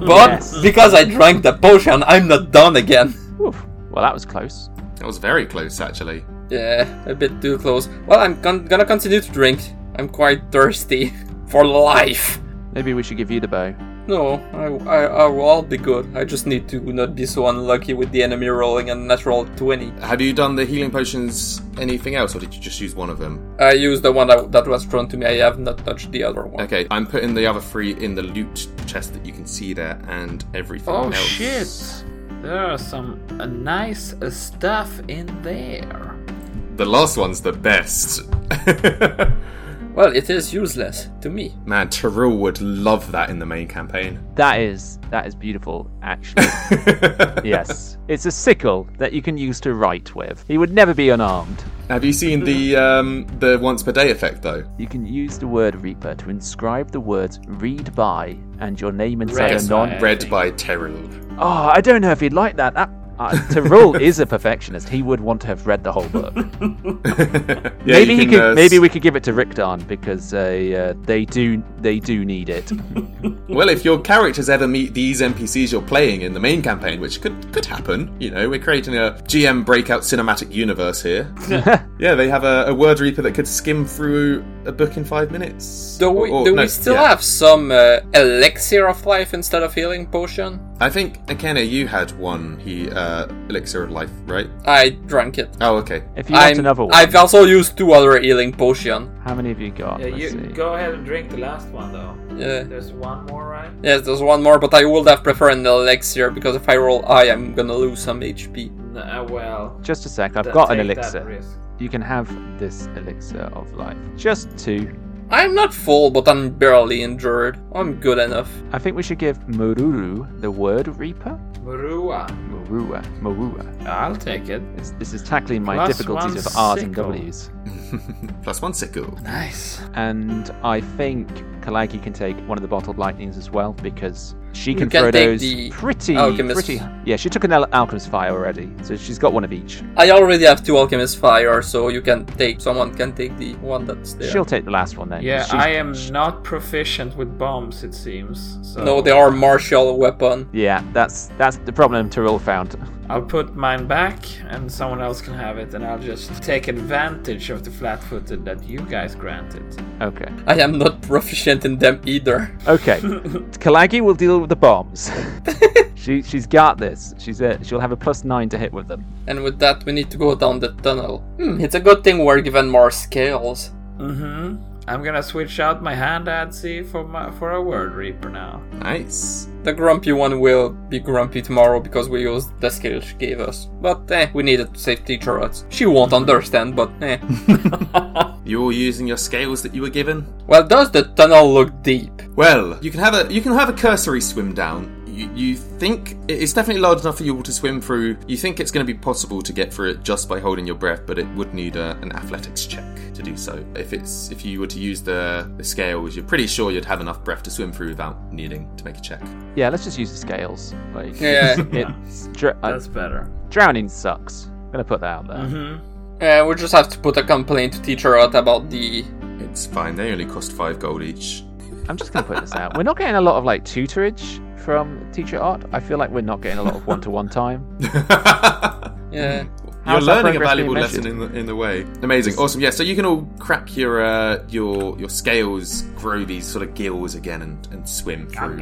Speaker 4: But
Speaker 3: Yes.
Speaker 4: because I drank the potion, I'm not done again.
Speaker 3: Oof. Well, that was close.
Speaker 2: That was very close, actually.
Speaker 4: Yeah, a bit too close. Well, I'm con- gonna continue to drink. I'm quite thirsty <laughs> for life.
Speaker 3: Maybe we should give you the bow.
Speaker 4: No, I, I, I will all be good. I just need to not be so unlucky with the enemy rolling a natural 20.
Speaker 2: Have you done the healing potions? Anything else, or did you just use one of them?
Speaker 4: I used the one that, that was thrown to me. I have not touched the other one.
Speaker 2: Okay, I'm putting the other three in the loot chest that you can see there and everything
Speaker 5: Oh
Speaker 2: else.
Speaker 5: shit! There are some uh, nice uh, stuff in there.
Speaker 2: The last one's the best. <laughs>
Speaker 4: Well, it is useless to me.
Speaker 2: Man, Tyrell would love that in the main campaign. <laughs>
Speaker 3: That is that is beautiful, <laughs> actually. yes, it's a sickle that you can use to write with. He would never be unarmed.
Speaker 2: Have you seen the um, the once per day effect though?
Speaker 3: You can use the word Reaper to inscribe the words "read by" and your name inside
Speaker 5: Read by.
Speaker 3: a non.
Speaker 2: Read by <laughs> Tyrell.
Speaker 3: Oh, I don't know if he'd like that. That uh, Tyrell is a perfectionist. He would want to have read the whole book.
Speaker 2: Yeah,
Speaker 3: maybe
Speaker 2: you
Speaker 3: he
Speaker 2: can,
Speaker 3: could.
Speaker 2: uh,
Speaker 3: maybe we could give it to Rickdarn because uh, uh, they do. They do
Speaker 5: <laughs>
Speaker 3: need it.
Speaker 2: Well, if your characters ever meet these NPCs you're playing in the main campaign, which could could happen, you know, we're creating a GM breakout cinematic universe here. <laughs> yeah, they have a, a word reaper that could skim through a book in five minutes.
Speaker 4: Do we,
Speaker 2: Or- or-
Speaker 4: do
Speaker 2: no,
Speaker 4: we still
Speaker 2: Oh, yeah.
Speaker 4: have some uh, elixir of life instead of healing potion?
Speaker 2: I think Akena, you had one. He uh, elixir of life, right?
Speaker 4: I drank it.
Speaker 2: Oh, okay. <laughs>
Speaker 3: If you want
Speaker 4: I'm-
Speaker 3: another one,
Speaker 4: I've also used two other healing potion.
Speaker 3: how many have you got?
Speaker 5: Yeah,
Speaker 3: Let's
Speaker 5: you
Speaker 3: see.
Speaker 5: go ahead and drink the last one though.
Speaker 4: Yeah.
Speaker 5: There's one more, right?
Speaker 4: Yes, there's one more, but I would have preferred an elixir because if I roll I, I'm gonna lose some HP.
Speaker 5: N- uh, well,
Speaker 3: Just a sec. I've
Speaker 5: th-
Speaker 3: got an
Speaker 5: take that
Speaker 3: elixir.
Speaker 5: risk.
Speaker 3: You can have this elixir of life. Just two.
Speaker 4: I'm not full, but I'm barely injured. I'm good enough.
Speaker 3: I think we should give Mururu the word Reaper.
Speaker 5: Murua.
Speaker 3: Murua. Murua.
Speaker 5: I'll take it.
Speaker 3: This, this is tackling my
Speaker 5: Plus
Speaker 3: difficulties
Speaker 5: one
Speaker 3: with R's and
Speaker 5: sickle.
Speaker 3: W's.
Speaker 2: Plus one sickle.
Speaker 5: Nice.
Speaker 3: And I think Kalagi can take one of the bottled lightnings as well because She
Speaker 4: You
Speaker 3: can,
Speaker 4: can
Speaker 3: throw
Speaker 4: take
Speaker 3: those
Speaker 4: the
Speaker 3: pretty,
Speaker 4: alchemist.
Speaker 3: pretty. Yeah, she took an al- alchemist fire already, so she's got one of each.
Speaker 4: I already have two alchemist fire, so you can take someone can take the one that's there.
Speaker 3: She'll take the last one then.
Speaker 5: Yeah,
Speaker 3: She's-
Speaker 5: I am not proficient with bombs, it seems. So
Speaker 4: No, they are martial weapon.
Speaker 3: Yeah, that's that's the problem Tyrell found.
Speaker 5: I'll put mine back, and someone else can have it, and I'll just take advantage of the flat-footed that you guys granted.
Speaker 3: Okay,
Speaker 4: I am not <laughs> proficient in them either.
Speaker 5: <laughs>
Speaker 3: okay. Kalagi will deal with the
Speaker 4: <laughs>
Speaker 3: bombs. she she's got this. She's a, she'll have a plus nine to hit with them.
Speaker 4: And with that, we need to go down the tunnel. Hmm, it's a good thing we're given more scales.
Speaker 5: Mm-hmm. I'm gonna switch out my hand adsy for my, for a word reaper now.
Speaker 2: Nice.
Speaker 4: The grumpy one will be grumpy tomorrow because we used the scale she gave us. But eh, we needed to save teacher Ruts. She won't understand, but eh.
Speaker 2: You're all using your scales that you were given.
Speaker 4: well, does the tunnel look deep?
Speaker 2: Well, you can have a you can have a cursory swim down. You, you think it- it's definitely large enough for you all to swim through. You think it's going to be possible to get through it just by holding your breath, but it would need a, an athletics check to do so. If it's if you were to use the, the scales, you're pretty sure you'd have enough breath to swim through without needing to make a check.
Speaker 3: Yeah, let's just use the scales. Like,
Speaker 4: Yeah.
Speaker 3: it's dr- uh,
Speaker 5: That's Mm-hmm. better.
Speaker 3: drowning sucks. gonna put that out there.
Speaker 4: Eh, we just have to put a complaint to teacher Rut about the.
Speaker 2: It's fine. They only cost five gold each. <laughs>
Speaker 3: I'm just gonna put this out. We're not getting a lot of like tutorage from teacher art. I feel like we're not getting a lot of one-to-one time.
Speaker 4: Yeah.
Speaker 2: You're
Speaker 3: How's that
Speaker 2: learning a
Speaker 3: progress being
Speaker 2: valuable
Speaker 3: measured?
Speaker 2: lesson in the, in the way. Amazing, awesome. Yeah, so you can all crack your uh, your your scales, grow these sort of gills again, and, and swim through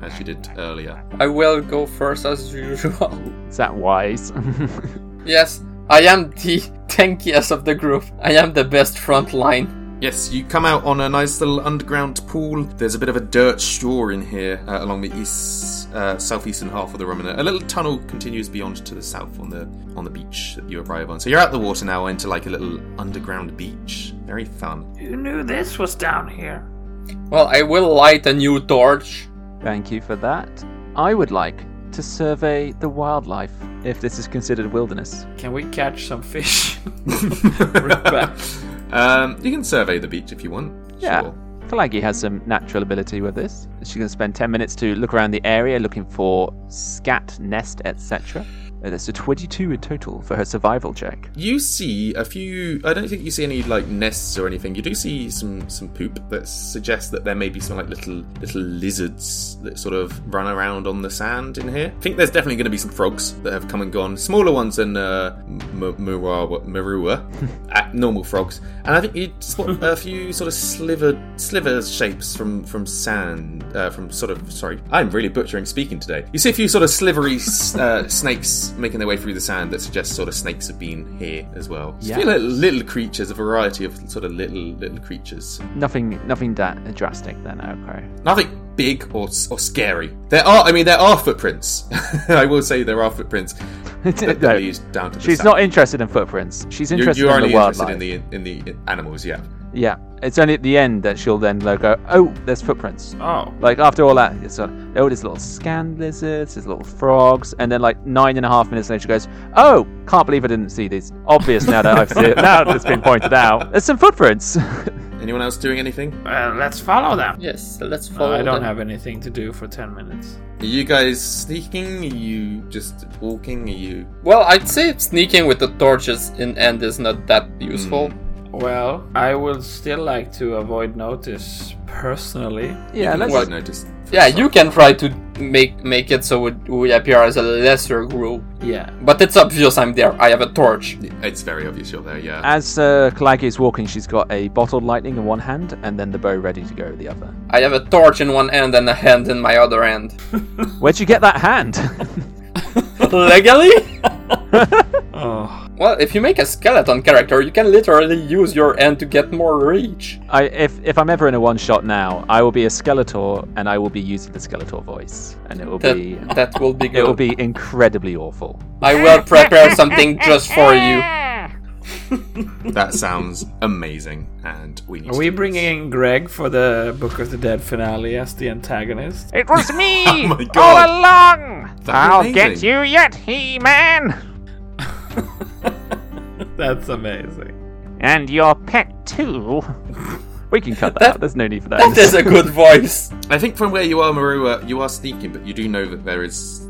Speaker 2: as you did earlier.
Speaker 4: I will go first as usual. <laughs>
Speaker 3: Is that wise? <laughs>
Speaker 4: yes, I am the <laughs> tankiest of the group. I am the best front line.
Speaker 2: Yes, you come out on a nice little underground pool. There's a bit of a dirt shore in here uh, along the east uh, southeastern half of the room, and a- a little tunnel continues beyond to the south on the on the beach that you arrive on. So you're out the water now into like a little underground beach. Very fun.
Speaker 3: <laughs>
Speaker 5: Who knew this was down here?
Speaker 4: Well, I will light a new torch.
Speaker 3: Thank you for that. I would like to survey the wildlife, if this is considered wilderness.
Speaker 5: Can we catch some fish? <laughs>
Speaker 2: <laughs> um, you can survey the beach if you want.
Speaker 3: Yeah.
Speaker 2: Sure.
Speaker 3: Kalagi has some natural ability with this. She's going to spend 10 minutes to look around the area looking for scat, nest, etc. Uh, That's a 22 in total for her survival check.
Speaker 2: You see a few. I don't think you see any like nests or anything. You do see some some poop that suggests that there may be some like little little lizards that sort of run around on the sand in here. I think there's definitely going to be some frogs that have come and gone. Smaller ones than uh, m- Murawa, Marua, uh, normal frogs. And I think you spot a few sort of sliver sliver shapes from from sand uh, from sort of sorry. I'm really butchering speaking today. You see a few sort of slivery s- uh, snakes making their way through the sand that suggests sort of snakes have been here as well. Just
Speaker 3: Yeah.
Speaker 2: a few little, little creatures, a variety of sort of little little creatures.
Speaker 3: Nothing nothing that drastic then, okay. <laughs>
Speaker 2: Nothing big or s- or scary. There are, I mean, there are footprints. <laughs> I will say there are footprints that
Speaker 3: No,
Speaker 2: lead down to the
Speaker 3: She's
Speaker 2: sand.
Speaker 3: not interested in footprints. She's
Speaker 2: You,
Speaker 3: interested
Speaker 2: you are
Speaker 3: in
Speaker 2: only
Speaker 3: the wildlife.
Speaker 2: interested in the in the animals, yeah.
Speaker 3: Yeah, it's only at the end that she'll then like go, oh, there's footprints.
Speaker 5: Oh,
Speaker 3: Like after all that, it's like, oh, there's little sand lizards, there's little frogs, and then like nine and a half minutes later, she goes, oh, can't believe I didn't see these. Obvious now that I've seen it. Now that it's been pointed out, there's some footprints.
Speaker 2: Anyone else doing anything?
Speaker 5: uh, let's follow them.
Speaker 4: Yes, let's
Speaker 5: No,
Speaker 4: follow.
Speaker 5: I don't
Speaker 4: them.
Speaker 5: have anything to do for ten minutes.
Speaker 2: Are you guys sneaking? Are you just walking? Are you?
Speaker 4: Well, I'd say sneaking with the torches in end is not that
Speaker 5: Hmm.
Speaker 4: useful.
Speaker 5: Well, I would still like to avoid notice personally.
Speaker 3: yeah,
Speaker 2: you
Speaker 3: let's.
Speaker 2: guys noticed.
Speaker 4: Yeah, you can try to make make it so it, we appear as a lesser group.
Speaker 5: Yeah.
Speaker 4: But it's obvious I'm there. I have a torch.
Speaker 2: It's very obvious you're there. Yeah.
Speaker 3: As uh, Kalagi is walking, she's got a bottled lightning in one hand and then the bow ready to go with the other.
Speaker 4: I have a torch in one hand and a hand in my other hand.
Speaker 3: Where'd you get that hand? <laughs>
Speaker 4: Legally?
Speaker 5: Oh.
Speaker 4: Well, if you make a skeleton character, you can literally use your hand to get more reach.
Speaker 3: I, if, if I'm ever in a one shot now, I will be a Skeletor and I will be using the Skeletor voice, and it will
Speaker 4: That,
Speaker 3: be
Speaker 4: that will
Speaker 5: <laughs>
Speaker 4: be
Speaker 3: it will
Speaker 4: good.
Speaker 3: be incredibly awful.
Speaker 4: I will prepare something just for <laughs> you.
Speaker 2: That sounds amazing, and we need.
Speaker 5: Uh, Are
Speaker 2: to
Speaker 5: we
Speaker 2: do
Speaker 5: bringing
Speaker 2: this.
Speaker 5: in Greg for the Book of the Dead finale as the antagonist? <laughs>
Speaker 7: It was me
Speaker 2: <laughs> Oh my god!
Speaker 7: all along.
Speaker 2: That'd be
Speaker 7: I'll
Speaker 2: amazing.
Speaker 7: get you yet, He-Man,
Speaker 5: That's amazing.
Speaker 7: and your pet too.
Speaker 3: <laughs> We can cut that, out. There's no need for that.
Speaker 4: That is a good voice.
Speaker 2: I think from where you are, Marua, you are sneaking, but you do know that there is.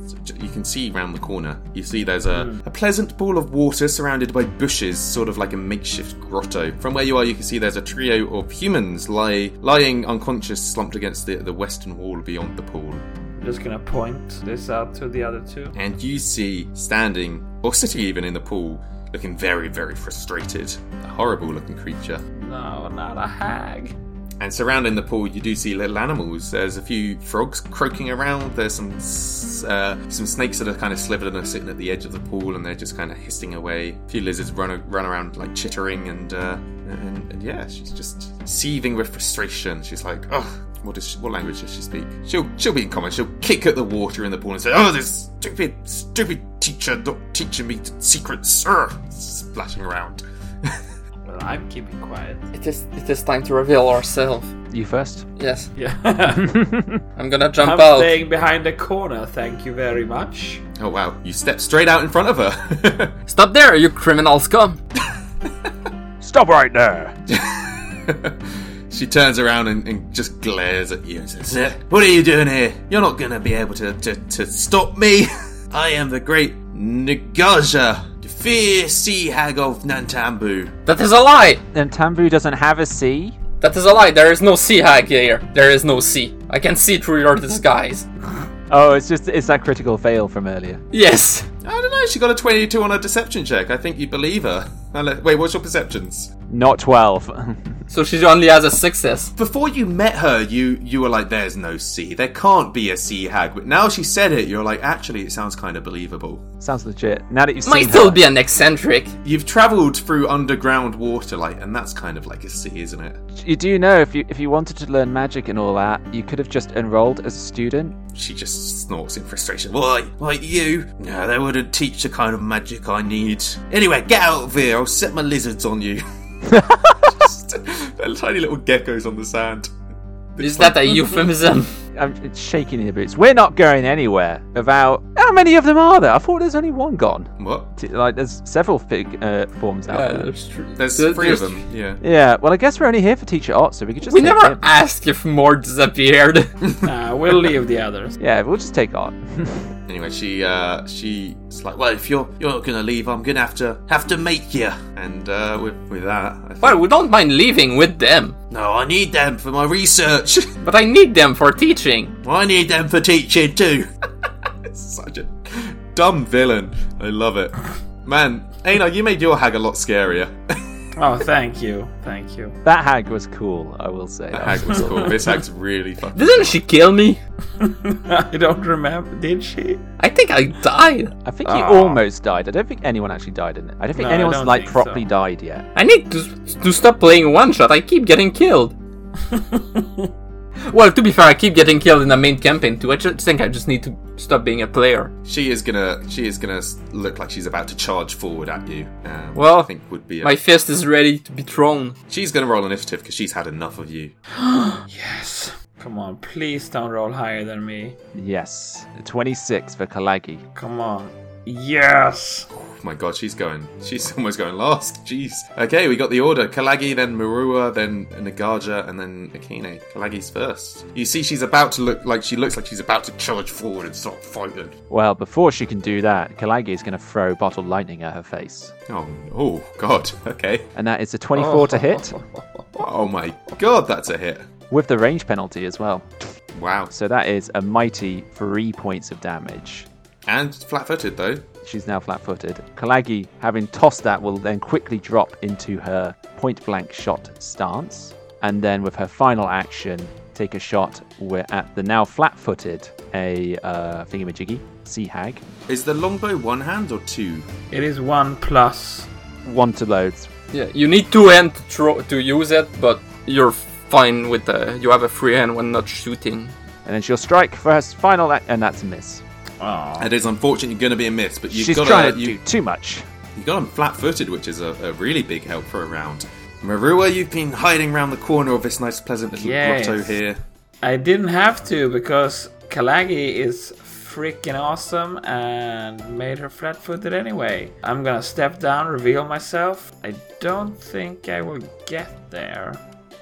Speaker 2: You can see round the corner. You see there's
Speaker 5: Hmm.
Speaker 2: a, a pleasant pool of water surrounded by bushes, sort of like a makeshift grotto. From where you are, you can see there's a trio of humans lie, lying unconscious, slumped against the, the western wall beyond the pool.
Speaker 5: I'm just gonna point this out to the other two.
Speaker 2: And you see standing, or sitting even in the pool, looking very, very frustrated, a horrible looking creature.
Speaker 5: No, not a hag.
Speaker 2: And surrounding the pool, you do see little animals. There's a few frogs croaking around. There's some s- uh, some snakes that are kind of slithered and are sitting at the edge of the pool, and they're just kind of hissing away. A few lizards run run around like chittering, and uh, and, and yeah, she's just seething with frustration. She's like, oh, what does she, what language does she speak? She'll she'll be in common. She'll kick at the water in the pool and say, oh, this stupid stupid teacher not teaching me secrets. Ugh, splashing around.
Speaker 5: Well, I'm keeping quiet.
Speaker 4: It is. It is time to reveal ourselves.
Speaker 3: You first.
Speaker 4: Yes,
Speaker 5: Yeah.
Speaker 4: I'm gonna jump
Speaker 5: <laughs> I'm
Speaker 4: out.
Speaker 5: staying behind the corner, thank you very much.
Speaker 2: Oh wow, you step straight out in front of her. <laughs>
Speaker 4: Stop there, you criminal scum!
Speaker 7: Stop right there.
Speaker 2: she turns around and, and just glares at you and says, "Eh, What are you doing here? You're not going to be able to, to, to stop me. <laughs> I am the great Nagaja, the fierce sea hag of Nantambu.
Speaker 4: That is a lie.
Speaker 3: Then Tambu doesn't have a C.
Speaker 4: That is a lie. There is no sea hag here. There is no sea. I can see through your disguise.
Speaker 3: Oh, it's just it's that critical fail from earlier.
Speaker 4: Yes.
Speaker 2: I don't know, she got a 22 on her deception check. I think you believe her. <laughs> Unle- Wait, what's your perceptions?
Speaker 3: Not twelve. <laughs>
Speaker 4: So she only has a success.
Speaker 2: Before you met her, you you were like, there's no sea. There can't be a sea hag. But now she said it, you're like, actually, it sounds kind of believable.
Speaker 3: Sounds legit. Now that you've seen
Speaker 4: Might
Speaker 3: her,
Speaker 4: still be an eccentric.
Speaker 2: You've travelled through underground water, like, and that's kind of like a sea, isn't it?
Speaker 3: you do know if you if you wanted to learn magic and all that, you could have just enrolled as a student.
Speaker 2: She just snorts in frustration. Why? Why you? No, they wouldn't teach the kind of magic I need. Anyway, get out of here. I'll set my lizards on you. just, they're tiny little geckos on the sand.
Speaker 4: Is
Speaker 3: <laughs>
Speaker 4: that a euphemism?
Speaker 3: I'm it's shaking in your boots. We're not going anywhere. About how many of them are there? I thought there's only one gone.
Speaker 2: What?
Speaker 3: T- Like there's several fig uh, forms out there.
Speaker 4: true.
Speaker 2: There's three of them. Yeah.
Speaker 3: Yeah. Well, I guess we're only here for Teacher Ott, so we could just
Speaker 4: We
Speaker 3: take
Speaker 4: never
Speaker 3: him.
Speaker 4: asked if more disappeared.
Speaker 5: <laughs>
Speaker 4: <laughs>
Speaker 5: Uh, we'll leave the others.
Speaker 3: Yeah, we'll just take Ott.
Speaker 2: Anyway, she uh, she's like, well, if you're you're not gonna leave, I'm gonna have to have to make you. And uh, with with that, I think,
Speaker 4: well, we don't mind leaving with them,
Speaker 2: no, I need them for my research. <laughs>
Speaker 4: but I need them for teaching.
Speaker 2: I need them for teaching too. <laughs> Such a dumb villain. I love it. Man, Einar, you made your hag a lot scarier.
Speaker 5: Oh, thank you, thank <laughs> you.
Speaker 3: <laughs> that hag was cool. I will say.
Speaker 2: that hag was <laughs> cool. This hag's really fucking.
Speaker 4: Didn't she kill me?
Speaker 5: I don't remember. Did she?
Speaker 4: I think I died.
Speaker 3: I think you
Speaker 5: Ah.
Speaker 3: almost died. I don't think anyone actually died in it. I don't think
Speaker 5: No, I
Speaker 3: anyone's
Speaker 5: don't
Speaker 3: like
Speaker 5: think
Speaker 3: properly
Speaker 5: so.
Speaker 3: died yet.
Speaker 4: I need to, to stop playing one shot. I keep getting killed. well, to be fair, I keep getting killed in the main campaign too. I just think I just need to stop being a player.
Speaker 2: She is gonna. She is gonna s- look like she's about to charge forward at you. Um, which
Speaker 4: Well,
Speaker 2: I think would be. A,
Speaker 4: My fist is ready to be thrown.
Speaker 2: She's gonna roll initiative because she's had enough of you.
Speaker 5: Yes. Come on, please don't roll higher than me.
Speaker 3: Yes, 26 for Kalagi.
Speaker 5: Come on. Yes.
Speaker 2: Oh my god, she's going. She's <laughs> almost going last. Jeez. Okay, we got the order: Kalagi, then Marua, then Nagaja, and then Akine. Kalagi's first. You see, she's about to look like she looks like she's about to charge forward and start fighting.
Speaker 3: Well, before she can do that, Kalagi is going to throw bottle lightning at her face,
Speaker 2: Oh, oh god. <laughs> Okay.
Speaker 3: and that is a 24 to
Speaker 5: <laughs>
Speaker 3: hit
Speaker 2: Oh my god, that's a hit.
Speaker 3: with the range penalty as well.
Speaker 2: Wow.
Speaker 3: So that is a mighty three points of damage.
Speaker 2: And flat-footed though.
Speaker 3: She's now flat-footed. Kalagi, having tossed that, will then quickly drop into her point-blank shot stance, and then with her final action, take a shot. We're at the now flat-footed a uh, thingamajiggy sea hag.
Speaker 2: Is the longbow one hand or two?
Speaker 5: It is one plus.
Speaker 3: One to loads.
Speaker 4: Yeah, you need two hand to throw to use it, but you're fine with the. You have a free hand when not shooting.
Speaker 3: And then she'll strike first, final, a- and that's a miss.
Speaker 5: Oh.
Speaker 2: It is unfortunately going to be a miss, but you've
Speaker 3: She's
Speaker 2: got
Speaker 3: trying
Speaker 2: a,
Speaker 3: to
Speaker 2: you,
Speaker 3: do too much.
Speaker 2: you got him flat-footed, which is a, a really big help for a round. Marua, you've been hiding around the corner of this nice, pleasant little
Speaker 5: Yes.
Speaker 2: grotto here.
Speaker 5: I didn't have to because Kalagi is freaking awesome and made her flat footed anyway. I'm gonna step down, reveal myself. I don't think I will get there.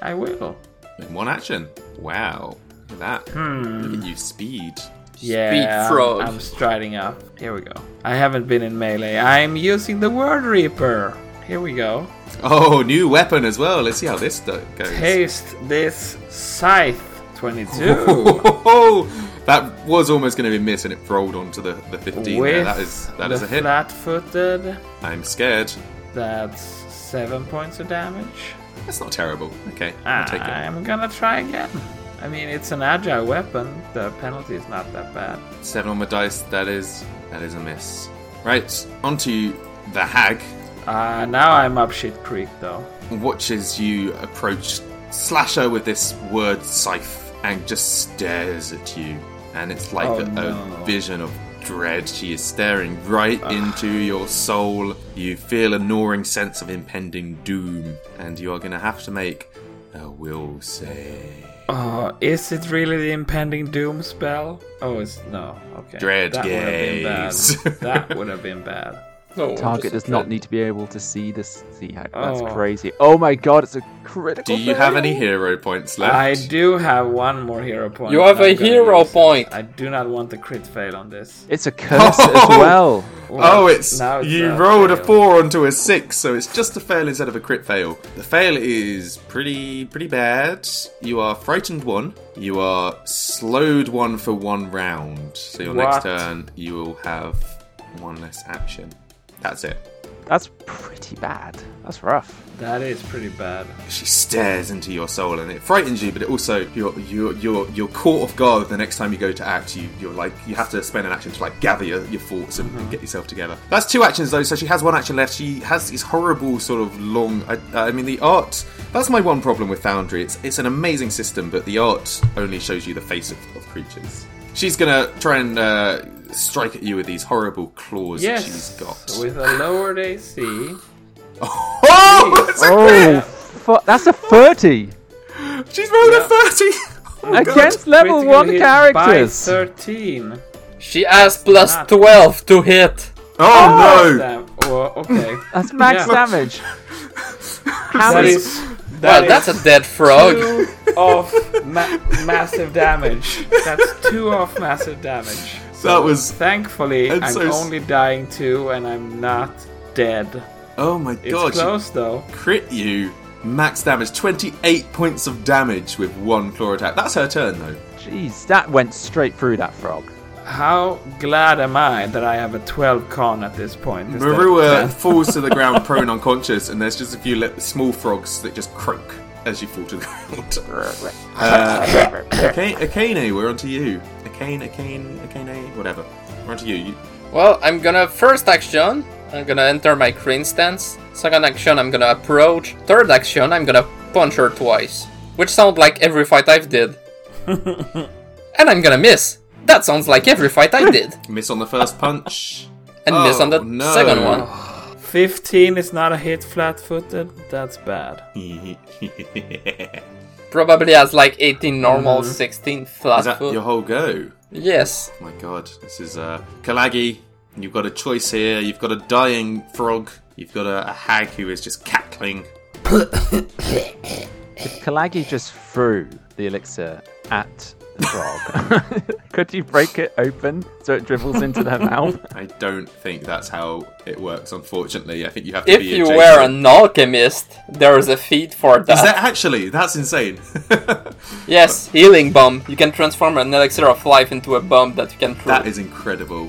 Speaker 1: I will.
Speaker 2: In one action. Wow. Look at that. Look
Speaker 3: Hmm.
Speaker 2: at you, speed.
Speaker 1: Yeah, I'm-
Speaker 4: frog.
Speaker 1: I'm striding up. Here we go. I haven't been in melee. I'm using the word reaper. Here we go.
Speaker 2: Oh, new weapon as well. Let's see how this do- goes.
Speaker 1: Taste this scythe
Speaker 2: <laughs>
Speaker 1: 22
Speaker 2: Oh, that was almost going to be missed, and it rolled onto the, the 15 there.
Speaker 1: with
Speaker 2: That is, that
Speaker 1: the
Speaker 2: is a hit.
Speaker 1: flat-footed.
Speaker 2: I'm scared.
Speaker 1: That's seven points of damage.
Speaker 2: That's not terrible. Okay, I'll take it.
Speaker 1: I'm gonna try again. I mean, it's an agile weapon. The penalty is not that bad.
Speaker 2: Seven on my dice. That is that is a miss. Right, onto the hag.
Speaker 1: Uh, now I'm up shit creek though.
Speaker 2: watches you approach Slasher with this word scythe and just stares at you. And it's like
Speaker 1: Oh,
Speaker 2: a,
Speaker 1: no.
Speaker 2: a vision of dread. She is staring right into your soul. You feel a gnawing sense of impending doom, and you are going to have to make a will save.
Speaker 1: Oh, is it really the impending doom spell? Oh, it's no. Okay.
Speaker 2: Dread
Speaker 1: that would've been bad.
Speaker 2: gaze. <laughs>
Speaker 1: That would have been bad.
Speaker 4: No,
Speaker 3: Target
Speaker 4: just
Speaker 3: does
Speaker 4: a
Speaker 3: not
Speaker 4: crit.
Speaker 3: need to be able to see this. See how that's
Speaker 1: Oh.
Speaker 3: crazy. Oh my god, it's a critical.
Speaker 2: Do you have
Speaker 3: fail.
Speaker 2: any hero points left?
Speaker 1: I do have one more hero point.
Speaker 4: You have
Speaker 1: and
Speaker 4: a
Speaker 1: I'm gonna
Speaker 4: hero
Speaker 1: use it.
Speaker 4: point.
Speaker 1: I do not want the crit fail on this.
Speaker 3: It's a
Speaker 2: <laughs>
Speaker 3: curse as well.
Speaker 2: Oh, it's,
Speaker 1: now it's
Speaker 2: you
Speaker 1: a
Speaker 2: rolled a
Speaker 1: fail.
Speaker 2: four onto a six, so it's just a fail instead of a crit fail. The fail is pretty pretty bad. You are frightened one. You are slowed one for one round. So your next
Speaker 1: What?
Speaker 2: turn, you will have one less action. That's it.
Speaker 3: That's pretty bad. That's rough.
Speaker 1: That is pretty bad.
Speaker 2: She stares into your soul, and it frightens you, but it also you're you're you're, you're caught off guard. The next time you go to act, you you're like you have to spend an action to like gather your, your thoughts and, and get yourself together. That's two actions though, so she has one action left. She has these horrible sort of long. I, I mean, the art. That's my one problem with Foundry. It's it's an amazing system, but the art only shows you the face of, of creatures. She's gonna try and uh, strike at you with these horrible claws
Speaker 1: Yes.
Speaker 2: that she's got.
Speaker 1: With a lowered AC.
Speaker 2: oh, that's a
Speaker 3: Oh, fu- that's a thirty
Speaker 2: crit! <laughs> she's rolled a thirty. Oh, God.
Speaker 3: against level
Speaker 1: Critical
Speaker 3: one
Speaker 1: hit
Speaker 3: characters.
Speaker 1: By 13.
Speaker 4: She has plus
Speaker 1: Not-
Speaker 4: 12 to hit.
Speaker 2: <laughs> Oh, no!
Speaker 1: Damn. Well, okay.
Speaker 3: That's max
Speaker 1: Yeah.
Speaker 3: damage. How
Speaker 1: That
Speaker 3: many-
Speaker 1: is.
Speaker 4: Well,
Speaker 1: that's
Speaker 4: that's a
Speaker 1: <laughs>
Speaker 4: dead frog.
Speaker 1: two off ma- massive damage. That's two off massive damage.
Speaker 2: That was
Speaker 1: Thankfully,
Speaker 2: And
Speaker 1: I'm
Speaker 2: so s-
Speaker 1: only dying two, and I'm not dead.
Speaker 2: oh my
Speaker 1: It's
Speaker 2: god! she
Speaker 1: close though.
Speaker 2: crit you max damage, twenty-eight points of damage with one claw attack. That's her turn though.
Speaker 3: Jeez, that went straight through that frog.
Speaker 1: How glad am I that I have a 12 con at this point? instead of <laughs>
Speaker 2: Marua
Speaker 1: 10.
Speaker 2: falls to the
Speaker 1: <laughs>
Speaker 2: ground, prone unconscious, and there's just a few le- small frogs that just croak as you fall to the ground. uh, Akane, Akane, we're onto you. Akane, Akane, Akane, whatever. We're onto you. you
Speaker 4: Well, I'm gonna first action. I'm gonna enter my crane stance. Second action, I'm gonna approach. Third action, I'm gonna punch her twice, which sounds like every fight I've did. and I'm gonna miss. That sounds like every fight I did,
Speaker 2: miss on the first punch. <laughs>
Speaker 4: and miss on
Speaker 2: Oh,
Speaker 4: the
Speaker 2: no.
Speaker 4: second one.
Speaker 1: 15 is not a hit flat-footed. That's bad.
Speaker 2: Is
Speaker 4: Probably has like 18 normal, 16 flat
Speaker 2: that
Speaker 4: foot.
Speaker 2: your whole go?
Speaker 4: Yes.
Speaker 2: My god, this is uh Kalagi, you've got a choice here. You've got a dying frog, you've got a, a hag who is just cackling.
Speaker 3: Kalagi just threw the elixir at the frog. <laughs> Could you break it open so it dribbles into their mouth? <laughs>
Speaker 2: I don't think that's how it works, unfortunately. I think you have to
Speaker 4: If
Speaker 2: be
Speaker 4: you
Speaker 2: adjacent.
Speaker 4: were an alchemist, there is a feat for that.
Speaker 2: Is that actually? That's insane. <laughs>
Speaker 4: Yes, healing bomb. You can transform an elixir of life into a bomb that you can throw.
Speaker 2: that is incredible.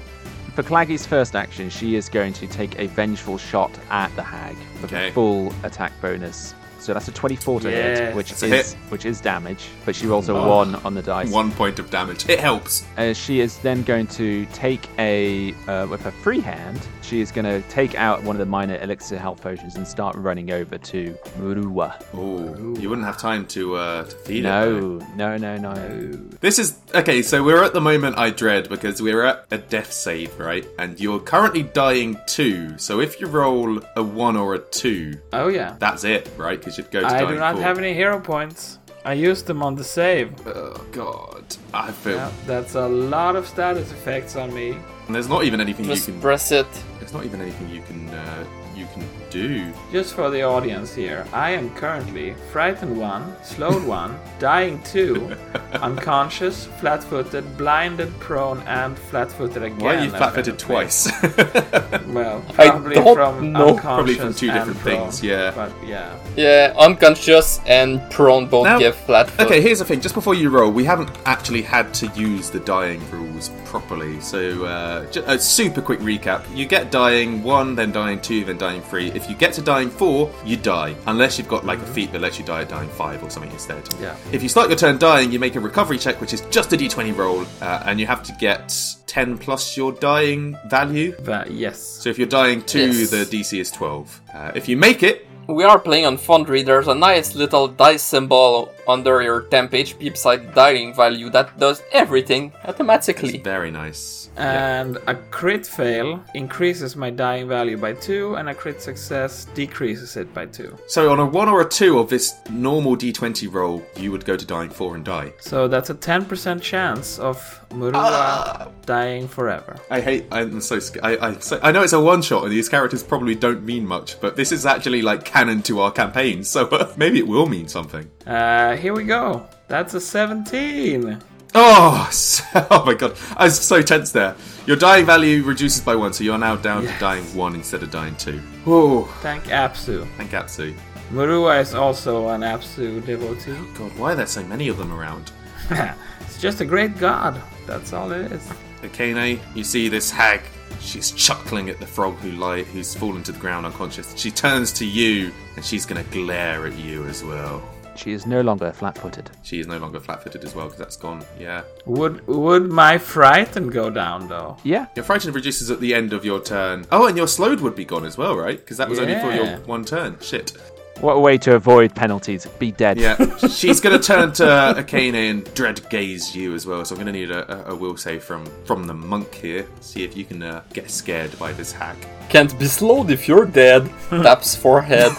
Speaker 3: For Kalagi's first action, she is going to take a vengeful shot at the hag with
Speaker 2: Okay.
Speaker 3: a full attack bonus. So that's a 24 to hit,
Speaker 1: Yes.
Speaker 3: which
Speaker 2: That's
Speaker 3: is
Speaker 2: a hit.
Speaker 3: which is damage, but she rolls a
Speaker 2: Oh.
Speaker 3: one on the dice.
Speaker 2: One point of damage. It helps.
Speaker 3: Uh, she is then going to take a uh, with her free hand. She is going to take out one of the minor elixir health potions and start running over to Murua.
Speaker 2: Oh, you wouldn't have time to uh to feed it. though.
Speaker 3: No, no, no, no.
Speaker 2: This is okay. So we're at the moment I dread because we're at a death save, right? And you're currently dying two. So if you roll a one or a two,
Speaker 1: Oh yeah.
Speaker 2: that's it, right? Because you'd go to
Speaker 1: I
Speaker 2: dying
Speaker 1: do not
Speaker 2: four.
Speaker 1: have any hero points. I used them on the save.
Speaker 2: Oh god, I feel
Speaker 1: Yeah, that's a lot of status effects on me.
Speaker 2: and there's not even anything you
Speaker 4: Just
Speaker 2: can.
Speaker 4: press it.
Speaker 2: There's not even anything you can uh, you can do.
Speaker 5: Just for the audience here, I am currently frightened one,
Speaker 2: <laughs>
Speaker 5: slowed one, dying two, uncautious, flat footed, blinded, prone, and flat footed again.
Speaker 2: Why are you flat
Speaker 5: evidently.
Speaker 2: footed twice? <laughs>
Speaker 5: Well,
Speaker 4: I
Speaker 5: probably
Speaker 4: don't
Speaker 5: from
Speaker 4: know.
Speaker 5: unconscious
Speaker 2: Probably from two
Speaker 5: and
Speaker 2: different
Speaker 5: prone,
Speaker 2: things, yeah.
Speaker 5: But yeah.
Speaker 4: Yeah, unconscious and prone both
Speaker 2: Now-
Speaker 4: give flat foot.
Speaker 2: okay, here's the thing. Just before you roll, we haven't actually had to use the dying rules properly. So, uh, ju- a super quick recap. You get dying one, then dying two, then dying three. If you get to dying four, you die. Unless you've got like a feat that lets you die at dying five or something instead.
Speaker 5: Yeah.
Speaker 2: If you start your turn dying, you make a recovery check, which is just a d20 roll, uh, and you have to get 10 plus your dying value.
Speaker 5: But yes.
Speaker 2: So if you're dying two,
Speaker 4: Yes.
Speaker 2: the DC is 12. Uh, if you make it,
Speaker 4: We are playing on Foundry. There's a nice little dice symbol under your temp HP beside dying value that does everything automatically.
Speaker 2: very nice.
Speaker 5: And a crit fail increases my dying value by two, and a crit success decreases it by two.
Speaker 2: So on a one or a two of this normal d20 roll, you would go to dying four and die.
Speaker 5: So that's a 10% chance of Murua
Speaker 2: Ah!
Speaker 5: dying forever.
Speaker 2: I hate. I'm so. sc- I. I, so, I know it's a one shot, and these characters probably don't mean much, but this is actually like canon to our campaign, so <laughs> uh, maybe it will mean something.
Speaker 5: Uh, here we go. That's a 17.
Speaker 2: Oh, <laughs> so, oh my god! I was so tense there. Your dying value reduces by one, so you're now down to
Speaker 5: Yes.
Speaker 2: dying one instead of dying two. Whoa!
Speaker 5: Thank Apsu.
Speaker 2: Thank Atsu.
Speaker 5: Murua is also an Apsu devotee. <laughs>
Speaker 2: God, why are there so many of them around?
Speaker 5: it's just a great god. That's all it is.
Speaker 2: Akane, you see this hag. She's chuckling at the frog who lie, who's fallen to the ground unconscious. She turns to you, and she's going to glare at you as well.
Speaker 3: She is no longer flat footed.
Speaker 2: She is no longer flat-footed as well because that's gone. Yeah,
Speaker 5: Would would my frighten go down though?
Speaker 3: Yeah.
Speaker 2: your frightened reduces at the end of your turn. Oh, and your slowed would be gone as well, right? Because that was only for your
Speaker 5: Yeah.
Speaker 2: one turn. Shit.
Speaker 3: What a way to avoid penalties. Be dead.
Speaker 2: Yeah, she's going to turn to Akane and dread gaze you as well. So I'm going to need a, a, a will save from from the monk here. See if you can uh, get scared by this hack.
Speaker 4: Can't be slowed if
Speaker 2: <laughs>
Speaker 4: you're dead. Taps forehead.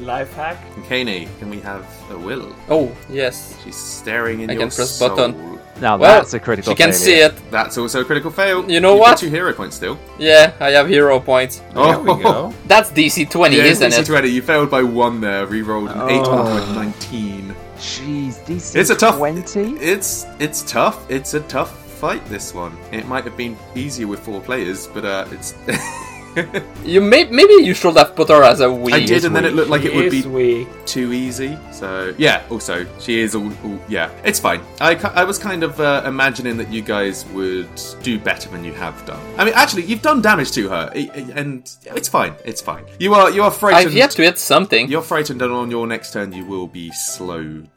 Speaker 5: Life hack.
Speaker 2: Akane, can we have a will?
Speaker 4: Oh, yes.
Speaker 2: She's staring in
Speaker 4: I
Speaker 2: your
Speaker 4: can press
Speaker 2: soul.
Speaker 4: button.
Speaker 3: Now
Speaker 4: Well,
Speaker 3: that's a critical
Speaker 4: She can
Speaker 3: failure.
Speaker 4: see it.
Speaker 2: That's also a critical fail.
Speaker 4: You know
Speaker 2: You've got
Speaker 4: what?
Speaker 2: Two hero points still. Oh.
Speaker 4: Yeah, I have hero points.
Speaker 5: There we go.
Speaker 4: That's DC 20,
Speaker 2: yeah,
Speaker 4: isn't
Speaker 2: DC
Speaker 4: it?
Speaker 2: 20. You failed by one there. Rerolled an
Speaker 5: Oh.
Speaker 2: eight on a point, nineteen.
Speaker 3: Jeez, DC
Speaker 2: It's a tough.
Speaker 3: 20?
Speaker 2: It's it's tough. It's a tough fight. This one. It might have been easier with four players, but uh, it's. <laughs>
Speaker 4: You may- maybe you should have put her as a wee.
Speaker 2: I did, and <laughs> then it looked like
Speaker 5: She
Speaker 2: it would be
Speaker 5: is weak.
Speaker 2: too easy. So yeah. Also, she is all, all yeah. It's fine. I, ca- I was kind of uh, imagining that you guys would do better than you have done. I mean, actually, you've done damage to her, i- i- and it's fine. It's fine. You are you are frightened.
Speaker 4: I've yet to hit something.
Speaker 2: You're frightened, and on your next turn, you will be slowed.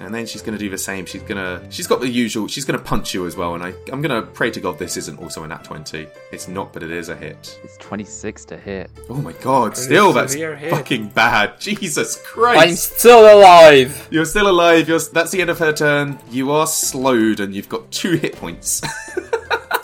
Speaker 2: And then she's going to do the same. She's going to. She's got the usual. She's going to punch you as well. And I, I'm going to pray to God this isn't also an at 20. It's not, but it is a hit.
Speaker 3: It's 26 to hit.
Speaker 2: Oh my God! Still, that's
Speaker 5: severe hit.
Speaker 2: fucking bad. <laughs> Jesus
Speaker 4: I'm
Speaker 2: Christ!
Speaker 4: still alive.
Speaker 2: You're still alive. You're. That's the end of her turn. You are slowed, and you've got two hit points. <laughs>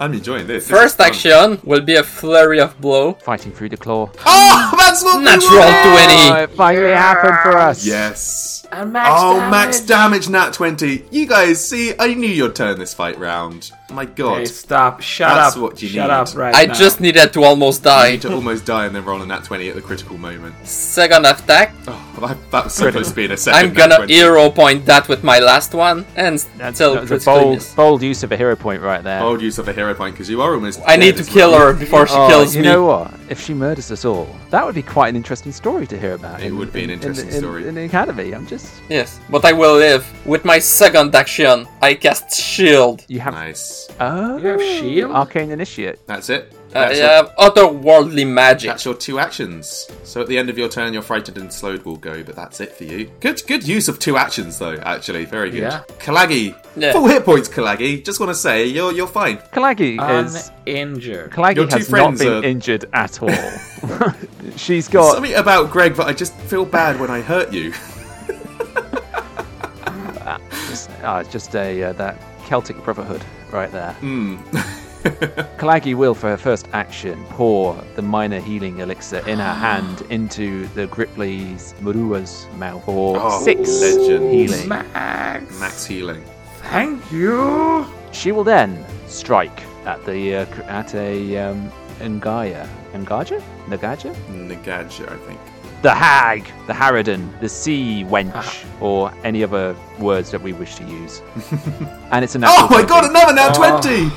Speaker 2: I'm enjoying this. This is
Speaker 4: First uh,
Speaker 2: fun.
Speaker 4: action will be a flurry of blow.
Speaker 3: Fighting through the claw.
Speaker 2: Oh, that's what we
Speaker 4: Natural
Speaker 2: wanted!
Speaker 4: 20.
Speaker 3: Oh, it finally happened for us.
Speaker 2: Yes.
Speaker 5: And max
Speaker 2: oh,
Speaker 5: damage.
Speaker 2: max damage, nat 20. You guys, see, I knew you'd turn this fight round. My god.
Speaker 5: Hey, stop. Shut
Speaker 2: That's
Speaker 5: up.
Speaker 2: what you
Speaker 5: Shut
Speaker 2: need.
Speaker 5: up right
Speaker 4: I
Speaker 5: now.
Speaker 4: just needed to almost
Speaker 2: I
Speaker 4: die.
Speaker 2: need to almost die and then roll a nat 20 at the critical moment.
Speaker 4: <laughs> Second attack,
Speaker 2: Oh, that, that was so close to being a 2nd
Speaker 4: I'm gonna hero point that with my last one, and
Speaker 3: That's,
Speaker 4: still
Speaker 3: that's a
Speaker 4: critically
Speaker 3: bold,
Speaker 4: miss.
Speaker 3: bold use of a hero point right there.
Speaker 2: Bold use of a hero point because you are almost.
Speaker 4: I need
Speaker 2: dead
Speaker 4: to
Speaker 2: as
Speaker 4: kill
Speaker 2: well.
Speaker 4: her before she
Speaker 3: Oh,
Speaker 4: kills
Speaker 3: you
Speaker 4: me.
Speaker 3: know what? If she murders us all, that would be quite an interesting story to hear about.
Speaker 2: It would be an interesting
Speaker 3: in, in,
Speaker 2: story.
Speaker 3: in the academy. I'm just
Speaker 4: Yes, but I will live. With my second action, I cast shield.
Speaker 3: you have
Speaker 2: Nice.
Speaker 3: oh,
Speaker 5: You have shield?
Speaker 3: arcane initiate.
Speaker 2: That's it.
Speaker 4: Uh, I
Speaker 2: That's, your,
Speaker 4: have otherworldly magic.
Speaker 2: that's your two actions. So at the end of your turn, your frightened and slowed will go, but that's it for you. Good good use of two actions, though, actually. Very good.
Speaker 5: Yeah.
Speaker 2: Kalagi.
Speaker 4: Yeah.
Speaker 2: Full hit points, Kalagi. Just want to say, you're, you're fine.
Speaker 3: Kalagi
Speaker 5: Um,
Speaker 3: is
Speaker 5: Uninjured.
Speaker 2: Your
Speaker 3: Kalagi
Speaker 2: two
Speaker 3: has not
Speaker 2: friends
Speaker 3: been
Speaker 2: are-
Speaker 3: injured at
Speaker 2: <laughs>
Speaker 3: all. <laughs> She's got
Speaker 2: Something about Greg, but I just feel bad when I hurt you. <laughs>
Speaker 3: Ah, it's just a uh, that Celtic brotherhood right there.
Speaker 2: Hmm. <laughs>
Speaker 3: Kalagi will, for her first action, pour the minor healing elixir
Speaker 2: <gasps>
Speaker 3: in her hand into the Gripley's Murua's mouth for
Speaker 2: Oh,
Speaker 3: six
Speaker 2: legend.
Speaker 3: healing.
Speaker 5: Max.
Speaker 2: Max healing.
Speaker 5: Thank you.
Speaker 3: She will then strike at the uh, cr- at a um, Ngaya. Ngaja? Nagaja?
Speaker 2: Nagaja, I think.
Speaker 3: The hag, the harridan, the sea
Speaker 2: Ah.
Speaker 3: wench, or any other words that we wish to
Speaker 2: <laughs>
Speaker 3: use. and it's a natural
Speaker 2: Oh my
Speaker 3: 20.
Speaker 2: god, another now 20!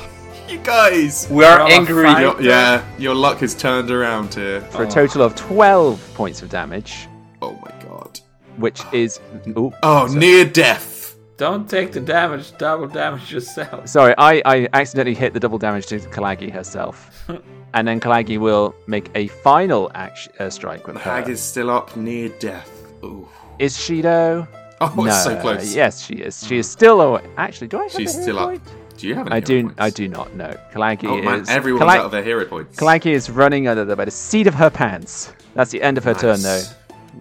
Speaker 2: You guys!
Speaker 4: We are
Speaker 1: Well,
Speaker 4: angry.
Speaker 1: fine.
Speaker 2: Your- yeah, your luck has turned around here.
Speaker 3: for a total of 12 points of damage,
Speaker 2: Oh my god.
Speaker 3: which
Speaker 2: <laughs>
Speaker 3: is. Ooh,
Speaker 2: Oh, near death.
Speaker 1: Don't take the damage, double damage yourself.
Speaker 5: <laughs>
Speaker 3: Sorry, I, I accidentally hit the double damage to
Speaker 2: <laughs>
Speaker 3: Kalagi herself. and then Kalagi will make a final action, uh, strike with
Speaker 2: The
Speaker 3: her.
Speaker 2: hag is still up, near death. Ooh.
Speaker 3: Is she though?
Speaker 2: Oh,
Speaker 3: no. uh,
Speaker 2: it's so close. Hmm.
Speaker 3: Yes, she is. She is still away. Actually, do I have
Speaker 2: She's
Speaker 3: a hero
Speaker 2: still up.
Speaker 3: point?
Speaker 2: Do you have any
Speaker 3: I
Speaker 2: hero
Speaker 3: do.
Speaker 2: points?
Speaker 3: I do not know. Kalagi
Speaker 2: Oh man,
Speaker 3: is.
Speaker 2: everyone's
Speaker 3: Kala-
Speaker 2: out of their hero points.
Speaker 3: Kalagi is running under the, by the seat of her pants. That's the end of her turn, though.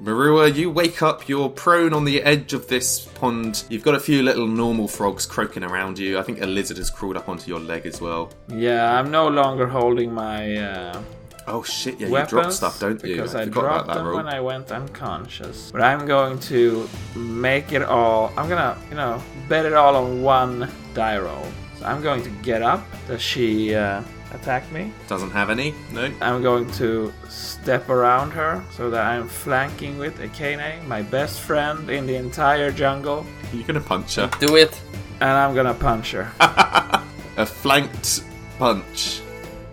Speaker 2: Marua, you wake up. You're prone on the edge of this pond. You've got a few little normal frogs croaking around you. I think a lizard has crawled up onto your leg as well.
Speaker 1: Yeah, I'm no longer holding my uh,
Speaker 2: Oh shit! Yeah,
Speaker 1: weapons
Speaker 2: you drop stuff, don't you?
Speaker 1: because
Speaker 2: I
Speaker 1: I
Speaker 2: forgot
Speaker 1: dropped
Speaker 2: about that
Speaker 1: them
Speaker 2: rule.
Speaker 1: when I went unconscious. But I'm going to make it all. I'm gonna, you know, bet it all on one die roll. So I'm going to get up. Does she uh, attack me?
Speaker 2: Doesn't have any. No.
Speaker 1: I'm going to step around her so that I'm flanking with Akane, my best friend in the entire jungle,
Speaker 2: You're gonna punch
Speaker 1: <laughs>
Speaker 2: her.
Speaker 4: Do it.
Speaker 1: and I'm gonna punch her.
Speaker 2: Ah. A flanked punch.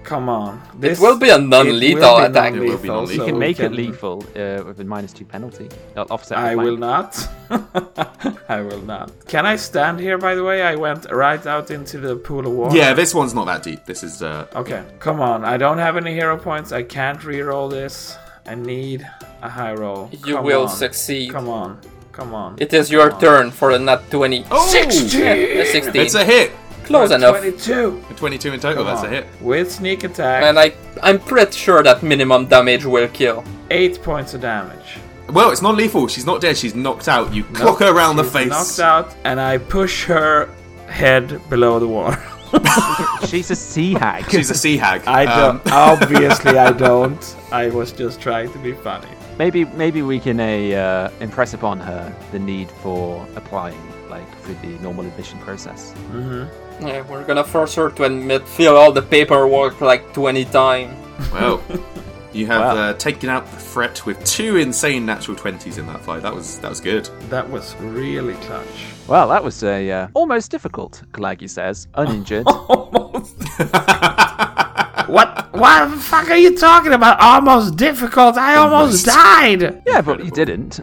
Speaker 1: Come on. This
Speaker 4: will be a
Speaker 1: it
Speaker 4: non-lethal
Speaker 1: will be
Speaker 4: attack.
Speaker 2: It will be
Speaker 1: non-lethal,
Speaker 2: non-lethal.
Speaker 1: so
Speaker 3: You can
Speaker 1: we
Speaker 3: make it lethal uh, with a minus two penalty. They'll offset. the
Speaker 1: I
Speaker 3: flank.
Speaker 1: will not. <laughs> I will not. Can I stand here, by the way? I went right out into the pool of water.
Speaker 2: Yeah, this one's not that deep. This is uh,
Speaker 1: Okay, come on. I don't have any hero points. I can't reroll this. I need a high roll.
Speaker 4: You
Speaker 1: Come
Speaker 4: will
Speaker 1: on.
Speaker 4: succeed.
Speaker 1: Come on. Come on.
Speaker 4: It is your turn for a nat 20.
Speaker 2: Oh!
Speaker 4: 16! 16.
Speaker 2: It's a hit.
Speaker 4: Close enough.
Speaker 1: 22.
Speaker 2: A 22 in total.
Speaker 1: Come
Speaker 2: that's
Speaker 1: on.
Speaker 2: a hit.
Speaker 1: With sneak attack,
Speaker 4: And I, I'm pretty sure that minimum damage will kill.
Speaker 1: 8 points of damage.
Speaker 2: Well, it's not lethal. She's not dead. She's knocked out. You clock her around the
Speaker 1: She's
Speaker 2: face.
Speaker 1: Knocked out, and I push her head below the water. <laughs>
Speaker 3: She's a sea hag.
Speaker 2: She's a sea hag.
Speaker 1: I
Speaker 2: Um,
Speaker 1: don't.
Speaker 2: <laughs>
Speaker 1: obviously, <laughs> I don't. I was just trying to be funny.
Speaker 3: Maybe maybe we can uh, uh, impress upon her the need for applying like through the normal admission process.
Speaker 4: Yeah, we're gonna force her to admit, fill all the paperwork like 20 times.
Speaker 2: Well, you have
Speaker 3: Wow.
Speaker 2: uh, taken out the threat with two insane natural twenties in that fight. That was that was good. <laughs>
Speaker 1: That was really clutch.
Speaker 3: Well, that was a uh, almost difficult. Kalagi says,
Speaker 1: <laughs>
Speaker 3: uninjured.
Speaker 1: Almost. what? What the fuck are you talking about? Almost difficult. I almost,
Speaker 2: Almost.
Speaker 1: died.
Speaker 3: yeah, but you didn't.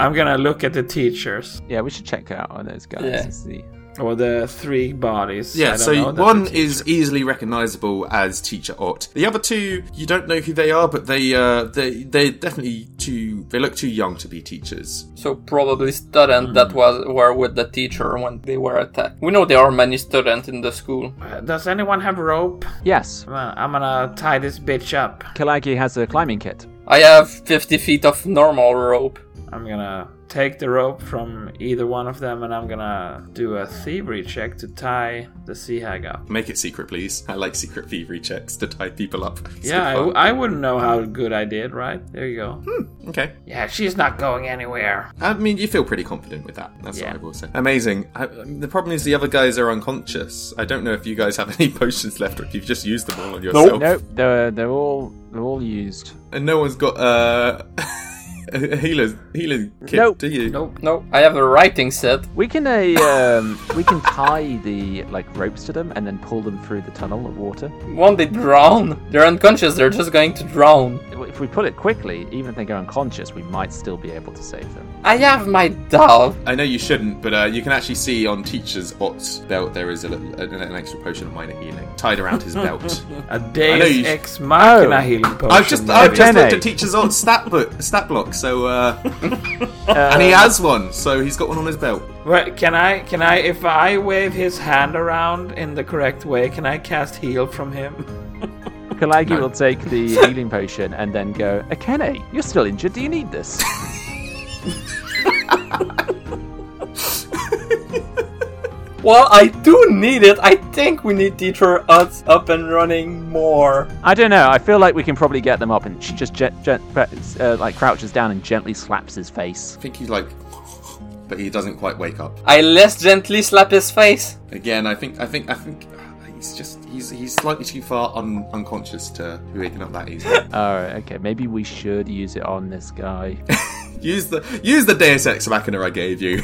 Speaker 1: I'm gonna look at the teachers
Speaker 3: Yeah, we should check out on those guys.
Speaker 4: Yeah.
Speaker 3: and see.
Speaker 1: or the three bodies. I
Speaker 2: Yeah.
Speaker 1: don't
Speaker 2: So
Speaker 1: know that the
Speaker 2: one
Speaker 1: teach-
Speaker 2: is easily recognisable as Teacher Ott. The other two, you don't know who they are, but they uh, they they're definitely too. They look too young to be teachers.
Speaker 4: So probably students that was were with the teacher when they were attacked. We know there are many students in the school.
Speaker 1: Uh, Does anyone have rope?
Speaker 3: Yes,
Speaker 1: Well, I'm gonna tie this bitch up.
Speaker 3: Kalagi has a climbing kit.
Speaker 4: I have 50 feet of normal rope.
Speaker 1: I'm gonna take the rope from either one of them and I'm gonna do a thievery check to tie the sea hag up.
Speaker 2: Make it secret, please. I like secret thievery checks to tie people up. It's
Speaker 1: yeah, I,
Speaker 2: good fun. Hmm.
Speaker 1: I wouldn't know how good I did, right? There you go.
Speaker 2: okay.
Speaker 1: Yeah, she's not going anywhere.
Speaker 2: I mean, you feel pretty confident with that. That's
Speaker 1: Yeah.
Speaker 2: what I will say. Amazing. I, the problem is the other guys are unconscious. I don't know if you guys have <laughs> any potions left or if you've just used them all on yourself.
Speaker 3: Nope, they're they're all they're all used.
Speaker 2: And no one's got uh, <laughs> a healer's, healer's kit,
Speaker 3: Nope.
Speaker 2: do you?
Speaker 1: Nope.
Speaker 4: No, I have a writing set.
Speaker 3: We can a <laughs> um, we can tie the like ropes to them and then pull them through the tunnel of water.
Speaker 4: Won't they drown? They're unconscious, they're just going to drown.
Speaker 3: If we pull it quickly, even if they go unconscious, we might still be able to save them.
Speaker 4: I have my doubt.
Speaker 2: I know you shouldn't, but uh, you can actually see on Teacher's bot belt there is a, little- an, an extra potion of minor healing tied around his
Speaker 1: <laughs>
Speaker 2: belt. <laughs>
Speaker 1: A
Speaker 2: I know you
Speaker 1: Deus
Speaker 2: sh-
Speaker 1: ex machina healing potion.
Speaker 2: I've just I've just
Speaker 3: Bene.
Speaker 2: looked at Teacher's odd stat book stat block, so
Speaker 3: <laughs>
Speaker 2: uh,
Speaker 3: Uh,
Speaker 2: and he has one, so he's got one on his belt.
Speaker 1: Wait, can I? Can I? If I wave his hand around in the correct way, can I cast heal from him?
Speaker 3: Kalagi will take the healing potion and then go, Akene, you're still injured. Do you need this?
Speaker 4: Well, I do need it. I think we need teacher odds up and running more.
Speaker 3: I don't know. I feel like we can probably get them up. And she just gen- gen- uh, like crouches down and gently slaps his face.
Speaker 2: I think he's like, but he doesn't quite wake up.
Speaker 4: I less gently slap his face.
Speaker 2: Again, I think I think I think He's just he's he's slightly too far un- unconscious to be waking up
Speaker 3: <laughs>
Speaker 2: that easily.
Speaker 3: All right, Oh, okay. Maybe we should use it on this guy.
Speaker 2: use the use the Deus Ex Machina I gave
Speaker 3: <laughs>
Speaker 2: you.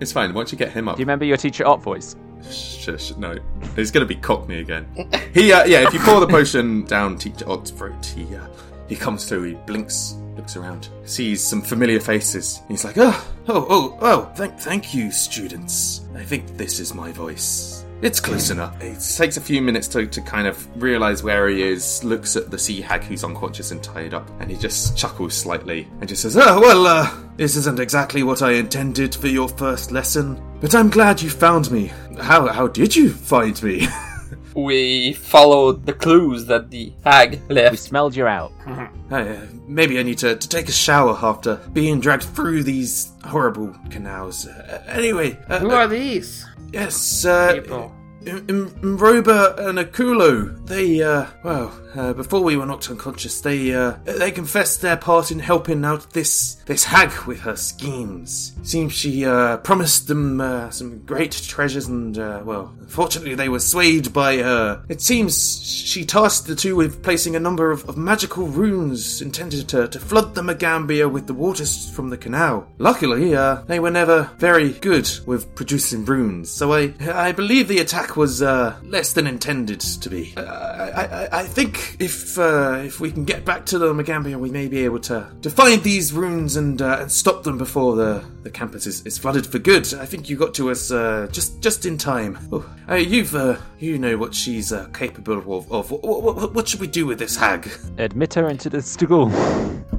Speaker 2: it's fine. Once you get him up,
Speaker 3: Do you remember your teacher art voice?
Speaker 2: Shush, no. He's going to be Cockney again. He, uh, yeah, if you pour the potion down Teacher Odd's throat, he, uh, he comes through, he blinks, looks around, sees some familiar faces. He's like, oh, oh, oh, oh, thank, thank you, students. I think this is my voice. It's close enough. It takes a few minutes to, to kind of realize where he is, looks at the sea hag who's unconscious and tied up, and he just chuckles slightly and just says, Oh, well, uh, this isn't exactly what I intended for your first lesson, but I'm glad you found me. How, how did you find me? <laughs>
Speaker 4: We followed the clues that the hag
Speaker 3: We
Speaker 4: left.
Speaker 3: smelled you out.
Speaker 2: I, uh, maybe I need to, to take a shower after being dragged through these horrible canals. Uh, anyway, uh,
Speaker 5: Who are these?
Speaker 2: Yes, uh,
Speaker 5: People.
Speaker 2: M- M- Mroba and Akulu, they, uh, well, uh, before we were knocked unconscious, they, uh, they confessed their part in helping out this, this hag with her schemes. Seems she, uh, promised them, uh, some great treasures and, uh, well, unfortunately they were swayed by her. It seems she tasked the two with placing a number of, of magical runes intended to, to flood the Magambia with the waters from the canal. Luckily, uh, they were never very good with producing runes, so I I believe the attack was uh, less than intended to be. Uh, I, I I think if uh, if we can get back to the Magambia, we may be able to to find these runes and uh, and stop them before the the campus is, is flooded for good. I think you got to us uh, just just in time. Oh, uh, you've uh, you know what she's uh, capable of. of. What, what, what should we do with this hag?
Speaker 3: Admit her into the school.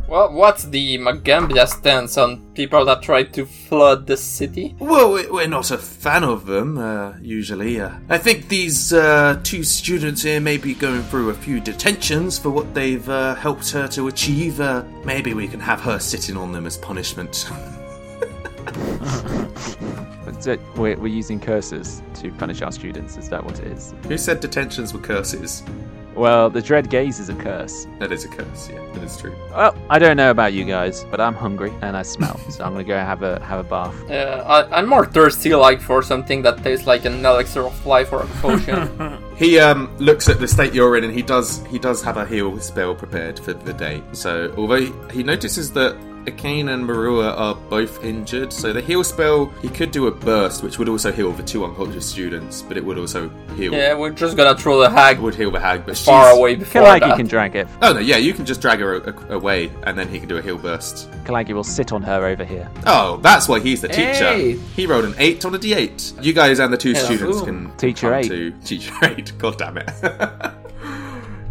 Speaker 4: Well, what's the Magambia stance on people that try to flood the city?
Speaker 2: Well, we- we're not a fan of them, uh, usually. Uh, I think these uh, two students here may be going through a few detentions for what they've uh, helped her to achieve. Uh, maybe we can have her sitting on them as punishment. <laughs>
Speaker 3: So we're, we're using curses to punish our students. Is that what it is?
Speaker 2: Who said detentions were curses?
Speaker 3: Well, the dread gaze is a curse.
Speaker 2: That is a curse, yeah, that is true.
Speaker 3: Well, I don't know about you guys, but I'm hungry and I smell, so I'm gonna go have a have a bath.
Speaker 4: Uh, I, I'm more thirsty, like for something that tastes like an elixir of life or a potion.
Speaker 2: He um, looks at the state you're in, and he does he does have a heal spell prepared for the day. So although he, he notices that Akane and Marua are both injured, so the heal spell he could do a burst, which would also heal the two unconscious students, but it would also heal
Speaker 4: yeah, we're just gonna throw the hag
Speaker 2: it would heal the hag, but
Speaker 4: far
Speaker 2: she's-
Speaker 4: away before
Speaker 3: Kalagi
Speaker 4: that.
Speaker 3: can drag it.
Speaker 2: Oh no, yeah, you can just drag her a- away, and then he can do a heal burst.
Speaker 3: Kalagi will sit on her over here.
Speaker 2: Oh, that's why he's the teacher.
Speaker 5: Hey!
Speaker 2: He rolled an eight on a d8. You guys and the two
Speaker 5: Hello.
Speaker 2: students
Speaker 5: Ooh.
Speaker 2: can
Speaker 3: Teacher
Speaker 2: come
Speaker 3: eight.
Speaker 2: To teacher eight. <laughs> God damn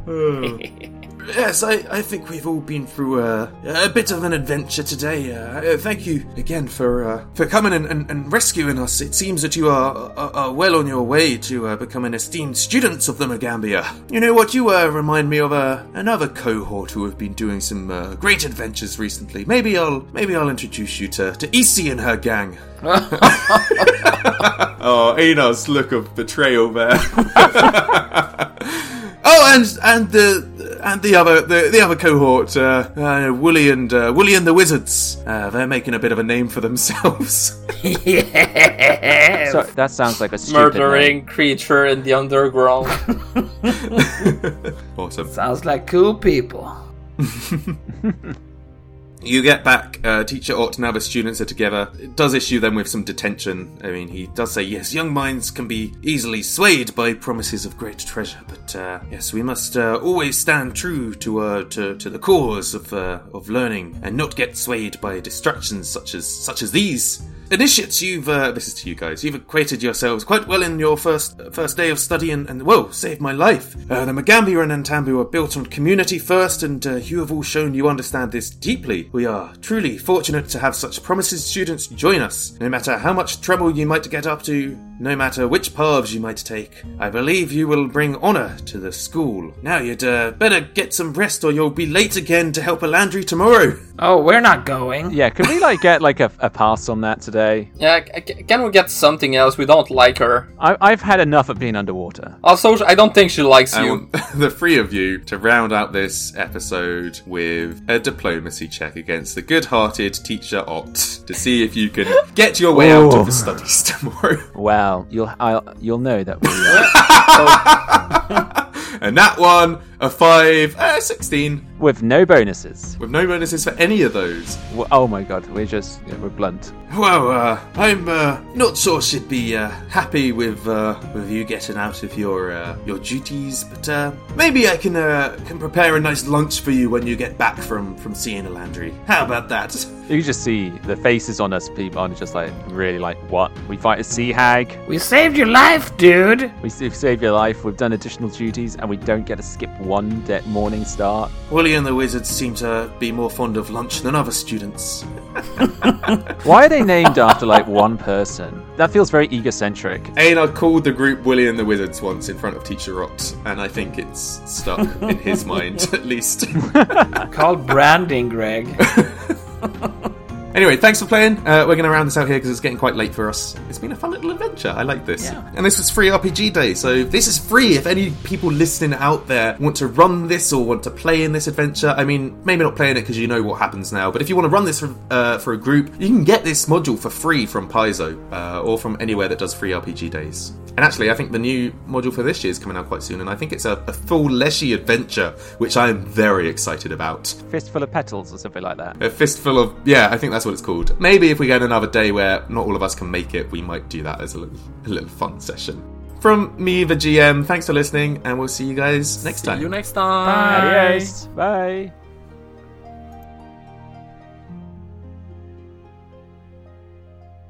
Speaker 2: it. <laughs>
Speaker 4: <laughs>
Speaker 2: Uh, yes, I, I think we've all been through uh, a bit of an adventure today. Uh, uh, thank you again for uh, for coming and, and, and rescuing us. It seems that you are, are, are well on your way to uh, becoming esteemed students of the Magambia. You know what? You uh, remind me of uh, another cohort who have been doing some uh, great adventures recently. Maybe I'll maybe I'll introduce you to to Isi and her gang. <laughs> Oh, Einar's look of betrayal there. oh, and and the and the other the, the other cohort, uh, uh, Wooly and uh, Wooly and the Wizards. Uh, they're making a bit of a name for themselves. <laughs>
Speaker 3: So that sounds like a stupid name.
Speaker 4: Murdering creature in the underground.
Speaker 2: awesome.
Speaker 5: Sounds like cool people.
Speaker 2: You get back. Uh, teacher ought to now the students are together. It does issue them with some detention. I mean, he does say yes. Young minds can be easily swayed by promises of great treasure, but uh, yes, we must uh, always stand true to uh, to, to the cause of uh, of learning and not get swayed by distractions such as such as these. Initiates, you've uh, this is to you guys. You've acquainted yourselves quite well in your first uh, first day of study, and, and whoa, saved my life. Uh, the Magambia and Antambu are built on community first, and uh, you have all shown you understand this deeply. We are truly fortunate to have such promising students join us. No matter how much trouble you might get up to, no matter which paths you might take, I believe you will bring honor to the school. Now you'd uh, better get some rest, or you'll be late again to help Alandri tomorrow. <laughs>
Speaker 5: Oh, we're not going.
Speaker 3: Yeah, could we like get like a, a pass on that today?
Speaker 4: yeah, c- c- can we get something else? We don't like her.
Speaker 3: I, I've had enough of being underwater.
Speaker 4: Also, I don't think she likes
Speaker 2: I
Speaker 4: you.
Speaker 2: want <laughs> the three of you to round out this episode with a diplomacy check against the good hearted teacher Ott. to see if you <laughs> can get your way out of the studies <laughs> tomorrow.
Speaker 3: Well, you'll I'll, you'll know that we. Uh,
Speaker 2: and that one, a 5, uh, 16,
Speaker 3: with no bonuses.
Speaker 2: with no bonuses for any of those.
Speaker 3: W oh my god, we're just yeah, we're blunt.
Speaker 2: Well, uh, I'm uh, not sure she'd be uh, happy with uh, with you getting out of your uh, your duties, but uh, maybe I can uh, can prepare a nice lunch for you when you get back from from seeing Landry. How about that? <laughs>
Speaker 3: You can just see the faces on us people are just like really like what we fight a sea hag.
Speaker 5: We saved your life, dude!
Speaker 3: We s- save your life. We've done additional duties, and we don't get to skip one de- morning start.
Speaker 2: Wooly and the wizards seem to be more fond of lunch than other students.
Speaker 3: Why are they named after like <laughs> one person? That feels very egocentric.
Speaker 2: Einar called the group Willie and the Wizards once in front of Teacher Rocks, and I think it's stuck in <laughs> his mind at least.
Speaker 5: Called branding, Greg.
Speaker 2: Anyway, thanks for playing. Uh, we're going to round this out here because it's getting quite late for us. It's been a fun little adventure. I like this. And this was free RPG day, so this is free. If any people listening out there want to run this or want to play in this adventure, I mean, maybe not playing it because you know what happens now, but if you want to run this for, uh, for a group, you can get this module for free from Paizo uh, or from anywhere that does free RPG days. And actually, I think the new module for this year is coming out quite soon, and I think it's a, a full Leshy adventure, which I am very excited about.
Speaker 3: Fistful of petals or something like that.
Speaker 2: A fistful of yeah, I think that's what it's called. Maybe if we get another day where not all of us can make it, we might do that as a little, a little fun session. From me, the GM. Thanks for listening, and we'll see you guys next
Speaker 4: See
Speaker 2: time.
Speaker 4: you next time.
Speaker 5: Bye.
Speaker 3: Bye.